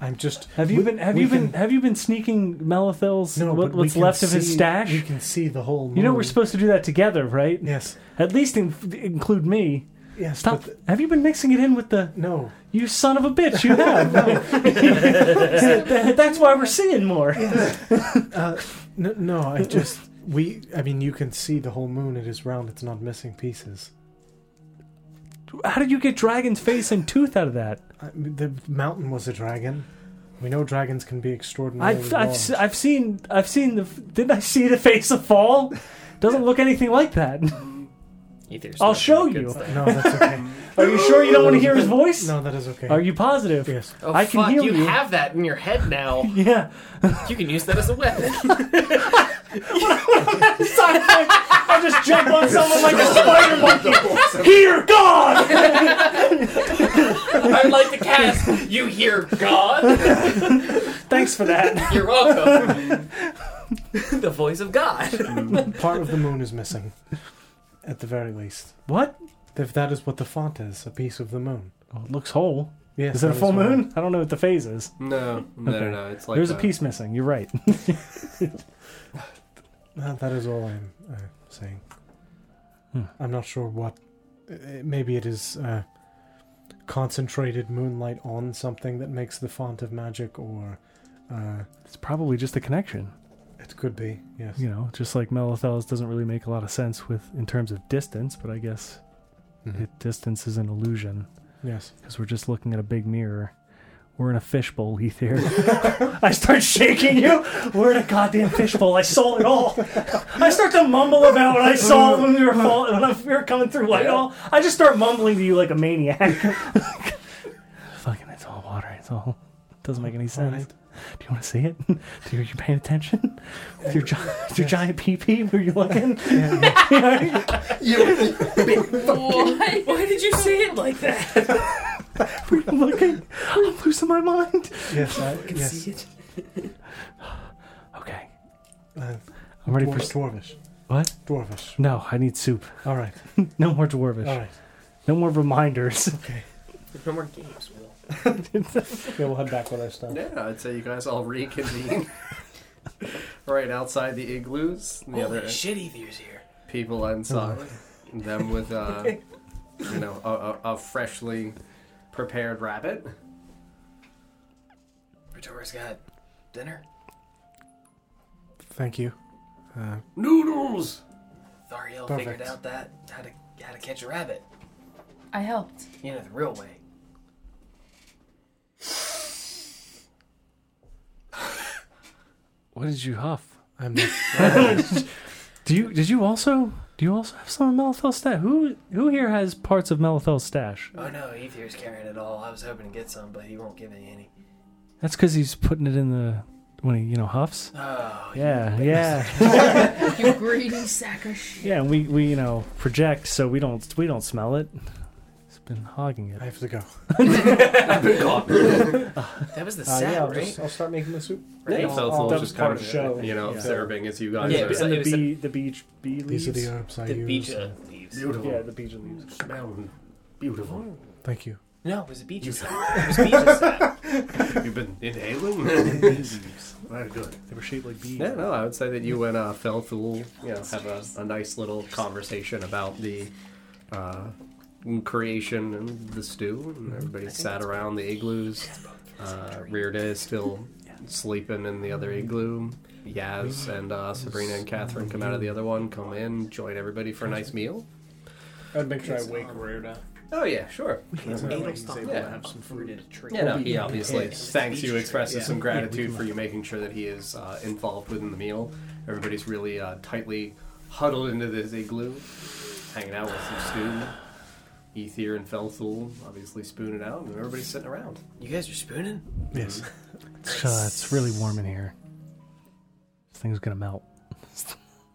Speaker 7: I'm just.
Speaker 10: Have you
Speaker 7: we-
Speaker 10: been have
Speaker 7: we
Speaker 10: you been
Speaker 7: can-
Speaker 10: have you been sneaking Malithil's
Speaker 7: No, but
Speaker 10: what,
Speaker 7: we
Speaker 10: what's
Speaker 7: can
Speaker 10: left of his
Speaker 7: see-
Speaker 10: stash?
Speaker 7: We can see the whole. Moon.
Speaker 10: You know we're supposed to do that together, right?
Speaker 7: Yes.
Speaker 10: At least in, include me.
Speaker 7: Yes.
Speaker 10: Stop.
Speaker 7: but
Speaker 10: have you been mixing it in with the?
Speaker 7: the- no.
Speaker 10: You son of a bitch! You have. That- That's why we're seeing more.
Speaker 7: Uh, no, no, I just we. I mean, you can see the whole moon. It is round. It's not missing pieces.
Speaker 10: How did you get dragon's face and tooth out of that?
Speaker 7: I mean, the mountain was a dragon. We know dragons can be extraordinarily
Speaker 10: I've
Speaker 7: large.
Speaker 10: I've, se- I've seen I've seen the didn't I see the face of fall? Doesn't look anything like that.
Speaker 6: Ether's
Speaker 10: I'll
Speaker 6: not
Speaker 10: show
Speaker 6: doing good
Speaker 10: you.
Speaker 6: stuff.
Speaker 7: No, that's okay.
Speaker 10: Are you sure you don't want to hear his voice?
Speaker 7: No, that is okay.
Speaker 10: Are you positive?
Speaker 7: Yes.
Speaker 6: Oh,
Speaker 10: I can
Speaker 6: fuck,
Speaker 10: hear you.
Speaker 6: have that in your head now.
Speaker 10: Yeah.
Speaker 6: You can use that as a weapon.
Speaker 10: I just jump on someone like a spider monkey. Here, God!
Speaker 6: I'd like to cast You Hear God.
Speaker 10: Thanks for that.
Speaker 6: You're welcome. the voice of God.
Speaker 7: Part of the moon is missing, at the very least.
Speaker 10: What?
Speaker 7: If that is what the font is, a piece of the moon.
Speaker 10: Oh, it looks whole.
Speaker 7: Yes.
Speaker 10: Is it a
Speaker 7: that
Speaker 10: full
Speaker 7: what-
Speaker 10: moon? I don't know what the phase is.
Speaker 3: No, no,
Speaker 10: Okay.
Speaker 3: no, no. It's like
Speaker 10: There's a
Speaker 3: uh,
Speaker 10: piece missing. You're right.
Speaker 7: That, that is all I'm uh, saying.
Speaker 10: Hmm.
Speaker 7: I'm not sure what. Uh, maybe it is uh, concentrated moonlight on something that makes the font of magic, or uh,
Speaker 10: It's probably just the connection.
Speaker 7: it could be yes.
Speaker 10: You know, just like Melithels doesn't really make a lot of sense with in terms of distance, but I guess it, distance is an illusion.
Speaker 7: Yes.
Speaker 10: Because we're just looking at a big mirror. We're in a fishbowl, Ether. I start shaking you. We're in a goddamn fishbowl. I saw it all. I start to mumble about what I saw when we were fall- when I- we were coming through Whitehall. I just start mumbling to you like a maniac. Fucking, it's all water. It's all doesn't make any sense. Do you want to see it? Do you, are you paying attention? With your, gi- with your giant pee pee, were you looking?
Speaker 6: Why? Why did you say it like that?
Speaker 10: Were you looking? I'm losing my mind.
Speaker 7: Yes. I,
Speaker 6: can
Speaker 7: yes.
Speaker 6: see it.
Speaker 10: Okay,
Speaker 7: Uh,
Speaker 10: I'm ready
Speaker 7: dwar-
Speaker 10: for s-
Speaker 7: dwarvish.
Speaker 10: what?
Speaker 7: Dwarvish.
Speaker 10: No, I need soup.
Speaker 7: All right.
Speaker 10: No more dwarvish.
Speaker 7: All right.
Speaker 10: No more reminders.
Speaker 6: No more games, Will.
Speaker 2: Yeah, we'll head back with our stuff.
Speaker 3: Yeah, I'd say you guys all reconvene. right outside the igloos. and The
Speaker 6: Holy
Speaker 3: other
Speaker 6: shit, Ether's here.
Speaker 3: people inside. Them with, uh, you know, a, a, a freshly prepared rabbit.
Speaker 6: Pretor's got dinner.
Speaker 7: Thank you. Uh,
Speaker 3: Noodles!
Speaker 6: Thariel
Speaker 7: Perfect.
Speaker 6: figured out that how to how to catch a rabbit.
Speaker 1: I helped.
Speaker 6: You know the real way.
Speaker 10: What did you huff?
Speaker 7: I'm not,
Speaker 10: Do you? Did you also? Do you also have some of Melithel's stash? Who? Who here has parts of Melithel's stash?
Speaker 6: Oh no, Ether's carrying it all. I was hoping to get some, but he won't give me any.
Speaker 10: That's because he's putting it in the when he you know huffs.
Speaker 6: Oh, you
Speaker 10: Yeah, yeah,
Speaker 19: You greedy sack of shit.
Speaker 10: yeah. And we we you know project so we don't we don't smell it. He's been hogging it.
Speaker 7: I have to go.
Speaker 6: That was the
Speaker 2: Uh,
Speaker 6: set,
Speaker 2: yeah, I'll,
Speaker 6: right?
Speaker 2: just, I'll start making the soup.
Speaker 6: Right?
Speaker 3: Yeah, so it's
Speaker 2: Oh,
Speaker 3: all
Speaker 2: that
Speaker 3: just
Speaker 2: was
Speaker 3: kind
Speaker 2: part
Speaker 3: of,
Speaker 2: of the show.
Speaker 3: you know,
Speaker 2: Yeah.
Speaker 3: observing as you guys
Speaker 6: Yeah,
Speaker 3: are.
Speaker 6: because-
Speaker 10: and
Speaker 6: it
Speaker 10: the
Speaker 6: was a-
Speaker 10: bee the beach bee leaves.
Speaker 7: These are the herbs I
Speaker 6: The
Speaker 7: use.
Speaker 6: beecha leaves.
Speaker 3: beautiful.
Speaker 10: yeah, the beach leaves.
Speaker 3: Smell
Speaker 6: Oh.
Speaker 3: beautiful.
Speaker 7: Thank you.
Speaker 6: No, it was a beecha set. It was beecha set.
Speaker 3: You've been inhaling? Very good.
Speaker 10: They were shaped like bees.
Speaker 3: Yeah, no, I would say that you and uh, Felthul, you know, have a, a nice little conversation about the uh, creation and the stew. And everybody sat around the igloos. Uh, Rearda is still sleeping in the other igloo. Yaz and uh, Sabrina and Catherine come out of the other one, come in, join everybody for a nice meal.
Speaker 2: I'd make sure I wake Rarda.
Speaker 3: Oh, yeah, sure.
Speaker 2: He's able to
Speaker 3: Yeah.
Speaker 2: have some food.
Speaker 3: Yeah, no, he obviously thanks you, expresses
Speaker 2: Yeah.
Speaker 3: some gratitude for you making sure that he is uh, involved within the meal. Everybody's really uh, tightly huddled into this igloo, hanging out with some stew. Ether and Felthul obviously spooning out, and everybody's sitting around.
Speaker 6: You guys are spooning?
Speaker 7: Yes.
Speaker 10: It's, uh, it's really warm in here. This thing's gonna melt.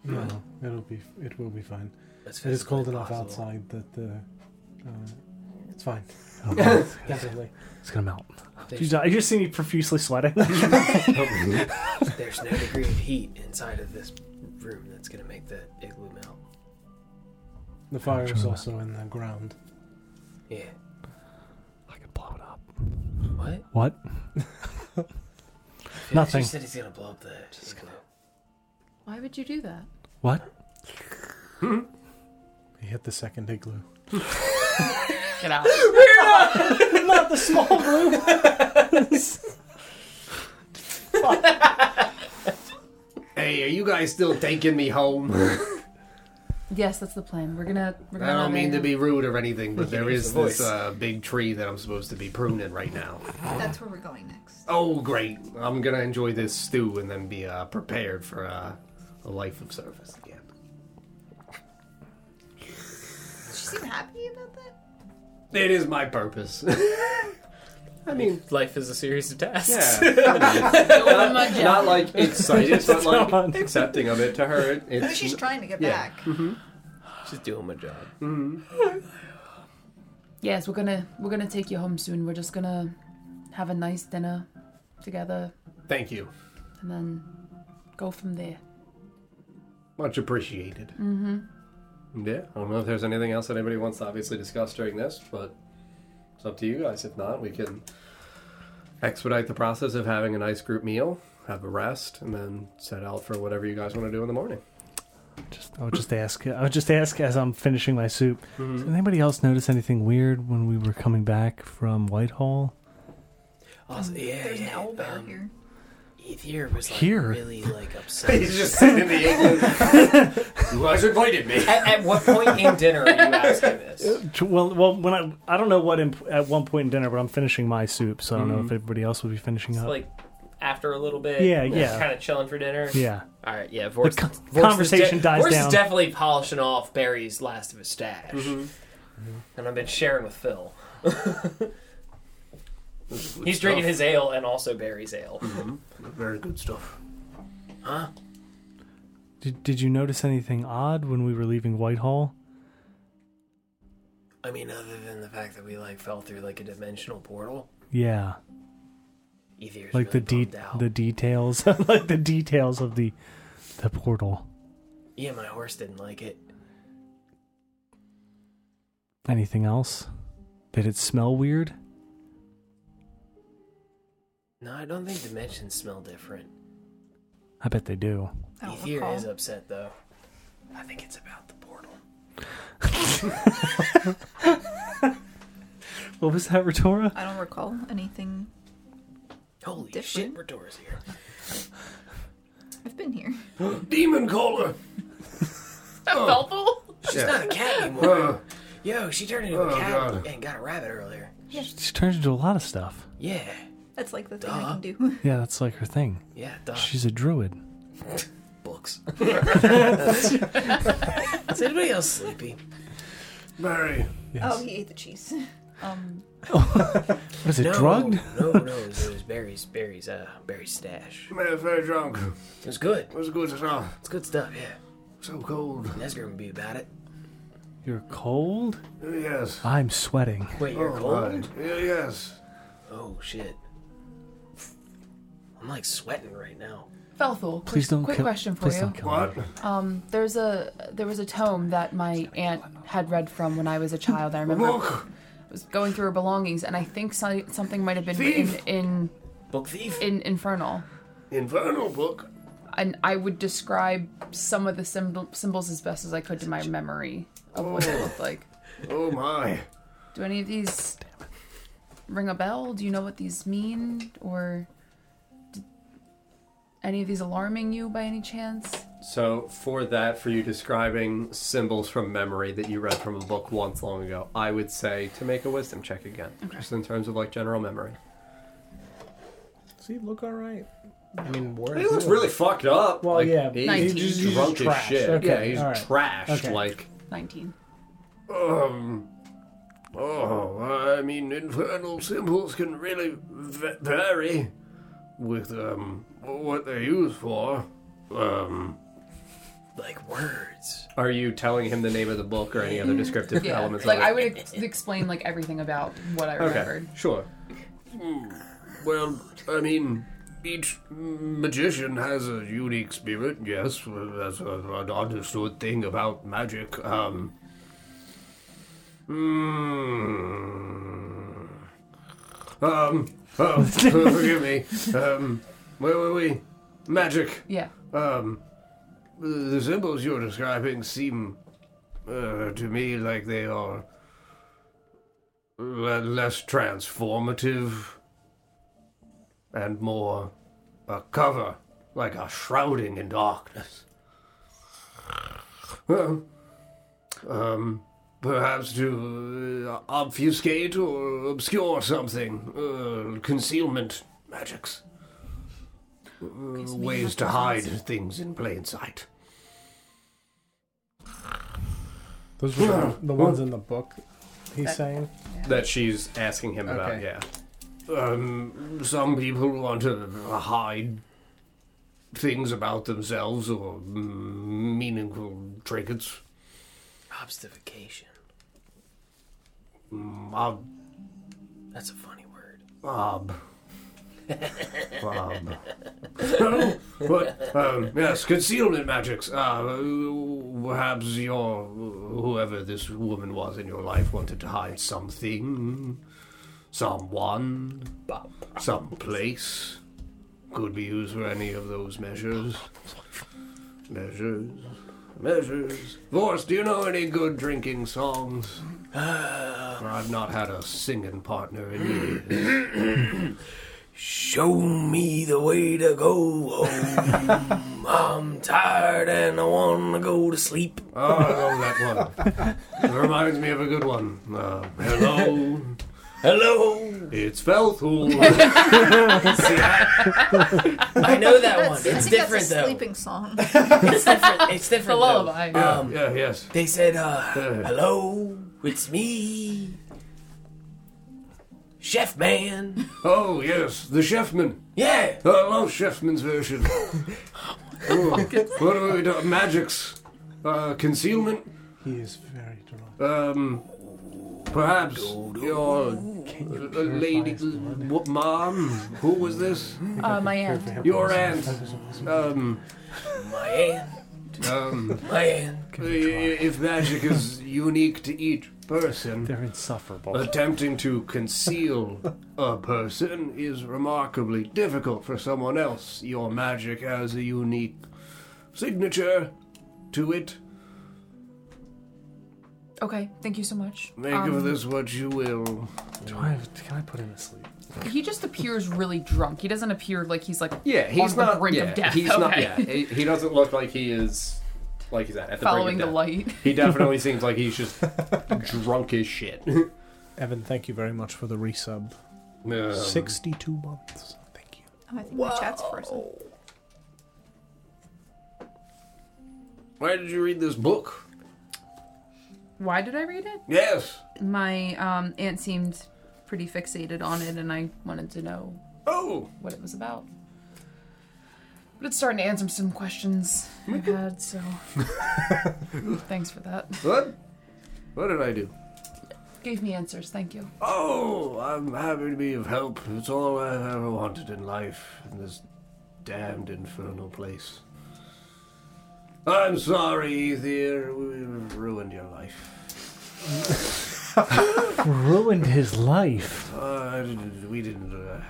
Speaker 7: No, it'll be. It will be fine.
Speaker 6: That's
Speaker 7: It is cold
Speaker 6: physically
Speaker 7: enough
Speaker 6: possible.
Speaker 7: outside that the. Uh, it's fine.
Speaker 10: Oh, God,
Speaker 7: Definitely.
Speaker 10: it's gonna melt. You
Speaker 6: There's,
Speaker 10: just, you just see me profusely sweating.
Speaker 6: there's no degree of heat inside of this room that's gonna make the igloo melt.
Speaker 7: The fire
Speaker 10: sure
Speaker 7: is
Speaker 10: that-
Speaker 7: also in the ground.
Speaker 6: Yeah.
Speaker 10: I could blow it up.
Speaker 6: What?
Speaker 10: What?
Speaker 6: Felix,
Speaker 10: Nothing.
Speaker 6: You said he's gonna blow up the igloo.
Speaker 1: Why would you do that?
Speaker 10: What?
Speaker 7: He hit the second igloo.
Speaker 1: Get out.
Speaker 10: Not the small room.
Speaker 3: Hey, are you guys still taking me home?
Speaker 1: Yes, that's the plan. We're gonna. We're
Speaker 3: I
Speaker 1: gonna have
Speaker 3: don't mean
Speaker 1: a-
Speaker 3: to be rude or anything, but there
Speaker 6: use
Speaker 3: is
Speaker 6: the
Speaker 3: this
Speaker 6: voice.
Speaker 3: uh, big tree that I'm supposed to be pruning right now.
Speaker 5: That's where we're going next.
Speaker 3: Oh, great! I'm gonna enjoy this stew and then be uh, prepared for uh, a life of service again.
Speaker 5: She seemed happy about that.
Speaker 3: It is my purpose. I mean,
Speaker 6: Life is a series of tasks.
Speaker 3: yeah.
Speaker 1: Doing my job.
Speaker 3: not like excited, but like
Speaker 10: Come on.
Speaker 3: accepting of it to her. it-
Speaker 5: Maybe
Speaker 3: It's,
Speaker 5: she's trying to get
Speaker 3: yeah.
Speaker 5: back.
Speaker 6: Just doing my job.
Speaker 1: Yes, we're gonna. We're gonna take you home soon. We're just gonna have a nice dinner together,
Speaker 3: thank you.
Speaker 1: and then go from there.
Speaker 3: Much appreciated. Mm-hmm. Yeah, I don't know if there's anything else that anybody wants to obviously discuss during this, but it's up to you guys. If not, we can expedite the process of having a nice group meal, have a rest, and then set out for whatever you guys want to do in the morning.
Speaker 10: Just I would just ask. I would just ask as I'm finishing my soup. Does
Speaker 3: Mm-hmm.
Speaker 10: anybody else notice anything weird when we were coming back from Whitehall?
Speaker 6: Also, yeah,
Speaker 5: There's an
Speaker 6: yeah,
Speaker 5: owl bear
Speaker 6: um,
Speaker 5: here.
Speaker 6: Ethier was like
Speaker 10: Here?
Speaker 6: really like upset.
Speaker 3: He's just sitting in the igloo. You guys invited me.
Speaker 6: At, at what point in dinner are you asking this?
Speaker 10: To- Well, well, when I I don't know what imp- at one point in dinner, but I'm finishing my soup, so I don't know if everybody else will be finishing
Speaker 6: It's
Speaker 10: up.
Speaker 6: like after a little bit.
Speaker 10: Yeah, yeah.
Speaker 6: Kind of chilling for dinner.
Speaker 10: yeah,
Speaker 6: All right, yeah. Vorst,
Speaker 10: con-
Speaker 6: Vorst
Speaker 10: conversation
Speaker 6: is
Speaker 10: dies
Speaker 6: Vorst
Speaker 10: down.
Speaker 6: is definitely polishing off Barry's last of his stash,
Speaker 8: Mm-hmm.
Speaker 6: Mm-hmm. and I've been sharing with Phil. He's drinking his ale and also Barry's ale.
Speaker 8: Mm-hmm. Very good stuff.
Speaker 10: Did, did you notice anything odd when we were leaving Whitehall?
Speaker 6: I mean, other than the fact that we like fell through like a dimensional portal,
Speaker 10: Yeah,
Speaker 6: Ethier's
Speaker 10: like
Speaker 6: really
Speaker 10: the de-
Speaker 6: bummed out.
Speaker 10: the details, like the details of the the portal.
Speaker 6: yeah, my horse didn't like it.
Speaker 10: Anything else? Did it smell weird?
Speaker 6: No, I don't think dimensions smell different.
Speaker 10: I bet they do.
Speaker 5: I don't
Speaker 6: Ethier
Speaker 5: recall.
Speaker 6: is upset though. I think it's about the portal.
Speaker 10: What was that, Retora?
Speaker 5: I don't recall anything.
Speaker 6: Holy shit,
Speaker 5: Different?
Speaker 6: Redora's here.
Speaker 5: I've been here.
Speaker 3: Demon caller.
Speaker 17: Felpel?
Speaker 6: She's not a cat
Speaker 3: Uh,
Speaker 6: anymore. Yo, she turned
Speaker 3: Oh,
Speaker 6: into a cat and got a rabbit earlier.
Speaker 10: She turns into a lot of stuff.
Speaker 6: Yeah,
Speaker 5: That's like the thing I can do.
Speaker 10: Yeah, that's like her thing.
Speaker 6: yeah, duh.
Speaker 10: She's a druid.
Speaker 6: books. Is anybody else sleepy?
Speaker 3: Barry.
Speaker 5: Oh, he ate the cheese. Um,
Speaker 10: Was it drugged?
Speaker 6: No, no, it was, it was Barry's, Barry's, uh, Barry's stash.
Speaker 3: Man, very drunk.
Speaker 6: It was good.
Speaker 3: It was good enough.
Speaker 6: It's good stuff, yeah.
Speaker 3: So cold.
Speaker 6: That's gonna be about it.
Speaker 10: You're cold?
Speaker 3: Yes.
Speaker 10: I'm sweating.
Speaker 6: Wait, you're
Speaker 3: Oh,
Speaker 6: cold?
Speaker 3: Yes.
Speaker 6: Oh, shit. I'm like sweating right now.
Speaker 17: Felthul, quick,
Speaker 10: Please don't
Speaker 17: quick
Speaker 10: kill.
Speaker 17: question for
Speaker 10: please
Speaker 17: you.
Speaker 10: Don't kill
Speaker 3: What?
Speaker 17: Um, there's a there was a tome that my aunt had read from when I was a child. I remember I
Speaker 3: Look.
Speaker 17: was going through her belongings, and I think so, something might have been written
Speaker 3: Thief!
Speaker 17: in,
Speaker 6: Book thief?
Speaker 17: in Infernal.
Speaker 3: Infernal book.
Speaker 17: And I would describe some of the symbol, symbols as best as I could to my memory of what it looked like.
Speaker 3: Oh my.
Speaker 17: Do any of these ring a bell? Do you know what these mean, or d- any of these alarming you by any chance?
Speaker 3: So for that, for you describing symbols from memory that you read from a book once long ago, I would say to make a wisdom check again, just in terms of like general memory.
Speaker 2: Does he look all right? I mean, where
Speaker 3: He
Speaker 2: is
Speaker 3: looks really fucked up.
Speaker 2: Well,
Speaker 3: Like,
Speaker 2: yeah,
Speaker 3: he's,
Speaker 17: Nineteen.
Speaker 3: he's
Speaker 2: He's
Speaker 3: drunk
Speaker 2: just trashed.
Speaker 3: as shit.
Speaker 2: Okay,
Speaker 3: yeah, he's
Speaker 2: all right.
Speaker 3: trashed.
Speaker 2: Okay.
Speaker 3: Like,
Speaker 17: Nineteen.
Speaker 3: um, oh, I mean, infernal symbols can really v- vary with um what they're used for. Um,
Speaker 6: Like words.
Speaker 3: are you telling him the name of the book or any other descriptive
Speaker 17: Mm-hmm. Yeah,
Speaker 3: elements?
Speaker 17: like
Speaker 3: of it?
Speaker 17: I would ex- explain like everything about what I remembered.
Speaker 3: Sure. Hmm. Well, I mean, each magician has a unique spirit, yes. well, That's a, an understood thing about magic. Um. Mm, um. Oh, forgive me. Um. Where were we? Magic.
Speaker 17: Yeah,
Speaker 3: Um, the symbols you're describing seem uh, to me like they are le- less transformative and more a cover, like a shrouding in darkness. Well, um, perhaps to uh, obfuscate or obscure something, uh, concealment magics Uh,
Speaker 17: so we
Speaker 3: ways
Speaker 17: have
Speaker 3: to
Speaker 17: those
Speaker 3: hide
Speaker 17: ones.
Speaker 3: things in plain sight.
Speaker 2: Those were the, the ones in the book. He's
Speaker 17: That-
Speaker 2: saying.
Speaker 3: That she's asking him about,
Speaker 2: Okay.
Speaker 3: yeah. Um, some people want to hide things about themselves or mm, meaningful trinkets.
Speaker 6: Obstification.
Speaker 3: Ob.
Speaker 6: That's a funny word.
Speaker 3: Ob. Ob. No, but, um, yes, concealment magics. Uh, perhaps your whoever this woman was in your life wanted to hide something, someone,
Speaker 6: Bob.
Speaker 3: some place could be used for any of those measures. Measures. measures. Voice, do you know any good drinking songs? I've not had a singing partner in years.
Speaker 6: Show me the way to go home. I'm tired and I want to go to sleep.
Speaker 3: Oh, I love that one. It reminds me of a good one. Uh, hello. Hello. It's Felthul.
Speaker 6: I know that one.
Speaker 5: That's- I
Speaker 6: It's
Speaker 5: think
Speaker 6: different
Speaker 5: that's a
Speaker 6: though.
Speaker 5: sleeping song. Um,
Speaker 6: It's different. It's different.
Speaker 5: The
Speaker 6: though.
Speaker 5: lullaby.
Speaker 3: Yeah, yeah, yes.
Speaker 6: They said, uh, "Hello, it's me, Chef Man."
Speaker 3: Oh yes, the Chefman. Oh,
Speaker 6: Yeah.
Speaker 3: I love Chefman's version. oh, what have we done? Magics, uh, concealment.
Speaker 7: He is very drunk.
Speaker 3: Um, perhaps your uh, lady, what, mom? Who was this?
Speaker 7: Hmm?
Speaker 17: Uh, my aunt.
Speaker 3: Your aunt. Um,
Speaker 6: My aunt.
Speaker 3: um,
Speaker 6: My aunt.
Speaker 3: i- If magic is unique to each person,
Speaker 18: They're insufferable.
Speaker 3: Uh, attempting to conceal a person is remarkably difficult for someone else. Your magic has a unique signature to it.
Speaker 17: Okay, thank you so much.
Speaker 3: Make
Speaker 17: Um,
Speaker 3: of this what you will.
Speaker 18: Do I, can I put him to sleep?
Speaker 17: He just appears really drunk. He doesn't appear like he's like
Speaker 3: Yeah, he's
Speaker 17: on
Speaker 3: not.
Speaker 17: the brink
Speaker 3: yeah,
Speaker 17: of death.
Speaker 3: he's
Speaker 17: okay.
Speaker 3: not. Yeah, he he doesn't look like he is. Like he's at, at the
Speaker 17: Following
Speaker 3: brink
Speaker 17: the
Speaker 3: of death.
Speaker 17: light.
Speaker 3: He definitely seems like he's just drunk as shit.
Speaker 2: Evan, thank you very much for the resub.
Speaker 3: Um,
Speaker 2: 62 months.
Speaker 5: Oh, I think my chat's frozen.
Speaker 3: Why Um, did you read this book?
Speaker 17: Why did I read it?
Speaker 3: Yes.
Speaker 17: My um, aunt seemed pretty fixated on it, and I wanted to know
Speaker 3: Oh.
Speaker 17: what it was about. But it's starting to answer some questions I had, so thanks for that.
Speaker 3: What? What did I do?
Speaker 17: Gave me answers, thank you.
Speaker 3: Oh, I'm happy to be of help. It's all I've ever wanted in life in this damned infernal place. I'm sorry, Ethier. We've ruined your life.
Speaker 18: Ruined his life.
Speaker 3: Uh, I didn't- we didn't. Uh...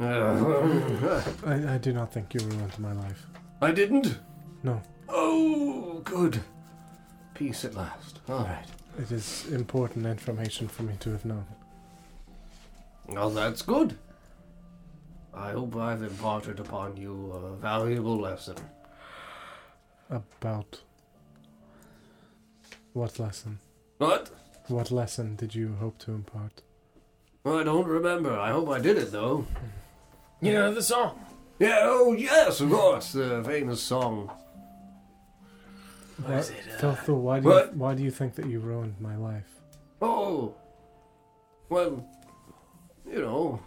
Speaker 3: Uh,
Speaker 7: I, I do not think you ruined my life.
Speaker 3: I didn't.
Speaker 7: No,
Speaker 3: Oh, good. Peace at last. All right.
Speaker 7: it is important information for me to have known.
Speaker 3: Well, that's good. I hope I've imparted upon you a valuable lesson.
Speaker 7: About what lesson?
Speaker 3: What?
Speaker 7: What lesson did you hope to impart?
Speaker 3: I don't remember. I hope I did it though.
Speaker 6: You know the song.
Speaker 3: Yeah. Oh, yes, of course. The famous song.
Speaker 7: Why,
Speaker 17: uh,
Speaker 7: Telthul, why do
Speaker 3: what?
Speaker 7: you why do you think that you ruined my life?
Speaker 3: Oh. Well, you know.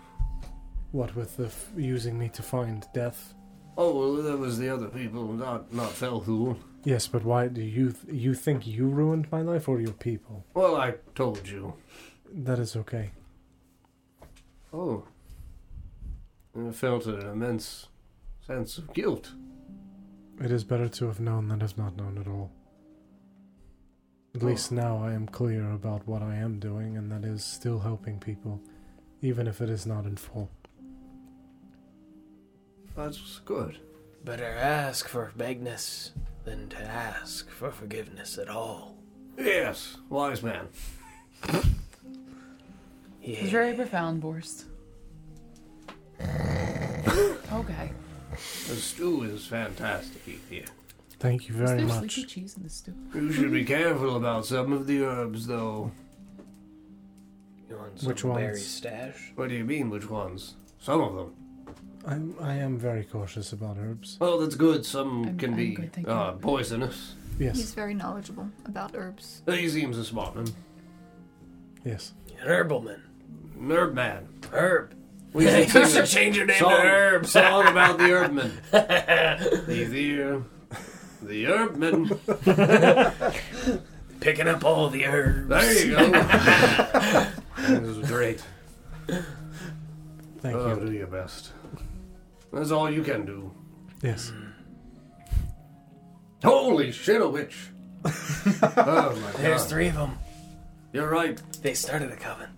Speaker 7: What with the f- using me to find death?
Speaker 3: Oh, well, there was the other people, not not Felthul.
Speaker 7: Yes, but why do you th- you think you ruined my life or your people?
Speaker 3: Well, I told you.
Speaker 7: That is okay.
Speaker 3: Oh. And I felt an immense sense of guilt.
Speaker 7: It is better to have known than have not known at all. At
Speaker 3: Oh.
Speaker 7: least now I am clear about what I am doing, and that is still helping people, even if it is not in full.
Speaker 3: That's good.
Speaker 6: Better ask for forgiveness than to ask for forgiveness at all.
Speaker 3: Yes, wise man.
Speaker 17: It was
Speaker 6: Yeah.
Speaker 17: very profound, Borst. okay.
Speaker 3: The stew is fantastic here.
Speaker 7: Thank you
Speaker 17: Is
Speaker 7: very
Speaker 17: there
Speaker 7: much.
Speaker 17: sleepy cheese in the stew?
Speaker 3: You should be careful about some of the herbs, though.
Speaker 6: You want some
Speaker 7: Which ones?
Speaker 6: berry stash?
Speaker 3: What do you mean, which ones? Some of them.
Speaker 7: I'm, I am very cautious about herbs.
Speaker 3: Oh, that's good. Some
Speaker 17: I'm-
Speaker 3: can
Speaker 17: I'm
Speaker 3: be
Speaker 17: good, thank you.
Speaker 3: uh, poisonous.
Speaker 5: He's
Speaker 7: Yes,
Speaker 5: very knowledgeable about herbs.
Speaker 3: He seems a smart man.
Speaker 7: yes.
Speaker 6: An herbalman.
Speaker 3: An herb man.
Speaker 6: Herb.
Speaker 3: We should
Speaker 6: You
Speaker 3: sing
Speaker 6: should
Speaker 3: a
Speaker 6: change your name
Speaker 3: song,
Speaker 6: to Herb.
Speaker 3: song about the herbman. the, the, the herbman.
Speaker 6: Picking up all the herbs.
Speaker 3: There you go. that was great.
Speaker 7: Thank
Speaker 3: Oh,
Speaker 7: you.
Speaker 3: do your best. That's all you can do. Mm.
Speaker 7: Yes.
Speaker 3: Holy shit, a witch! oh my god.
Speaker 6: There's three of them.
Speaker 3: You're right.
Speaker 6: They started a coven.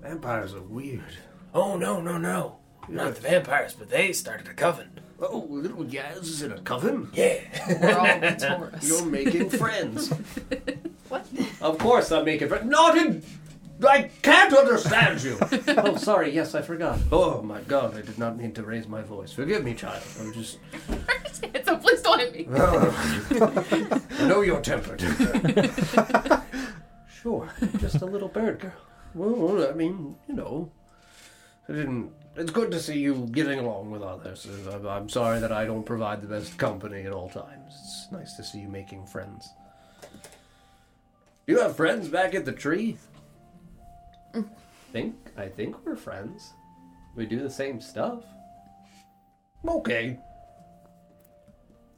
Speaker 3: Vampires are weird.
Speaker 6: Oh no no no! Not the vampires, but they started a coven.
Speaker 3: Oh, little Yaz is in a coven?
Speaker 20: Yeah.
Speaker 3: We're all Taurus.
Speaker 20: You're making friends. Of course I'm making friends. Not in. I can't understand you. oh, sorry. Yes, I forgot. Oh my God, I did not mean to raise my voice. Forgive me, child. I'm just.
Speaker 1: so please don't hit me.
Speaker 3: Oh.
Speaker 20: I know you're tempered.
Speaker 3: sure.
Speaker 20: just a little bird girl. Well, I mean, you know, I didn't. It's good to see you getting along with others. I'm- I'm sorry that I don't provide the best company at all times. It's nice to see you making friends. You have friends back at the tree. Think I think we're friends. We do the same stuff. Okay.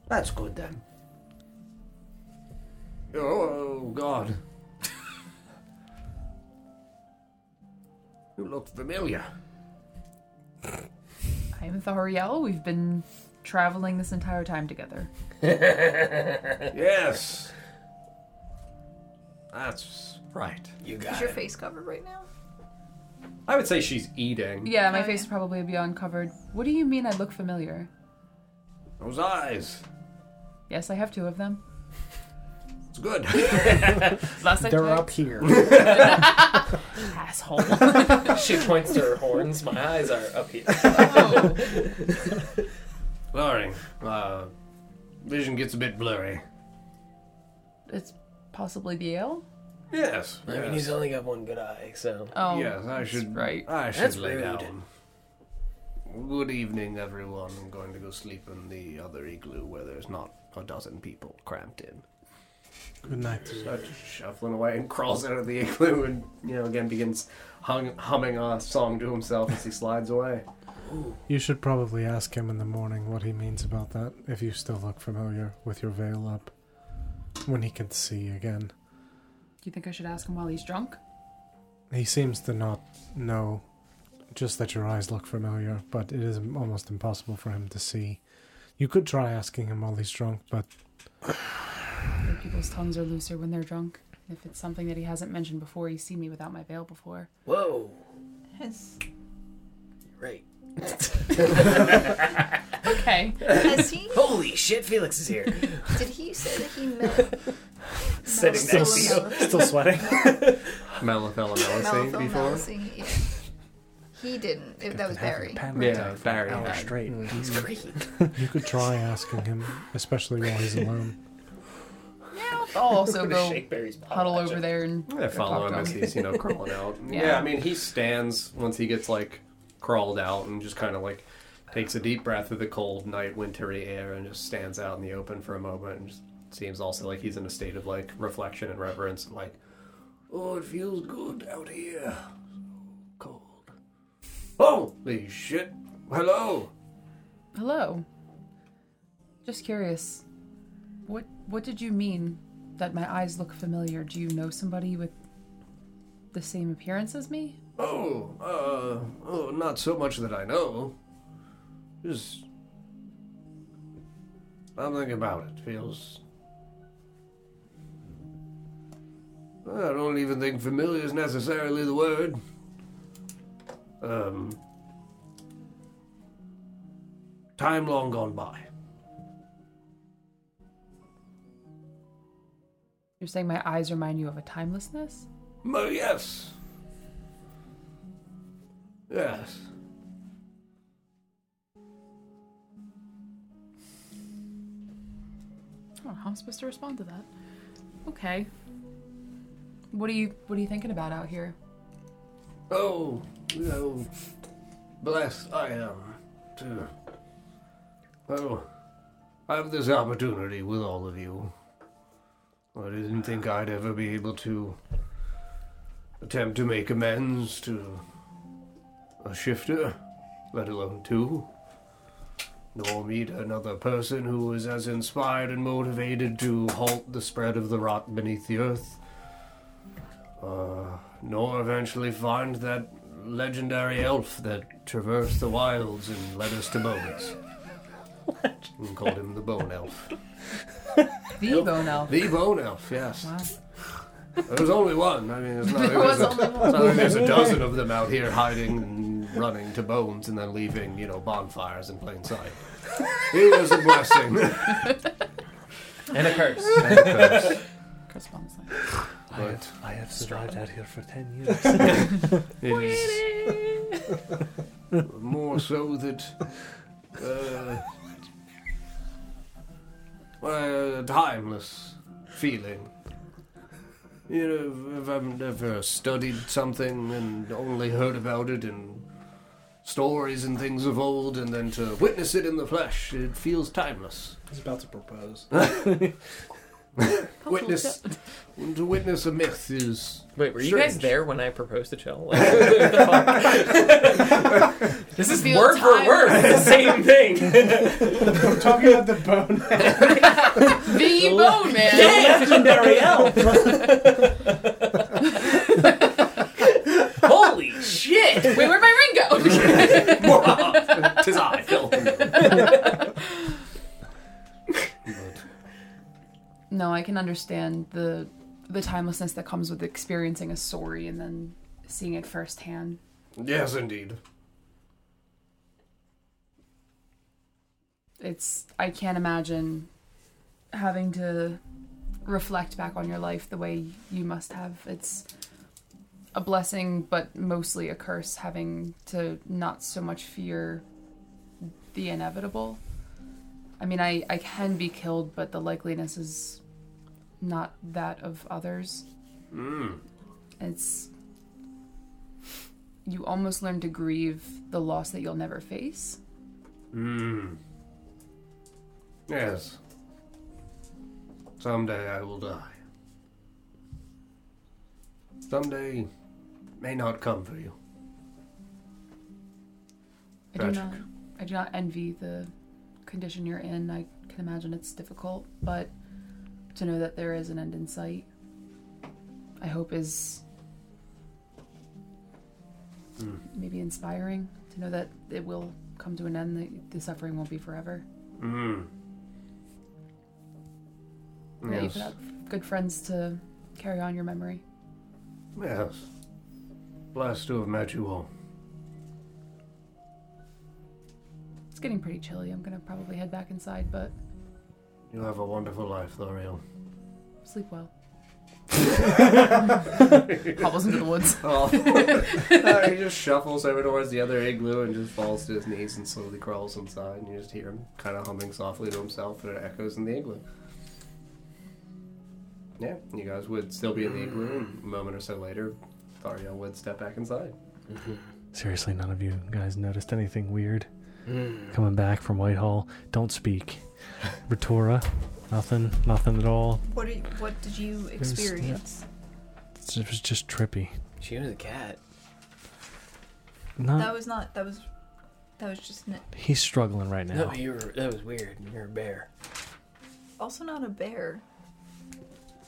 Speaker 20: That's good then.
Speaker 3: Oh, God. you look familiar.
Speaker 1: I'm Thariel. We've been traveling this entire time together.
Speaker 3: yes. That's
Speaker 20: right. You
Speaker 5: Is your face covered right now?
Speaker 20: I would say she's eating.
Speaker 1: Yeah, my face would probably be uncovered. What do you mean I look familiar?
Speaker 3: Those eyes.
Speaker 1: Yes, I have two of them.
Speaker 3: It's good.
Speaker 1: Last I
Speaker 21: They're
Speaker 1: checked.
Speaker 21: up here.
Speaker 1: Asshole.
Speaker 6: she points to her horns. My eyes are up here.
Speaker 3: Sorry. Uh, vision gets a bit blurry.
Speaker 1: It's possibly the ale.
Speaker 3: Yes.
Speaker 6: I mean, he's only got one good eye, so.
Speaker 1: Oh.
Speaker 3: yes, I should.
Speaker 1: right.
Speaker 3: I should
Speaker 6: That's
Speaker 3: lay
Speaker 6: rude.
Speaker 3: down. Good evening, everyone. I'm going to go sleep in the other igloo where there's not a dozen people cramped in.
Speaker 7: Good night.
Speaker 20: Starts shuffling away and crawls out of the igloo and, you know, again begins hung, humming a song to himself as he slides away.
Speaker 7: You should probably ask him in the morning what he means about that, if you still look familiar with your veil up. When he can see again.
Speaker 1: Do you think I should ask him while he's drunk?
Speaker 7: He seems to not know just that your eyes look familiar, but it is almost impossible for him to see. You could try asking him while he's drunk, but
Speaker 1: I think people's tongues are looser when they're drunk. If it's something that he hasn't mentioned before, he's seen me without my veil before.
Speaker 6: Whoa.
Speaker 5: Has
Speaker 6: Right.
Speaker 1: okay.
Speaker 5: Has he?
Speaker 6: Holy shit, Felix is here.
Speaker 5: Did he say that he met?
Speaker 6: Sitting
Speaker 5: Mel-
Speaker 6: next to you.
Speaker 5: Mel-
Speaker 6: Still sweating.
Speaker 20: Malathalamelisane
Speaker 5: Malphil
Speaker 20: before?
Speaker 5: Malphil, yeah. He didn't. If that was Barry.
Speaker 20: Yeah, Barry. had.
Speaker 7: He's great. you could try asking him, especially while he's alone.
Speaker 1: I'll also
Speaker 6: I'm
Speaker 1: go
Speaker 6: gonna shake Barry's paw
Speaker 1: huddle
Speaker 6: at you.
Speaker 1: over there and
Speaker 20: I follow
Speaker 1: talk
Speaker 20: him as
Speaker 1: to
Speaker 20: he's, you know, crawling out. yeah.
Speaker 1: Yeah.
Speaker 20: I mean, he stands once he gets, like, crawled out and just kind of, like, takes a deep breath of the cold night, wintry air and just stands out in the open for a moment and just seems also like he's in a state of, like, reflection and reverence. And, like,
Speaker 3: Oh, it feels good out here. So cold. Holy shit. Hello.
Speaker 1: Hello. Just curious. What what did you mean that my eyes look familiar? Do you know somebody with the same appearance as me?
Speaker 3: Oh, uh, oh, not so much that I know. Just something about it feels. I don't even think familiar is necessarily the word. Um, time long gone by.
Speaker 1: You're saying my eyes remind you of a timelessness?
Speaker 3: Oh, yes. Yes.
Speaker 1: I don't know how I'm supposed to respond to that. Okay. What are you what are you thinking about out here?
Speaker 3: Oh, how blessed I am to. Oh, I have this opportunity with all of you. I didn't think I'd ever be able to attempt to make amends to a shifter, let alone two, nor meet another person who is as inspired and motivated to halt the spread of the rot beneath the earth uh, nor eventually find that legendary elf that traversed the wilds and led us to bones. and called him the Bone Elf.
Speaker 1: The bone elf.
Speaker 3: The Bone Elf, yes.
Speaker 1: Wow.
Speaker 3: There was only one. I mean, it's not,
Speaker 1: There
Speaker 3: like
Speaker 1: was
Speaker 3: there's a-
Speaker 1: only one.
Speaker 3: it's not like there's a dozen of them out here hiding and running to bones and then leaving, you know, bonfires in plain sight. It was a blessing.
Speaker 6: And a curse.
Speaker 3: And a curse.
Speaker 1: Curse bonfire.
Speaker 10: I have, I have survived out here for 10 years.
Speaker 22: It is more so that uh, well, a timeless feeling. You know, if I've never studied something and only heard about it in stories and things of old, and then to witness it in the flesh, it feels timeless.
Speaker 4: He's about to propose.
Speaker 22: witness to witness a myth is
Speaker 6: Wait, were you
Speaker 22: strange.
Speaker 6: guys there when I proposed to Chell? Like, what the fuck? this is
Speaker 22: Feel
Speaker 6: word for word the same thing.
Speaker 2: We're talking about the bone.
Speaker 1: the bone man.
Speaker 6: legendary elf. Holy shit!
Speaker 1: Wait, where'd my ring go?
Speaker 3: Tis I, Phil.
Speaker 1: No, I can understand the the timelessness that comes with experiencing a story and then seeing it firsthand.
Speaker 3: Yes, indeed.
Speaker 1: It's I can't imagine having to reflect back on your life the way you must have. It's a blessing but mostly a curse having to not so much fear the inevitable. I mean, I I can be killed, but the likeliness is not that of others.
Speaker 22: Hmm.
Speaker 3: Mm.
Speaker 1: It's you almost learn to grieve the loss that you'll never face.
Speaker 22: Mm. Yes. Someday I will die. Someday may not come for you.
Speaker 1: I do not I do not envy the condition you're in. I can imagine it's difficult, but to know that there is an end in sight, I hope is
Speaker 22: Mm.
Speaker 1: maybe inspiring to know that it will come to an end, that the suffering won't be forever.
Speaker 22: Mm.
Speaker 1: That you
Speaker 22: Yes.
Speaker 1: could have good friends to carry on your memory.
Speaker 22: Yes. Blessed to have met you all.
Speaker 1: It's getting pretty chilly. I'm gonna probably head back inside, but
Speaker 22: You have a wonderful life, L'Oreal.
Speaker 1: sleep well. Hobbles into the woods.
Speaker 3: Oh. Uh, he just shuffles over towards the other igloo and just falls to his knees and slowly crawls inside. And you just hear him kind of humming softly to himself, and it echoes in the igloo. Yeah, you guys would still be in the igloo. And a moment or so later, Thariel would step back inside.
Speaker 10: Seriously, none of you guys noticed anything weird
Speaker 3: Hmm.
Speaker 10: coming back from Whitehall. Don't speak. Retora, nothing, nothing at all.
Speaker 5: What do you, what did you
Speaker 10: was-
Speaker 5: experience?
Speaker 10: It's- It was just trippy.
Speaker 6: She was a cat.
Speaker 10: Not.
Speaker 5: That was not. That was. That was just n-
Speaker 10: He's struggling right now.
Speaker 6: No, you were. That was weird. You're a bear.
Speaker 5: also not a bear.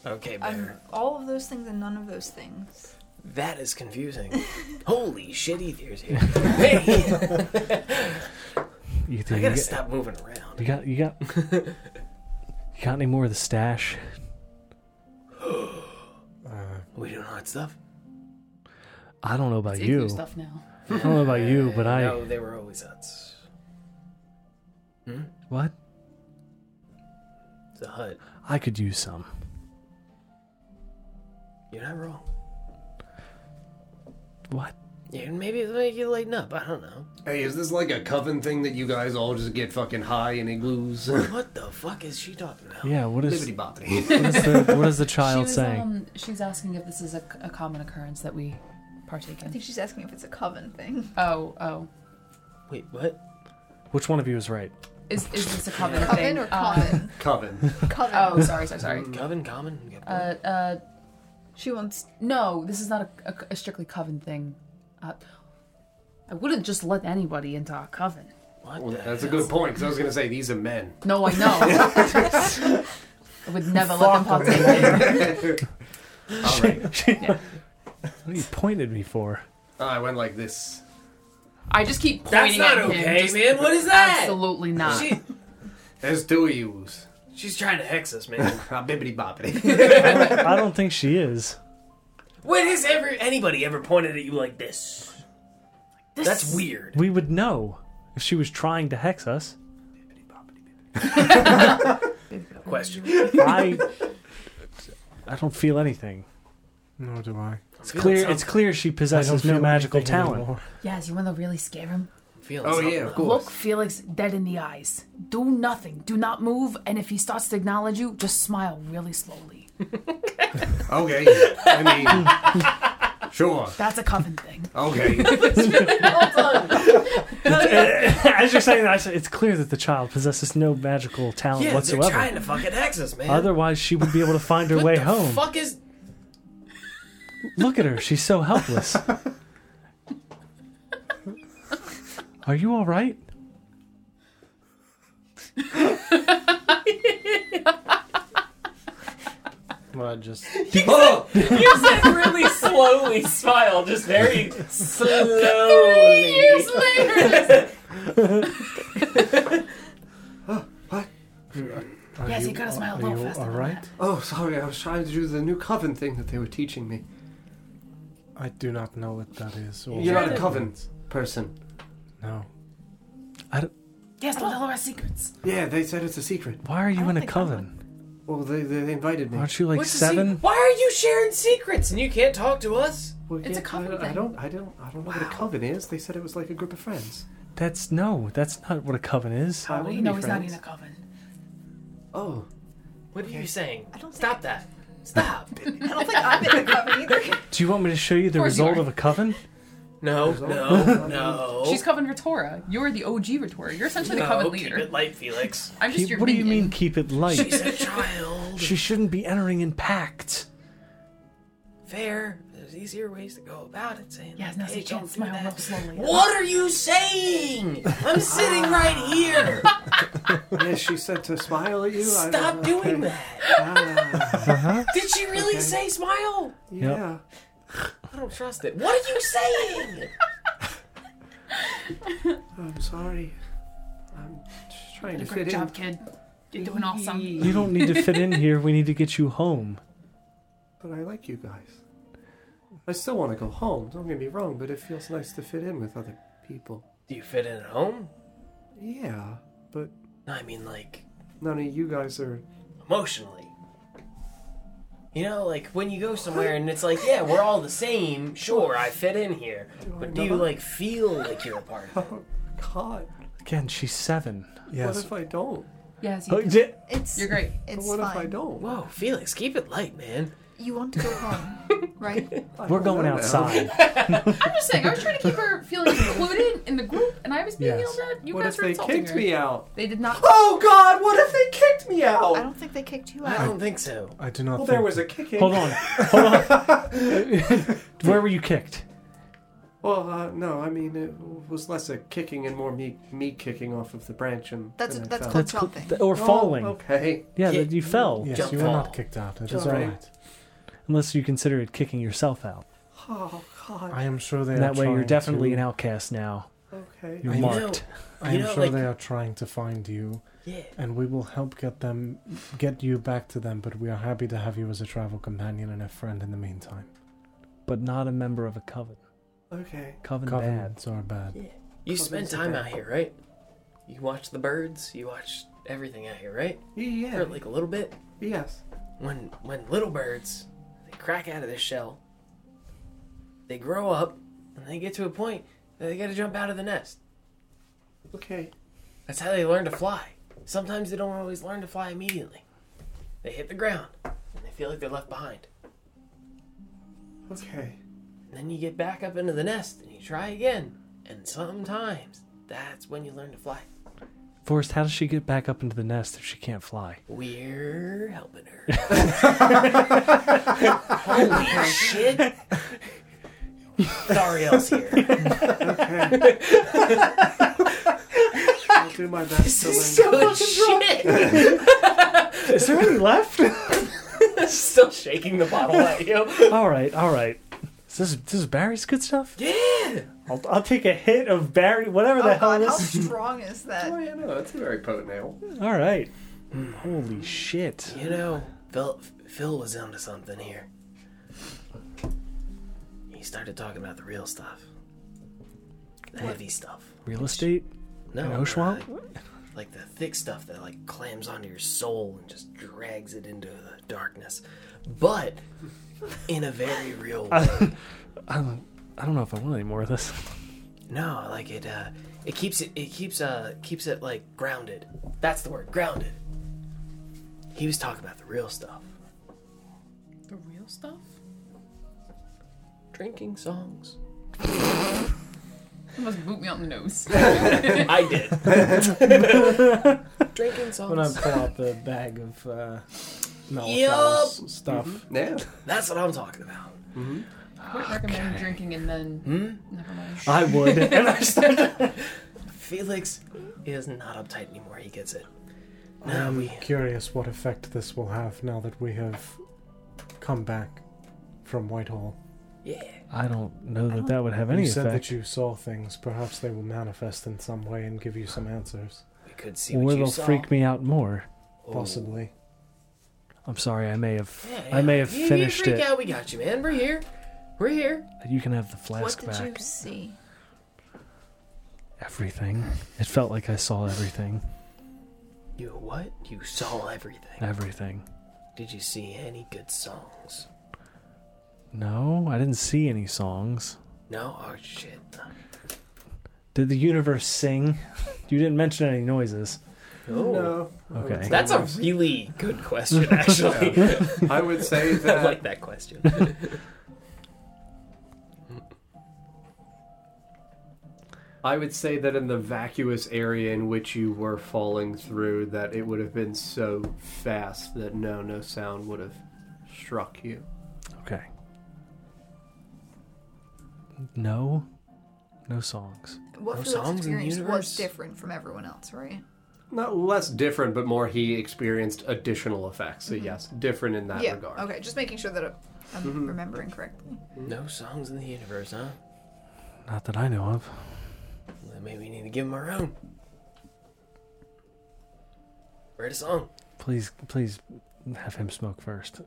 Speaker 6: Okay,
Speaker 5: I'm
Speaker 6: bear.
Speaker 5: all of those things and none of those things.
Speaker 6: That is confusing. Holy shit, Ether's here. hey!
Speaker 10: You
Speaker 6: I
Speaker 10: think-
Speaker 6: gotta stop moving around.
Speaker 10: You got, you got, you got any more of the stash?
Speaker 6: we doing hot stuff?
Speaker 10: I don't know about
Speaker 6: It's igloo
Speaker 10: you.
Speaker 6: stuff now.
Speaker 10: I don't know about you, but I.
Speaker 6: No, they were always huts.
Speaker 10: What?
Speaker 6: It's a hut.
Speaker 10: I could use some.
Speaker 6: You're not wrong.
Speaker 10: What?
Speaker 6: Yeah, maybe it'll make you lighten up. I don't know.
Speaker 3: Hey, is this like a coven thing that you guys all just get fucking high in igloos?
Speaker 6: What the fuck is she talking about?
Speaker 10: Yeah. What is?
Speaker 3: Bibbidi
Speaker 10: What
Speaker 3: bobbidi.
Speaker 10: is the, what is the child
Speaker 1: She was,
Speaker 10: saying?
Speaker 1: Um, she's asking if this is a, a common occurrence that we partake
Speaker 5: I
Speaker 1: in.
Speaker 5: think she's asking if it's a coven thing.
Speaker 1: Oh, oh.
Speaker 6: Wait, what?
Speaker 10: Which one of you is right?
Speaker 1: Is, is this a common
Speaker 5: Coven
Speaker 1: thing?
Speaker 5: or
Speaker 1: Uh,
Speaker 5: common?
Speaker 3: Coven.
Speaker 5: Coven.
Speaker 1: oh, sorry, sorry, sorry.
Speaker 6: Mm, Coven, common.
Speaker 1: Uh, uh,
Speaker 5: she wants.
Speaker 1: No, this is not a, a- a strictly coven thing. Uh, I wouldn't just let anybody into our coven.
Speaker 6: What?
Speaker 3: Well, that's a good point, because I was going to say, these are men.
Speaker 1: No, I know. I would never let them partake. in it.
Speaker 3: All right.
Speaker 1: Yeah.
Speaker 10: What are you pointed me for?
Speaker 3: Oh, I went like this.
Speaker 1: I just keep
Speaker 6: That's
Speaker 1: pointing
Speaker 6: not
Speaker 1: at him,
Speaker 6: okay,
Speaker 1: just-
Speaker 6: man. What is that?
Speaker 1: Absolutely not.
Speaker 6: She-
Speaker 3: There's two of yous.
Speaker 6: she's trying to hex us, man.
Speaker 3: Bibbidi bobbidi.
Speaker 10: I don't think she is.
Speaker 6: when has ever anybody ever pointed at you like this? This That's weird.
Speaker 10: We would know if she was trying to hex us.
Speaker 6: Question.
Speaker 10: I I don't feel anything.
Speaker 7: Nor do I.
Speaker 10: It's clear. It's clear she
Speaker 7: I
Speaker 10: possesses
Speaker 7: don't
Speaker 10: no
Speaker 7: feel
Speaker 10: magical
Speaker 7: anything
Speaker 10: talent.
Speaker 7: anymore.
Speaker 1: Yes, you want to really scare him?
Speaker 6: Feeling Oh, yeah, something. of course.
Speaker 1: Look Felix dead in the eyes. Do nothing. Do not move. And if he starts to acknowledge you, just smile really slowly.
Speaker 3: Okay. I mean, sure.
Speaker 1: That's a coven thing.
Speaker 3: Okay.
Speaker 10: As you're saying that, I said, it's clear that the child possesses no magical talent
Speaker 6: Yeah,
Speaker 10: whatsoever.
Speaker 6: they're trying to fucking hex us, man.
Speaker 10: Otherwise, she would be able to find her
Speaker 6: What
Speaker 10: way
Speaker 6: the
Speaker 10: home.
Speaker 6: Fuck is
Speaker 10: Look at her. She's so helpless. Are you all right?
Speaker 2: Well, just
Speaker 6: Oh! you said really slowly smile, just very slowly.
Speaker 3: years
Speaker 6: later.
Speaker 3: Are
Speaker 1: Yes, you
Speaker 3: you-
Speaker 1: gotta smile a
Speaker 3: are
Speaker 1: little
Speaker 3: you
Speaker 1: faster.
Speaker 3: all right? Oh, sorry. I was trying to do the new coven thing that they were teaching me.
Speaker 7: I do not know what that is.
Speaker 1: Oh.
Speaker 3: You're not a coven person.
Speaker 7: No.
Speaker 1: Yes, don't tell her our secrets.
Speaker 3: Yeah, they said it's a secret.
Speaker 10: Why are you in a coven?
Speaker 3: Well, they, they, they invited me.
Speaker 10: Aren't you like
Speaker 6: What's the
Speaker 10: seven?
Speaker 6: se- Why are you sharing secrets and you can't talk to us?
Speaker 1: it's a coven
Speaker 3: I,
Speaker 1: thing.
Speaker 3: I don't, I don't, I don't know what a coven is. They said it was like a group of friends.
Speaker 10: That's no. That's not what a coven is.
Speaker 3: How
Speaker 1: You know he's not in a coven.
Speaker 3: Oh.
Speaker 6: What are you saying? I don't Stop that. Stop.
Speaker 5: I don't think I'm in a coven either.
Speaker 10: Do you want me to show you the
Speaker 1: course you
Speaker 10: result of a coven?
Speaker 6: No,
Speaker 3: Oh,
Speaker 6: no, no.
Speaker 1: She's coven Retora. You're the OG Retora. You're essentially the coven
Speaker 6: no,
Speaker 1: leader.
Speaker 6: keep it light, Felix.
Speaker 1: I'm just
Speaker 10: Keep-
Speaker 1: your
Speaker 10: what do you
Speaker 1: minion.
Speaker 10: mean keep it light?
Speaker 6: She's a child.
Speaker 10: She shouldn't be entering in pact.
Speaker 6: Fair. There's easier ways to go about it. Saying,
Speaker 1: Yes, no,
Speaker 6: like,
Speaker 1: so
Speaker 6: hey,
Speaker 1: you can't
Speaker 6: don't do
Speaker 1: smile
Speaker 6: that.
Speaker 1: real slowly.
Speaker 6: What are you saying? I'm sitting right here.
Speaker 3: yeah, she said to smile at you. I
Speaker 6: Stop
Speaker 3: don't know.
Speaker 6: doing that. Did she really say smile?
Speaker 3: Yeah.
Speaker 6: I don't trust it. What are you saying?
Speaker 3: I'm sorry. I'm just trying to
Speaker 1: Did a
Speaker 3: fit
Speaker 1: great job,
Speaker 3: in.
Speaker 1: kid. You're doing awesome.
Speaker 10: You don't need to fit in here. We need to get you home.
Speaker 3: But I like you guys. I still want to go home. Don't get me wrong, but it feels nice to fit in with other people.
Speaker 6: Do you fit in at home?
Speaker 3: Yeah, but
Speaker 6: No, I mean like
Speaker 3: none of you guys are.
Speaker 6: emotionally. You know, like when you go somewhere and it's like, yeah, we're all the same. Sure, I fit in here, but do you like feel like you're a part of it?
Speaker 3: God,
Speaker 10: Again, she's seven.
Speaker 7: Yes.
Speaker 3: what if I don't?
Speaker 1: Yes,
Speaker 10: Oh,
Speaker 1: you do.
Speaker 10: di-
Speaker 5: It's
Speaker 1: You're great.
Speaker 5: It's
Speaker 3: what if I
Speaker 5: fine.
Speaker 3: don't?
Speaker 6: Whoa, Felix, keep it light, man.
Speaker 5: You want to go home, right?
Speaker 10: We're going outside.
Speaker 1: I'm just saying, I was trying to keep her feeling included in the group, and I was being
Speaker 10: Yes.
Speaker 1: yelled at. You
Speaker 3: What
Speaker 1: guys
Speaker 3: if
Speaker 1: were
Speaker 3: they
Speaker 1: insulting
Speaker 3: kicked
Speaker 1: her.
Speaker 3: me out?
Speaker 1: They did not.
Speaker 3: Oh God! What if they kicked me
Speaker 5: I
Speaker 3: out?
Speaker 5: don't think they kicked you
Speaker 6: I
Speaker 5: out.
Speaker 6: don't think so.
Speaker 7: I do
Speaker 3: Well,
Speaker 7: not think
Speaker 3: there was a kicking.
Speaker 10: Hold on. Hold on. Where were you kicked?
Speaker 3: Well, uh, no, I mean it was less a kicking and more me me kicking off of the branch and.
Speaker 5: That's
Speaker 3: and I
Speaker 5: that's
Speaker 3: fell.
Speaker 5: called
Speaker 10: That's cl-
Speaker 5: jumping.
Speaker 10: th- or
Speaker 3: Oh,
Speaker 10: falling.
Speaker 3: okay.
Speaker 10: Yeah,
Speaker 6: Yeah.
Speaker 10: that you fell.
Speaker 7: Yes,
Speaker 6: Jump
Speaker 7: you were
Speaker 6: ball.
Speaker 7: not kicked out. It is all
Speaker 3: Sorry.
Speaker 7: right.
Speaker 10: Unless you consider it kicking yourself out.
Speaker 3: Oh God.
Speaker 7: I am sure they
Speaker 10: And
Speaker 7: are
Speaker 10: that way you're
Speaker 7: trying
Speaker 10: definitely
Speaker 7: to,
Speaker 10: an outcast now.
Speaker 3: Okay.
Speaker 10: You're
Speaker 7: I know.
Speaker 10: marked.
Speaker 7: I
Speaker 6: You
Speaker 7: am
Speaker 6: know,
Speaker 7: sure
Speaker 6: like-
Speaker 7: they are trying to find you,
Speaker 6: Yeah.
Speaker 7: and we will help get them, get you back to them. But we are happy to have you as a travel companion and a friend in the meantime.
Speaker 10: But not a member of a coven.
Speaker 3: Okay.
Speaker 10: Coven, bad.
Speaker 7: Covenants are bad.
Speaker 6: You
Speaker 3: Covers
Speaker 6: spend
Speaker 3: are
Speaker 6: time
Speaker 3: bad.
Speaker 6: out here, right? You watch the birds. You watch everything out here, right?
Speaker 3: Yeah.
Speaker 6: For like a little bit.
Speaker 3: E Yes.
Speaker 6: When when little birds, they crack out of their shell. They grow up, and they get to a point that they got to jump out of the nest.
Speaker 3: Okay.
Speaker 6: That's how they learn to fly. Sometimes they don't always learn to fly immediately. They hit the ground and they feel like they're left behind.
Speaker 3: Okay.
Speaker 6: And then you get back up into the nest and you try again. And sometimes that's when you learn to fly.
Speaker 10: Forrest, how does she get back up into the nest if she can't fly?
Speaker 6: We're helping her. Holy shit! Dariel's here.
Speaker 3: I'll do my best to learn.
Speaker 6: Holy shit!
Speaker 10: Is there any left?
Speaker 6: Still shaking the bottle at you.
Speaker 10: all right, all right. Is this, this is Barry's good stuff?
Speaker 6: Yeah.
Speaker 10: I'll, I'll take a hit of Barry, whatever the
Speaker 5: Oh
Speaker 10: hell
Speaker 5: god,
Speaker 10: this
Speaker 5: how strong is
Speaker 3: Oh
Speaker 5: that?
Speaker 3: yeah, no, that's a very potent ale.
Speaker 10: All right. Holy shit.
Speaker 6: You know, Phil, Phil was onto something here. He started talking about the real stuff. The heavy stuff.
Speaker 10: Real estate?
Speaker 6: No.
Speaker 10: An
Speaker 6: or
Speaker 10: Oshwamp?
Speaker 6: Like, like the thick stuff that like clams onto your soul and just drags it into the darkness. But in a very real way.
Speaker 10: I, I don't, I don't know if I want any more of this.
Speaker 6: No, like it uh it keeps it it keeps uh keeps it like grounded. That's the word, grounded. He was talking about the real stuff.
Speaker 17: The real stuff?
Speaker 6: Drinking songs.
Speaker 17: You must boot me on the nose.
Speaker 6: I did. Drinking
Speaker 2: When I
Speaker 6: songs.
Speaker 2: pull out the bag of uh, Mellow
Speaker 6: Yup.
Speaker 2: Flowers stuff.
Speaker 3: Mm-hmm. Yeah.
Speaker 6: That's what I'm talking about.
Speaker 2: Mm-hmm.
Speaker 17: I would recommend drinking and then.
Speaker 6: Hmm?
Speaker 17: Never mind.
Speaker 2: I would.
Speaker 6: and I started. Felix is not uptight anymore. He gets it. Now
Speaker 7: I'm
Speaker 6: we.
Speaker 7: curious what effect this will have now that we have come back from Whitehall.
Speaker 6: Yeah.
Speaker 10: I don't know that that would have
Speaker 7: you
Speaker 10: any
Speaker 7: said
Speaker 10: effect.
Speaker 7: that you saw things. Perhaps they will manifest in some way and give you some answers.
Speaker 6: We could see
Speaker 10: Or
Speaker 6: what you
Speaker 10: they'll
Speaker 6: saw. Oh.
Speaker 10: freak me out more.
Speaker 7: Possibly.
Speaker 10: I'm sorry. I may have.
Speaker 6: Yeah,
Speaker 10: I may
Speaker 6: yeah.
Speaker 10: have
Speaker 6: You- you
Speaker 10: finished
Speaker 6: freak
Speaker 10: it.
Speaker 6: out, we got you, man. We're here. We're here.
Speaker 10: You can have the flask
Speaker 5: what did
Speaker 10: back.
Speaker 5: you see?
Speaker 10: Everything. It felt like I saw everything.
Speaker 6: You what? You saw everything.
Speaker 10: Everything.
Speaker 6: Did you see any good songs?
Speaker 10: No, I didn't see any songs.
Speaker 6: No. Oh shit.
Speaker 10: Did the universe sing? You didn't mention any noises.
Speaker 6: Oh.
Speaker 3: No.
Speaker 10: Okay.
Speaker 6: That's a really good question, actually.
Speaker 10: Yeah.
Speaker 3: I would say
Speaker 6: I
Speaker 3: that-
Speaker 6: like that question.
Speaker 3: I would say that in the vacuous area in which you were falling through, that it would have been so fast that no, no sound would have struck you.
Speaker 10: Okay. No. No songs.
Speaker 5: What
Speaker 6: No
Speaker 5: Felix
Speaker 6: songs in the
Speaker 5: experience was
Speaker 6: universe?
Speaker 5: different from everyone else, right?
Speaker 3: Not less different, but more he experienced additional effects. So yes, different in that
Speaker 5: yeah.
Speaker 3: regard.
Speaker 5: Okay, just making sure that I'm I'm
Speaker 3: Mhm.
Speaker 5: remembering correctly.
Speaker 6: no songs in the universe, huh?
Speaker 10: Not that I know of.
Speaker 6: Well, then maybe we need to give him our own. Write a song.
Speaker 10: Please, please have him smoke first.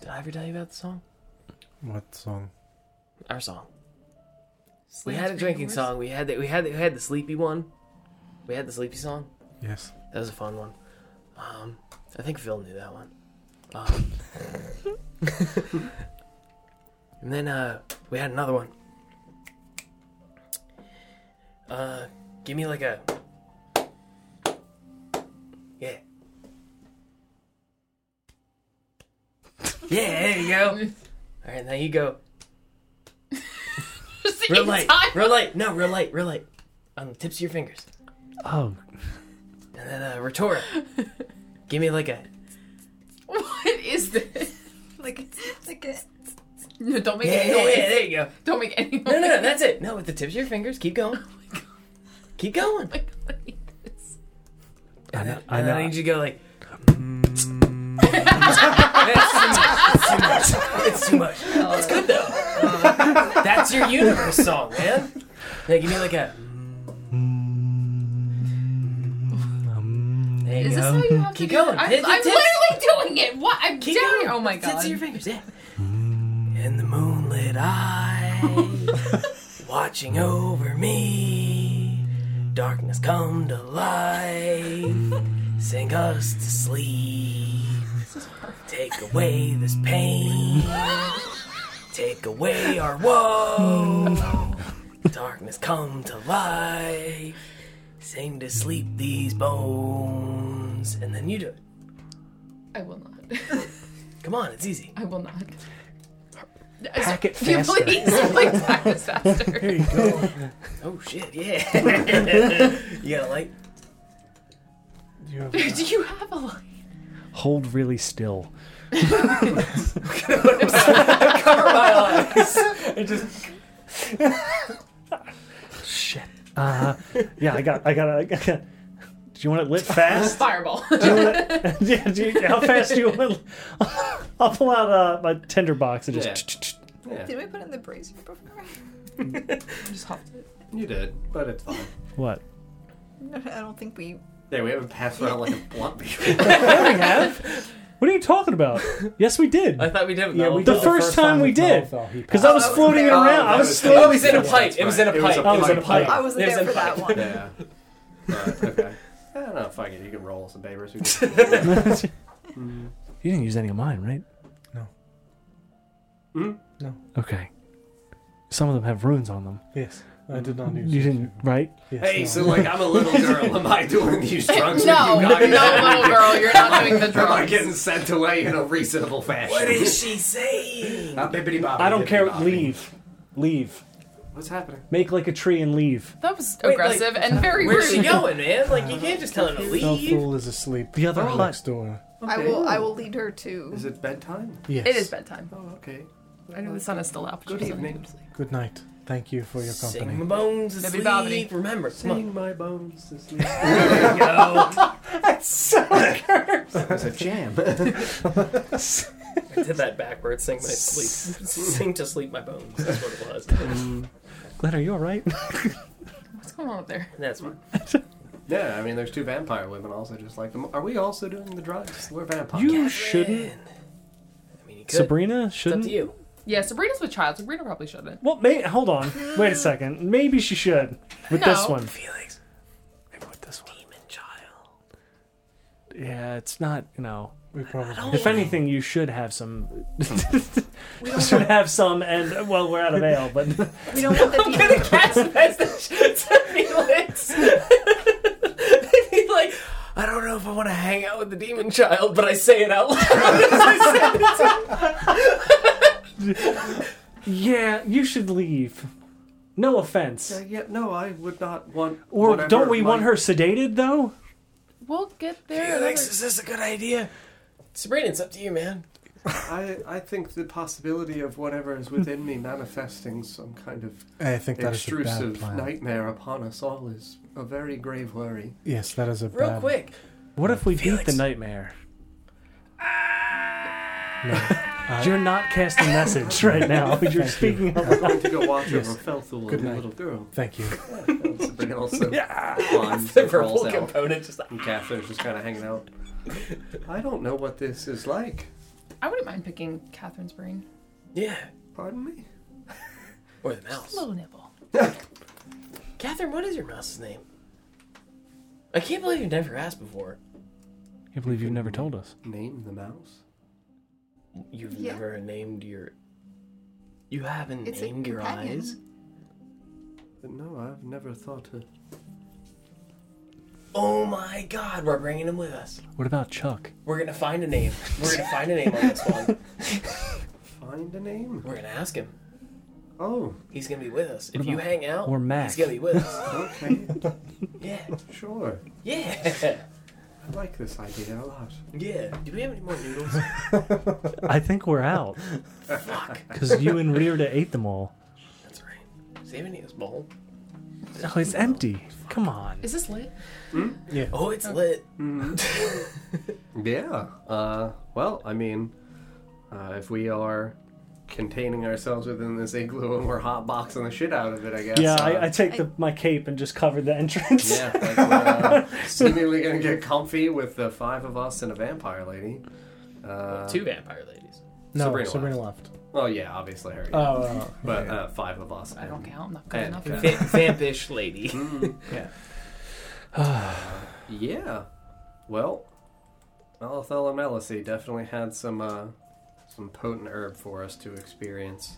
Speaker 6: Did I ever tell you about the song?
Speaker 7: What song?
Speaker 6: Our song.
Speaker 17: Sleep's
Speaker 6: we had a
Speaker 17: Big
Speaker 6: drinking
Speaker 17: Horse?
Speaker 6: song. We had the, we had the, we had the sleepy one. We had the sleepy song.
Speaker 7: Yes.
Speaker 6: That was a fun one. Um, I think Phil knew that one. Um, and then uh, we had another one. Uh, give me like a yeah. Yeah, there you go. All right, now you go. real light, real light. No, real light, real light. On the tips of your fingers.
Speaker 10: Oh,
Speaker 6: And then uh, Retora, give me like a
Speaker 17: What is this?
Speaker 5: Like, like a,
Speaker 17: No, don't make
Speaker 6: yeah,
Speaker 17: any
Speaker 6: yeah,
Speaker 17: noise.
Speaker 6: yeah, there you go.
Speaker 17: Don't make any noise.
Speaker 6: No, no, no, that's it. No, with the tips of your fingers, keep going. Keep going.
Speaker 10: I know.
Speaker 6: I,
Speaker 10: I know.
Speaker 6: I need you to go like. it's too much. It's too much. It's too much. It's good though. That's your universe song, man. Now give me like a. There you
Speaker 17: Is
Speaker 6: go.
Speaker 17: this how you have
Speaker 6: Keep
Speaker 17: to do
Speaker 6: going.
Speaker 17: I'm,
Speaker 6: Hit the
Speaker 17: I'm
Speaker 6: tips.
Speaker 17: literally doing it. What? I'm
Speaker 6: Keep
Speaker 17: down.
Speaker 6: going.
Speaker 17: Oh my
Speaker 6: Tips
Speaker 17: god.
Speaker 6: of your fingers. Yeah. In the moonlit eye, watching over me, darkness come to life, sing us to sleep. Take away this pain, take away our woe. Darkness come to life, sing to sleep these bones, and then you do it.
Speaker 17: I will not.
Speaker 6: Come on, it's easy.
Speaker 17: I will not.
Speaker 10: Pack it
Speaker 17: Can you
Speaker 10: faster.
Speaker 17: please, like, pack it faster.
Speaker 10: Here you go.
Speaker 6: Oh shit, yeah. you got a light?
Speaker 7: Do you have
Speaker 17: Do you have a light?
Speaker 10: Hold really still.
Speaker 6: Cover my eyes. It just
Speaker 10: Shit. Uh, yeah, I got. I got. I got. Do you want it lit fast?
Speaker 17: Fireball.
Speaker 10: Do you want it, yeah, do you, how fast do you want? It? I'll pull out uh, my tinder box and just.
Speaker 3: Yeah.
Speaker 5: Did we put it in the brazier before?
Speaker 17: just hopped it.
Speaker 3: You did, but it's fine.
Speaker 10: What?
Speaker 5: I don't think we.
Speaker 3: There, we haven't passed around like a blunt before.
Speaker 10: Yeah, we have.
Speaker 18: What are you talking about? yes, we did.
Speaker 8: I thought we did.
Speaker 18: Yeah,
Speaker 8: though.
Speaker 18: we did the, first, time, we did. Because I was floating it
Speaker 8: Oh,
Speaker 18: around. I
Speaker 8: that
Speaker 18: was
Speaker 8: was-
Speaker 18: floating.
Speaker 8: Oh, it was in a pipe. It was in a
Speaker 18: It was
Speaker 8: pipe.
Speaker 18: Oh, it was
Speaker 8: It
Speaker 18: in a pipe.
Speaker 8: was a pipe. I wasn't It was there in a for that pipe. one.
Speaker 3: Yeah. Alright, okay. I don't know. Fuck it. You can roll some papers. Who cares? Mm.
Speaker 10: You didn't use any of mine, right?
Speaker 3: Hmm?
Speaker 7: No.
Speaker 10: Okay. Some of them have runes on them.
Speaker 7: Yes, I did not use
Speaker 10: You
Speaker 7: it.
Speaker 10: didn't, right?
Speaker 3: Hey, so like I'm a little girl. Am I doing these drugs
Speaker 17: No,
Speaker 3: with you guys?
Speaker 17: no, little girl, you're not doing the
Speaker 3: Am I
Speaker 17: drugs.
Speaker 3: getting sent away in a reasonable fashion?
Speaker 6: What is she saying?
Speaker 3: I'm bibbidi bobbidi
Speaker 18: I don't care.
Speaker 3: bibbidi bobbidi.
Speaker 18: Leave. Leave.
Speaker 3: What's happening?
Speaker 18: Make like a tree and leave.
Speaker 17: That was
Speaker 6: Wait,
Speaker 17: aggressive and very
Speaker 6: Where's
Speaker 17: rude.
Speaker 6: she going, man? Like you can't just tell her to
Speaker 7: No
Speaker 6: leave.
Speaker 7: fool is asleep.
Speaker 18: The other
Speaker 7: right
Speaker 18: hut.
Speaker 7: next door.
Speaker 5: I will. I will lead her to.
Speaker 3: Is it bedtime?
Speaker 7: Yes.
Speaker 17: It is bedtime.
Speaker 3: Oh, okay.
Speaker 17: I know the sun is still up.
Speaker 3: Good evening.
Speaker 7: Good night. Thank you for your
Speaker 6: Sing
Speaker 7: company.
Speaker 6: my bones to
Speaker 17: Bibbidi
Speaker 6: sleep.
Speaker 17: bobbidi.
Speaker 6: Remember, come on.
Speaker 3: Sing my bones to sleep.
Speaker 6: There you go.
Speaker 18: That's so cursed.
Speaker 3: It's a jam.
Speaker 6: I did that backwards. Sing my sleep. Sing to sleep my bones. That's what it was.
Speaker 10: Glenn, are you all right?
Speaker 17: What's going on up there?
Speaker 6: That's fine.
Speaker 3: yeah, I mean, there's two vampire women also just like them. Are we also doing the drugs? We're vampires.
Speaker 10: you shouldn't.
Speaker 6: I mean, you could.
Speaker 10: Sabrina
Speaker 6: It's up to
Speaker 10: shouldn't.
Speaker 6: you.
Speaker 17: Yeah, Sabrina's with child. Sabrina probably shouldn't.
Speaker 18: Well, may, hold on. Wait a second. Maybe she should with this
Speaker 17: No.
Speaker 18: one.
Speaker 6: Felix,
Speaker 10: Maybe with this one.
Speaker 6: demon child.
Speaker 10: Yeah, it's not. You know,
Speaker 7: We probably
Speaker 10: if anything, you should have some.
Speaker 18: I should have some, and well, we're out of ale, but
Speaker 5: We don't want the demon.
Speaker 6: gonna cast message to Felix. He's like, I don't know if I want to hang out with the demon child, but I say it out loud.
Speaker 18: yeah, you should leave. No offense.
Speaker 3: Uh, yeah, no, I would not want.
Speaker 18: Or
Speaker 3: whatever
Speaker 18: don't we want
Speaker 3: my-
Speaker 18: her sedated though?
Speaker 17: We'll get there.
Speaker 6: Felix, is this a good idea? Sabrina, it's up to you, man.
Speaker 3: I, I think the possibility of whatever is within me manifesting some kind of
Speaker 7: I think that is a bad
Speaker 3: extrusive
Speaker 7: plan.
Speaker 3: nightmare upon us all is a very grave worry.
Speaker 7: Yes, that is a
Speaker 6: Real
Speaker 7: bad.
Speaker 6: quick.
Speaker 10: What if we beat the
Speaker 6: Felix.
Speaker 10: nightmare?
Speaker 18: You're not casting message right now. You're speaking out loud.
Speaker 3: I'm going to go watch over Felthul
Speaker 7: Good
Speaker 3: and the
Speaker 7: night.
Speaker 3: little girl.
Speaker 7: Thank you.
Speaker 3: Sabrina also
Speaker 6: Yeah.
Speaker 3: climbs
Speaker 6: The
Speaker 3: and
Speaker 6: verbal
Speaker 3: crawls out.
Speaker 6: component just like,
Speaker 3: And Catherine's just kind of hanging out. I don't know what this is like.
Speaker 17: I wouldn't mind picking Catherine's brain.
Speaker 6: yeah.
Speaker 3: Pardon me?
Speaker 6: Or the mouse.
Speaker 17: Little nipple.
Speaker 6: Catherine, what is your mouse's name? I can't believe you never asked before.
Speaker 10: I can't believe you've never told us.
Speaker 3: Name the mouse?
Speaker 6: You've
Speaker 5: Yeah.
Speaker 6: never named your. You haven't
Speaker 5: It's a
Speaker 6: named your
Speaker 5: companion.
Speaker 6: eyes.
Speaker 3: But no, I've never thought to.
Speaker 6: Oh my God! We're bringing him with us.
Speaker 10: What about Chuck?
Speaker 6: We're gonna find a name. We're gonna find a name on this one.
Speaker 3: Find a name?
Speaker 6: We're gonna ask him.
Speaker 3: Oh,
Speaker 6: He's gonna be with us. If you
Speaker 10: about-
Speaker 6: hang out,
Speaker 10: or Mac?
Speaker 6: he's gonna be with us.
Speaker 3: okay.
Speaker 6: yeah,
Speaker 3: sure.
Speaker 6: yeah,
Speaker 3: I like this idea a lot.
Speaker 6: yeah. Do we have any more noodles?
Speaker 10: I think we're out
Speaker 6: Fuck.
Speaker 10: because you and Rearda ate them all.
Speaker 6: That's right. Does he have any of this bowl?
Speaker 10: Oh, it's empty. Come on.
Speaker 17: Is this lit?
Speaker 6: Oh, it's lit.
Speaker 3: Yeah. Uh, well, I mean, uh, if we are containing ourselves within this igloo and we're hotboxing the shit out of it, I guess.
Speaker 18: Yeah,
Speaker 3: uh,
Speaker 18: I, I take the, my cape and just cover the entrance.
Speaker 3: Yeah, like we're uh, seemingly gonna get comfy with the five of us and a vampire lady. Uh,
Speaker 6: Two vampire ladies.
Speaker 7: No,
Speaker 3: Sabrina
Speaker 7: Sabrina,
Speaker 3: left.
Speaker 7: left.
Speaker 3: Well, yeah, obviously her. yeah.
Speaker 7: Oh, uh,
Speaker 3: but uh, five of us.
Speaker 17: I don't count. I'm not good
Speaker 3: And,
Speaker 17: enough.
Speaker 3: uh,
Speaker 6: Va- vampish lady.
Speaker 3: yeah. yeah. Well, Alethella Melicy definitely had some uh, some potent herb for us to experience.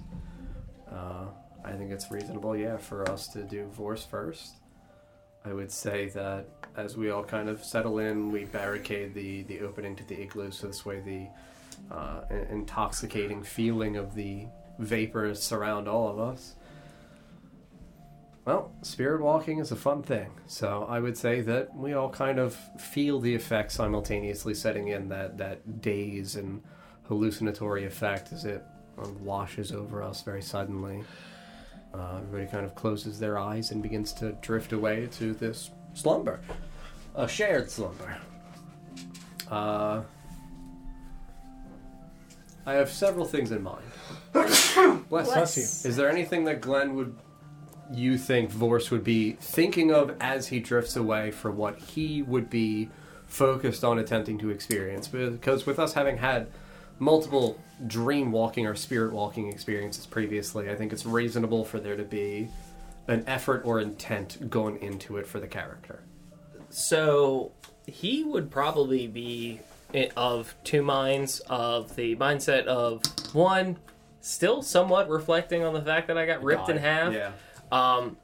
Speaker 3: Uh, I think it's reasonable, yeah, for us to do Vorce first. I would say that as we all kind of settle in, we barricade the, the opening to the igloo, so this way the uh, in- intoxicating feeling of the vapors surround all of us. Well, spirit walking is a fun thing, so I would say that we all kind of feel the effect simultaneously setting in that, that daze and hallucinatory effect as it um, washes over us very suddenly. Uh, everybody kind of closes their eyes and begins to drift away to this slumber, a shared slumber. Uh, I have several things in mind. Bless,
Speaker 5: Bless
Speaker 3: you. Is there anything that Glenn would you think Vorse would be thinking of as he drifts away for what he would be focused on attempting to experience. Because with us having had multiple dream walking or spirit walking experiences previously, I think it's reasonable for there to be an effort or intent going into it for the character.
Speaker 6: So he would probably be i- of two minds of the mindset of one, still somewhat reflecting on the fact that I got ripped in
Speaker 3: Died,
Speaker 6: half.
Speaker 3: yeah.
Speaker 6: Um,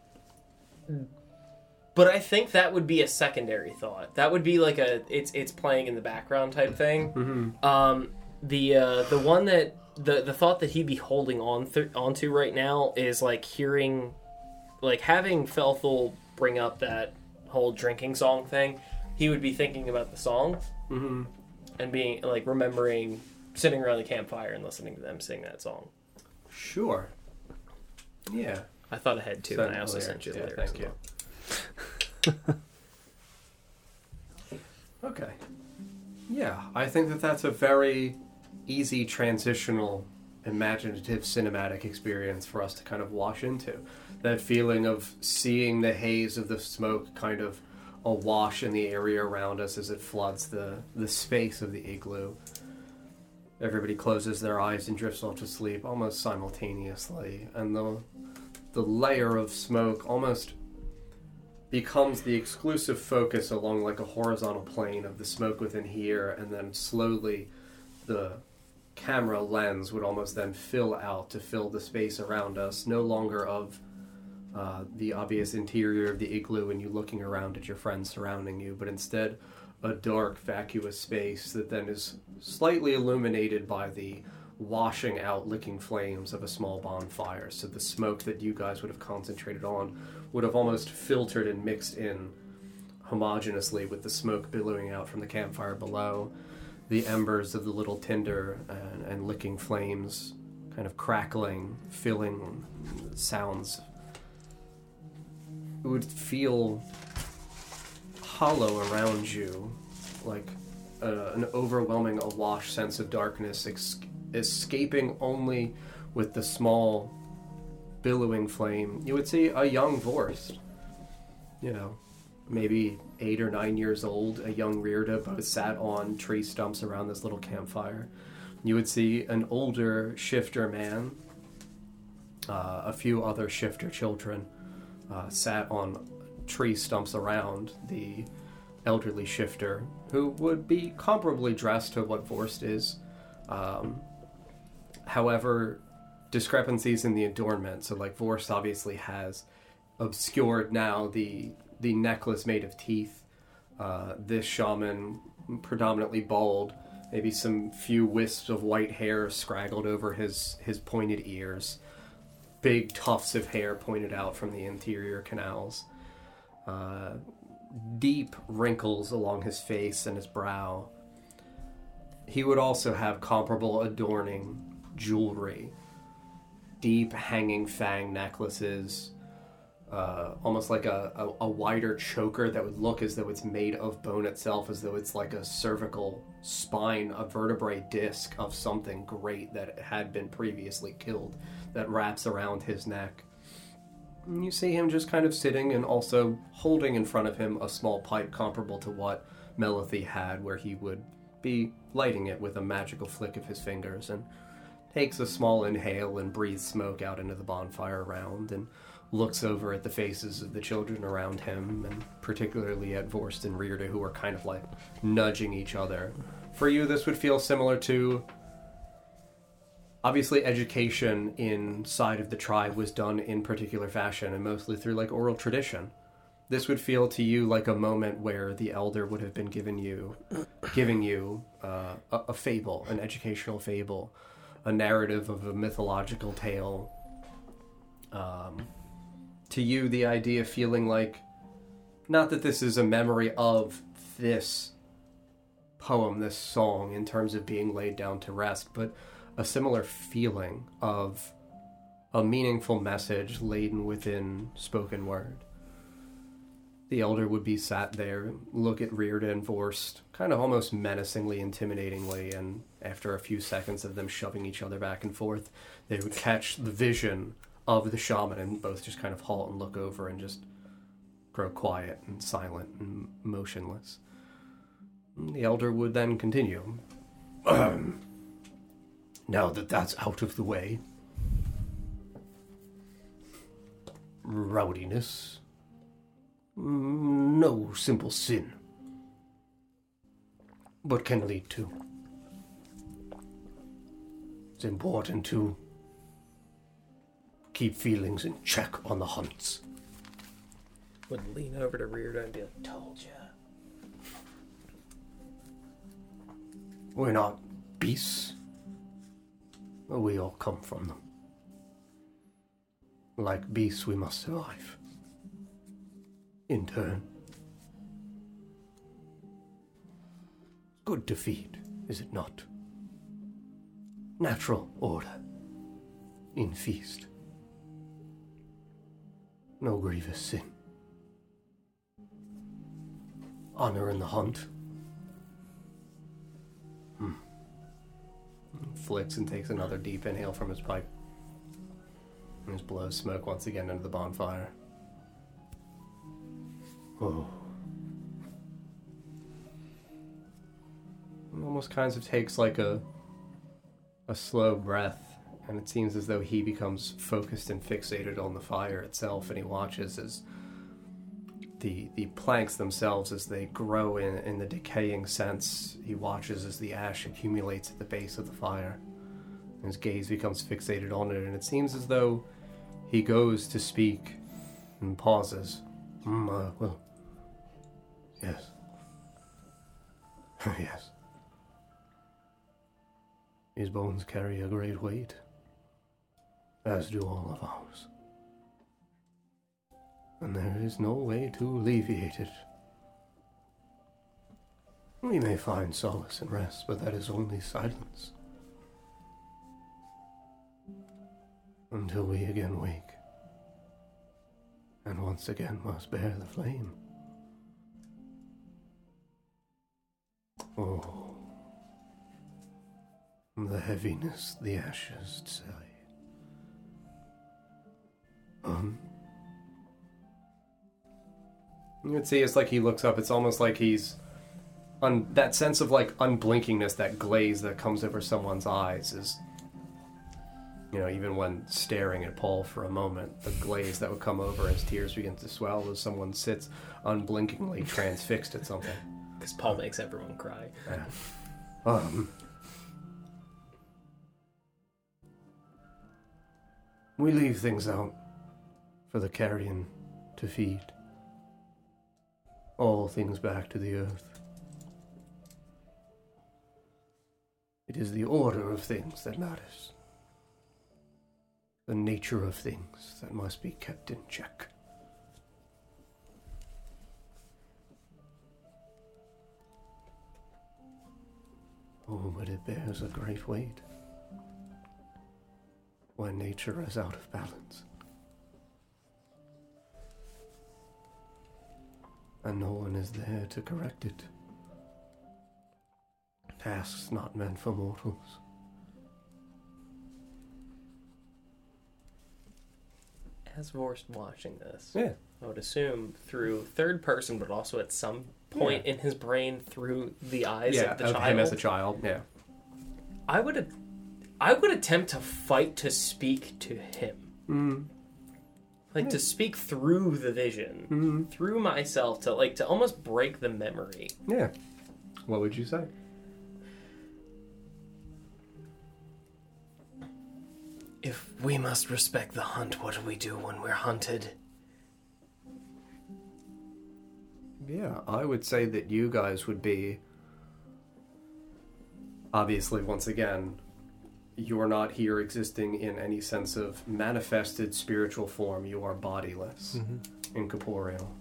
Speaker 6: but I think that would be a secondary thought. That would be like a it's it's playing in the background type thing. Um, the uh, the one that the the thought that he'd be holding on th- onto right now is like hearing, like having Felthul bring up that whole drinking song thing. He would be thinking about the song
Speaker 3: Mm-hmm.
Speaker 6: and being like remembering sitting around the campfire and listening to them sing that song.
Speaker 3: Sure. Yeah.
Speaker 6: I thought ahead too,
Speaker 3: Send
Speaker 6: and I
Speaker 3: the
Speaker 6: also
Speaker 3: lyrics.
Speaker 6: sent you the
Speaker 3: Yeah,
Speaker 6: lyrics.
Speaker 3: thank
Speaker 6: as
Speaker 3: you.
Speaker 6: well.
Speaker 3: Okay. Yeah, I think that that's a very easy transitional imaginative cinematic experience for us to kind of wash into. That feeling of seeing the haze of the smoke kind of awash in the area around us as it floods the, the space of the igloo. Everybody closes their eyes and drifts off to sleep almost simultaneously, and the the layer of smoke almost becomes the exclusive focus along like a horizontal plane of the smoke within here, and then slowly the camera lens would almost then fill out to fill the space around us, no longer of uh, the obvious interior of the igloo and you looking around at your friends surrounding you, but instead a dark, vacuous space that then is slightly illuminated by the washing out, licking flames of a small bonfire. So the smoke that you guys would have concentrated on would have almost filtered and mixed in homogeneously with the smoke billowing out from the campfire below, the embers of the little tinder and, and licking flames kind of crackling, filling sounds. It would feel hollow around you, like uh, an overwhelming, awash sense of darkness, ex- escaping only with the small, billowing flame. You would see a young Vorst, you know, maybe eight or nine years old, a young Rearda, both sat on tree stumps around this little campfire. You would see an older shifter man, uh, a few other shifter children uh, sat on tree stumps around the elderly shifter, who would be comparably dressed to what Vorst is. Um, however, discrepancies in the adornment. So, like, Vorst obviously has obscured now the the necklace made of teeth. Uh, this shaman, predominantly bald, maybe some few wisps of white hair scraggled over his his pointed ears big tufts of hair pointed out from the interior canals, uh, deep wrinkles along his face and his brow. He would also have comparable adorning jewelry, deep hanging fang necklaces, uh, almost like a, a, a wider choker that would look as though it's made of bone itself, as though it's like a cervical spine, a vertebrae disc of something great that had been previously killed that wraps around his neck. And you see him just kind of sitting and also holding in front of him a small pipe comparable to what Melothy had, where he would be lighting it with a magical flick of his fingers and takes a small inhale and breathes smoke out into the bonfire around and looks over at the faces of the children around him and particularly at Vorst and Rearda who are kind of like nudging each other. For you this would feel similar to obviously education inside of the tribe was done in particular fashion and mostly through like oral tradition this would feel to you like a moment where the elder would have been given you giving you uh, a, a fable an educational fable a narrative of a mythological tale um, to you the idea feeling like not that this is a memory of this poem, this song, in terms of being laid down to rest, but a similar feeling of a meaningful message laden within spoken word. The elder would be sat there, look at Reardon and Vorst, kind of almost menacingly, intimidatingly, and after a few seconds of them shoving each other back and forth, they would catch the vision of the shaman and both just kind of halt and look over and just grow quiet and silent and motionless. The elder would then continue.
Speaker 22: Ahem. now that that's out of the way, rowdiness, mm, no simple sin, but can lead to. It's important to keep feelings in check on the hunts.
Speaker 6: Would lean over to Reardon and be like, "Told ya."
Speaker 22: We're not beasts. but We all come from them. Like beasts, we must survive. In turn. Good to feed, is it not? Natural order. In feast. No grievous sin. Honor in the hunt.
Speaker 3: Flicks and takes another deep inhale from his pipe. And just blows smoke once again into the bonfire.
Speaker 22: Oh.
Speaker 3: And almost kind of takes like a a slow breath, and it seems as though he becomes focused and fixated on the fire itself, and he watches as the the planks themselves as they grow in, in the decaying sense. He watches as the ash accumulates at the base of the fire. And his gaze becomes fixated on it, and it seems as though he goes to speak and pauses.
Speaker 22: Mm, uh, well. Yes. yes. His bones carry a great weight, as do all of ours. And there is no way to alleviate it. We may find solace and rest, but that is only silence. Until we again wake, and once again must bear the flame. Oh, the heaviness the ashes say. Um,
Speaker 3: You can see it's like he looks up. It's almost like he's un- that sense of like unblinkingness, that glaze that comes over someone's eyes is you know, even when staring at Paul for a moment, the glaze that would come over as tears begin to swell as someone sits unblinkingly transfixed at something.
Speaker 6: Because Paul makes everyone cry.
Speaker 22: Um. We leave things out for the carrion to feed. All things back to the earth. It is the order of things that matters. The nature of things that must be kept in check. Oh, but it bears a great weight when nature is out of balance. And no one is there to correct it. Tasks not meant for mortals.
Speaker 6: As Vorst watching this,
Speaker 3: Yeah.
Speaker 6: I would assume through third person, but also at some point in his brain through the eyes
Speaker 3: yeah,
Speaker 6: of the child.
Speaker 3: him as a child. Yeah.
Speaker 6: I would, a- I would attempt to fight to speak to him,
Speaker 3: Mm.
Speaker 6: like to speak through the vision,
Speaker 3: Mhm.
Speaker 6: through myself, to like to almost break the memory.
Speaker 3: Yeah. What would you say?
Speaker 6: If we must respect the hunt, what do we do when we're hunted?
Speaker 3: Yeah, I would say that you guys would be. Obviously, once again, you're not here existing in any sense of manifested spiritual form. You are bodiless, incorporeal.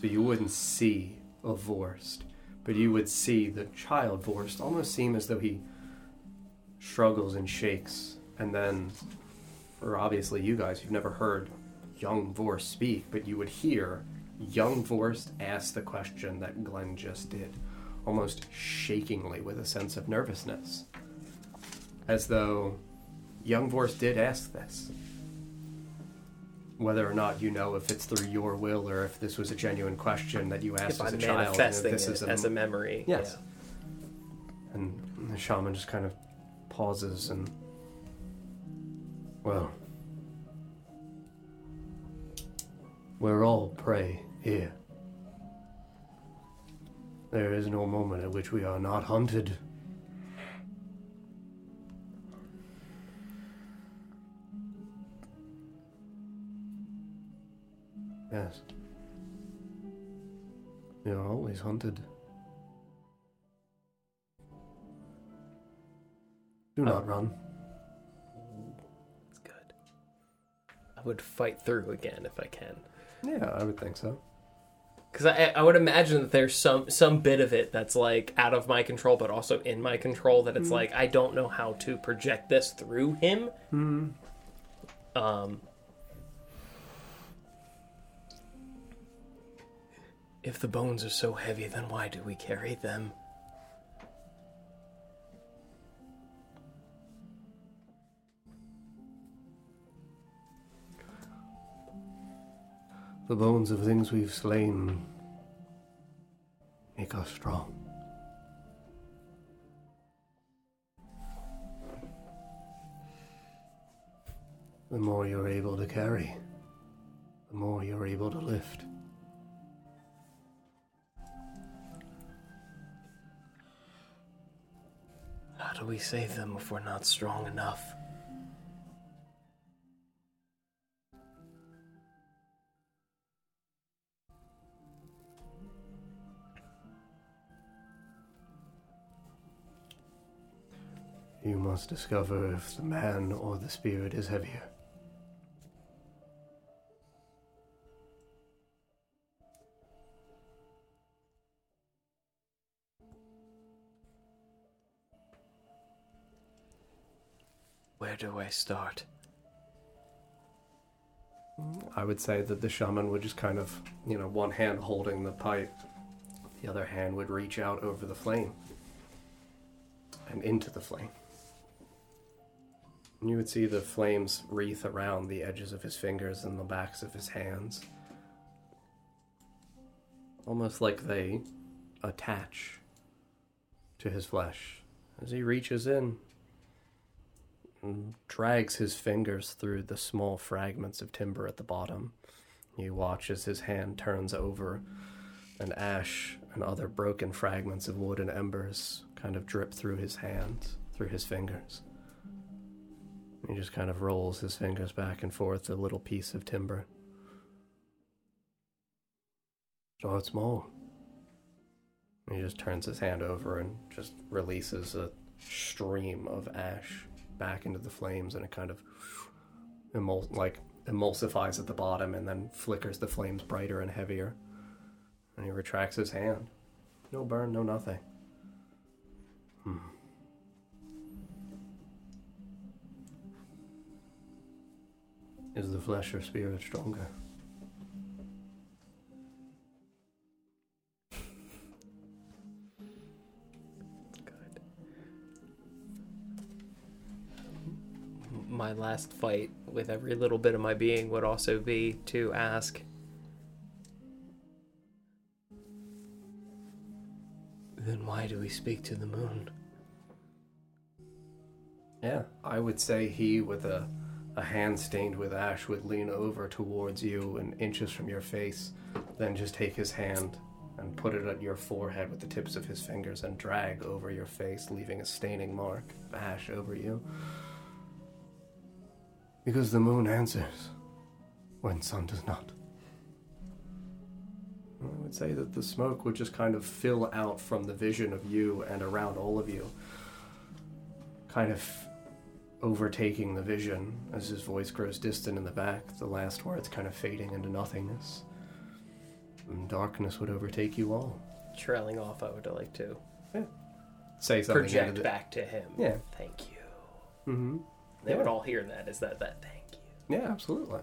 Speaker 3: So you wouldn't see a Vorst, but you would see the child Vorst almost seem as though he struggles and shakes. And then, for obviously you guys, you've never heard young Vorst speak, but you would hear young Vorst ask the question that Glenn just did, almost shakingly with a sense of nervousness. As though young Vorst did ask this. whether or not you know if it's through your will or if this was a genuine question that you asked
Speaker 6: If
Speaker 3: as
Speaker 6: I'm
Speaker 3: a child. and if
Speaker 6: manifesting
Speaker 3: this
Speaker 6: it
Speaker 3: is
Speaker 6: as a memory,
Speaker 3: Yes. And the shaman just kind of pauses and. Well. We're all prey here. There is no moment at which we are not hunted. Yes. We are always hunted. Do not run.
Speaker 6: I would fight through again if I can.
Speaker 3: Yeah, I would think so.
Speaker 6: Because I, I would imagine that there's some some bit of it that's like out of my control, but also in my control. That it's
Speaker 3: Mhm.
Speaker 6: like I don't know how to project this through him.
Speaker 3: Hmm.
Speaker 6: Um, if the bones are so heavy, then why do we carry them?
Speaker 23: The bones of things we've slain make us strong.
Speaker 3: The more you're able to carry, the more you're able to lift.
Speaker 6: How do we save them if we're not strong enough?
Speaker 23: You must discover if the man or the spirit is heavier.
Speaker 6: Where do I start?
Speaker 3: I would say that the shaman would just kind of, you know, one hand holding the pipe, the other hand would reach out over the flame and into the flame. And you would see the flames wreath around the edges of his fingers and the backs of his hands. Almost like they attach to his flesh as he reaches in and drags his fingers through the small fragments of timber at the bottom. You watch as his hand turns over, and ash and other broken fragments of wood and embers kind of drip through his hands, through his fingers. He just kind of rolls his fingers back and forth a little piece of timber. Start small. He just turns his hand over and just releases a stream of ash back into the flames, and it kind of emul- like emulsifies at the bottom, and then flickers the flames brighter and heavier. And he retracts his hand. No burn, no nothing. Hmm. Is the flesh or spirit stronger?
Speaker 6: My last fight with every little bit of my being would also be to ask Then why do we speak to the moon?
Speaker 3: Yeah, I would say he, with a, a hand stained with ash, would lean over towards you and inches from your face, then just take his hand and put it at your forehead with the tips of his fingers and drag over your face, leaving a staining mark of ash over you.
Speaker 23: Because the moon answers when sun does not.
Speaker 3: I would say that the smoke would just kind of fill out from the vision of you and around all of you, kind of overtaking the vision as his voice grows distant in the back, the last words kind of fading into nothingness. And darkness would overtake you all.
Speaker 6: Trailing off, I would like to
Speaker 3: Say something. into
Speaker 6: project
Speaker 3: the-
Speaker 6: back to him.
Speaker 3: Yeah.
Speaker 6: Thank you.
Speaker 3: Mm-hmm.
Speaker 6: They would
Speaker 3: Yeah.
Speaker 6: all hear that. Is that that thing?
Speaker 3: Yeah, absolutely.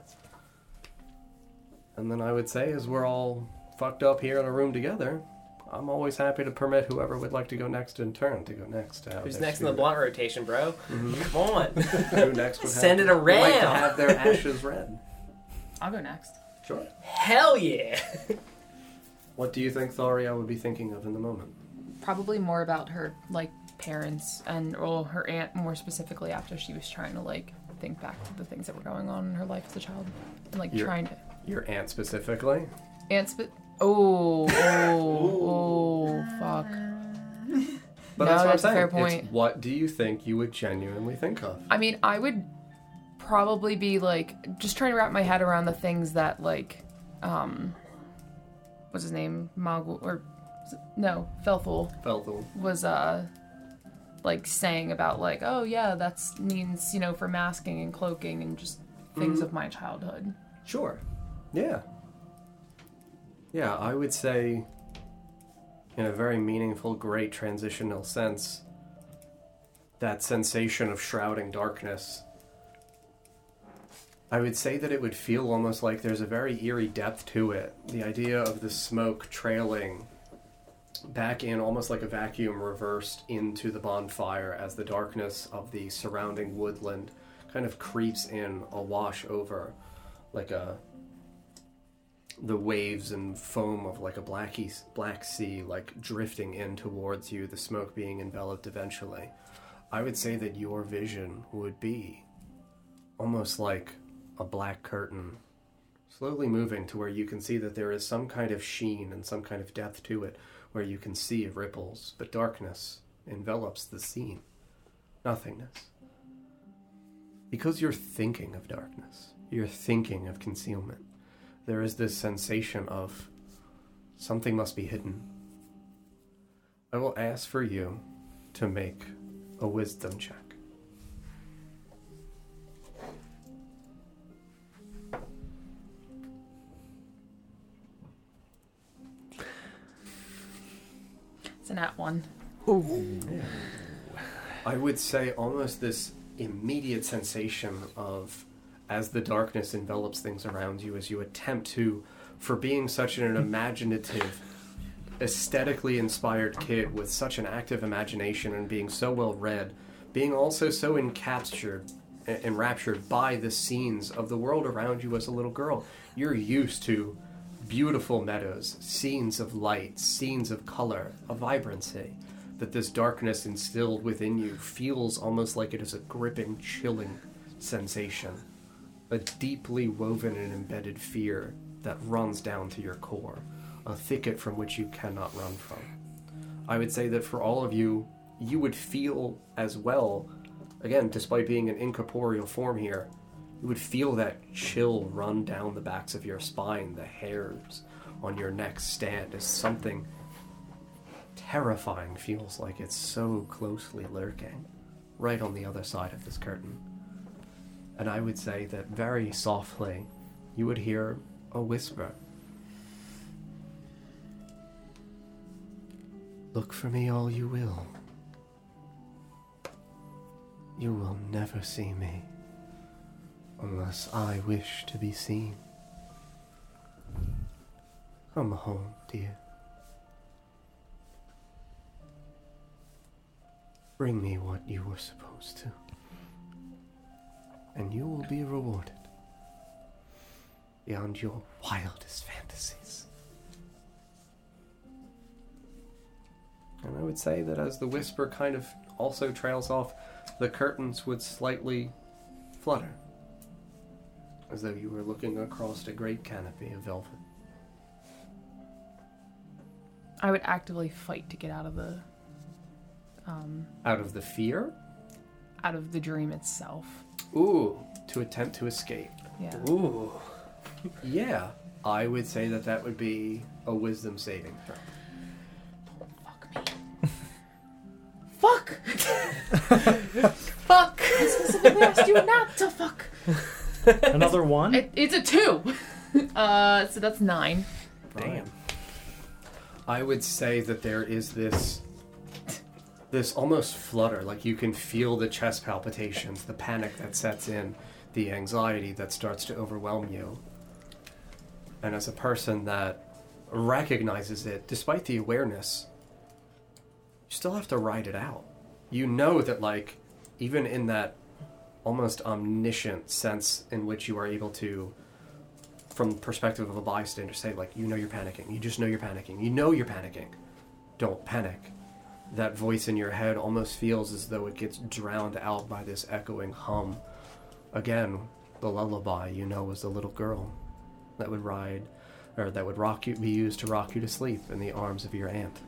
Speaker 3: And then I would say, as we're all fucked up here in a room together, I'm always happy to permit whoever would like to go next in turn to go next. To have
Speaker 6: Who's
Speaker 3: their
Speaker 6: next in the
Speaker 3: spirit.
Speaker 6: blunt rotation, bro?
Speaker 3: Mhm.
Speaker 6: Come on.
Speaker 3: Who next would have-
Speaker 6: Send it
Speaker 3: would
Speaker 6: around.
Speaker 3: like to have their ashes read?
Speaker 1: I'll go next.
Speaker 3: Sure.
Speaker 6: Hell yeah!
Speaker 3: What do you think Tharia would be thinking of in the moment?
Speaker 1: Probably more about her like parents and or her aunt more specifically after she was trying to like think back to the things that were going on in her life as a child and like
Speaker 3: Your-
Speaker 1: trying to
Speaker 3: Your aunt specifically?
Speaker 1: aunt's but oh oh oh fuck. No,
Speaker 3: But that's what
Speaker 1: that's a
Speaker 3: I'm saying.
Speaker 1: fair point.
Speaker 3: It's what do you think you would genuinely think of?
Speaker 1: I mean, I would probably be like just trying to wrap my head around the things that like um what's his name? Mogul or no, Felthul
Speaker 3: Felthul.
Speaker 1: was uh like saying about like, oh yeah, that's means, you know, for masking and cloaking and just things
Speaker 3: Mhm.
Speaker 1: of my childhood.
Speaker 3: Sure. Yeah. Yeah, I would say, in a very meaningful, great transitional sense, that sensation of shrouding darkness. I would say that it would feel almost like there's a very eerie depth to it. The idea of the smoke trailing back in, almost like a vacuum reversed into the bonfire as the darkness of the surrounding woodland kind of creeps in, awash over, like a the waves and foam of like a black, eas- black sea like drifting in towards you the smoke being enveloped eventually i would say that your vision would be almost like a black curtain slowly moving to where you can see that there is some kind of sheen and some kind of depth to it where you can see ripples but darkness envelops the scene nothingness because you're thinking of darkness, you're thinking of concealment, there is this sensation of something must be hidden. I will ask for you to make a wisdom check.
Speaker 1: It's an at one.
Speaker 3: I would say almost this immediate sensation of as the darkness envelops things around you, as you attempt to, for being such an imaginative, aesthetically inspired kid with such an active imagination and being so well read, being also so encaptured, e- enraptured by the scenes of the world around you as a little girl, you're used to beautiful meadows, scenes of light, scenes of color, of vibrancy. That this darkness instilled within you feels almost like it is a gripping, chilling sensation. A deeply woven and embedded fear that runs down to your core, a thicket from which you cannot run from. I would say that for all of you, you would feel as well, again, despite being an incorporeal form here, you would feel that chill run down the backs of your spine, the hairs on your neck stand as something terrifying feels like it's so closely lurking right on the other side of this curtain. And I would say that very softly you would hear a whisper. Look for me all you will. You will never see me unless I wish to be seen. Come home, dear. Bring me what you were supposed to, and you will be rewarded beyond your wildest fantasies. And I would say that as the whisper kind of also trails off, the curtains would slightly flutter, as though you were looking across a great canopy of velvet.
Speaker 1: I would actively fight to get out of the um
Speaker 3: Out of the fear?
Speaker 1: out of the dream itself.
Speaker 3: Ooh. To attempt to escape.
Speaker 1: Yeah.
Speaker 3: Ooh. Yeah. I would say that that would be a wisdom saving throw.
Speaker 1: Fuck! fuck! I specifically asked you not to fuck.
Speaker 10: Another one?
Speaker 1: It, it's a two. Uh, so that's nine.
Speaker 3: Damn. I would say that there is this this almost flutter, like you can feel the chest palpitations, the panic that sets in, the anxiety that starts to overwhelm you. And as a person that recognizes it, despite the awareness, you still have to ride it out. You know that, like, even in that almost omniscient sense in which you are able to from the perspective of a bystander, say like, you know you're panicking. You just know you're panicking. You know you're panicking. Don't panic. That voice in your head almost feels as though it gets drowned out by this echoing hum. Again, the lullaby you know was the little girl that would ride, or that would rock you, be used to rock you to sleep in the arms of your aunt.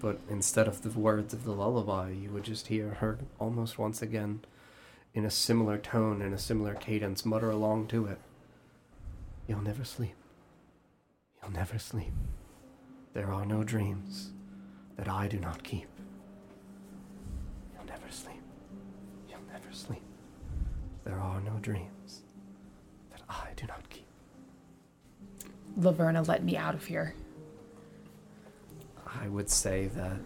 Speaker 3: But instead of the words of the lullaby, you would just hear her almost once again in a similar tone and a similar cadence mutter along to it. You'll never sleep. You'll never sleep. There are no dreams that I do not keep. You'll never sleep. You'll never sleep. There are no dreams that I do not keep.
Speaker 17: Laverna, let me out of here.
Speaker 3: I would say that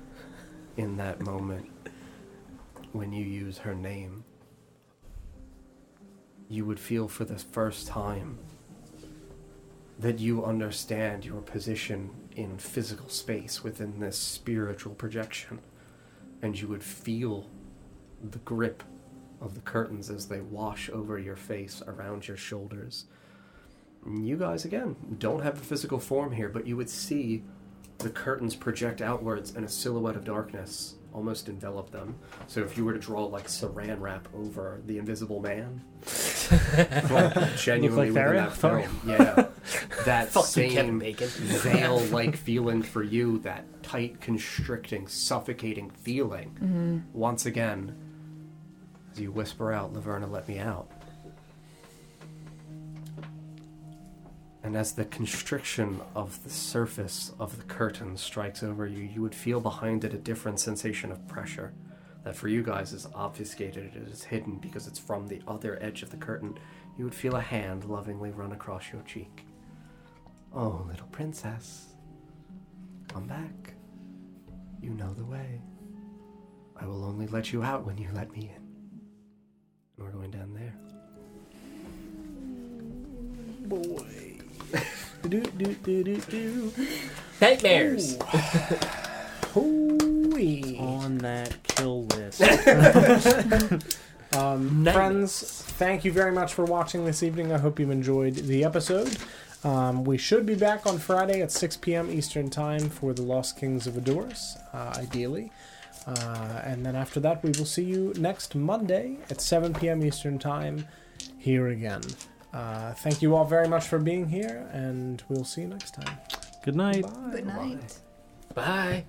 Speaker 3: in that moment, when you use her name, you would feel for the first time that you understand your position in physical space within this spiritual projection, and you would feel the grip of the curtains as they wash over your face, around your shoulders. You guys, again, don't have a physical form here, but you would see the curtains project outwards and a silhouette of darkness almost envelop them. So if you were to draw like saran wrap over the invisible man, like, genuinely
Speaker 8: Look like Tharian?
Speaker 3: within that film, yeah, that
Speaker 8: Fuck you, Kevin
Speaker 3: same
Speaker 8: Bacon.
Speaker 3: veil like feeling for you, that tight, constricting, suffocating feeling,
Speaker 8: Mhm.
Speaker 3: once again, as you whisper out, Laverna, let me out. And as the constriction of the surface of the curtain strikes over you, you would feel behind it a different sensation of pressure that for you guys is obfuscated, it is hidden because it's from the other edge of the curtain. You would feel a hand lovingly run across your cheek. Oh, little princess, come back. You know the way. I will only let you out when you let me in. And we're going down there.
Speaker 8: Boy.
Speaker 2: do, do, do, do, do.
Speaker 6: Nightmares.
Speaker 2: Holy.
Speaker 18: On that kill list.
Speaker 2: um, friends, thank you very much for watching this evening. I hope you enjoyed the episode. Um, we should be back on Friday at 6 p.m. Eastern Time for The Lost Kings of Adorus, uh, ideally. Uh, and then after that, we will see you next Monday at 7 p.m. Eastern Time here again. Uh, thank you all very much for being here, and we'll see you next time.
Speaker 18: Good night.
Speaker 5: Good night.
Speaker 8: Bye.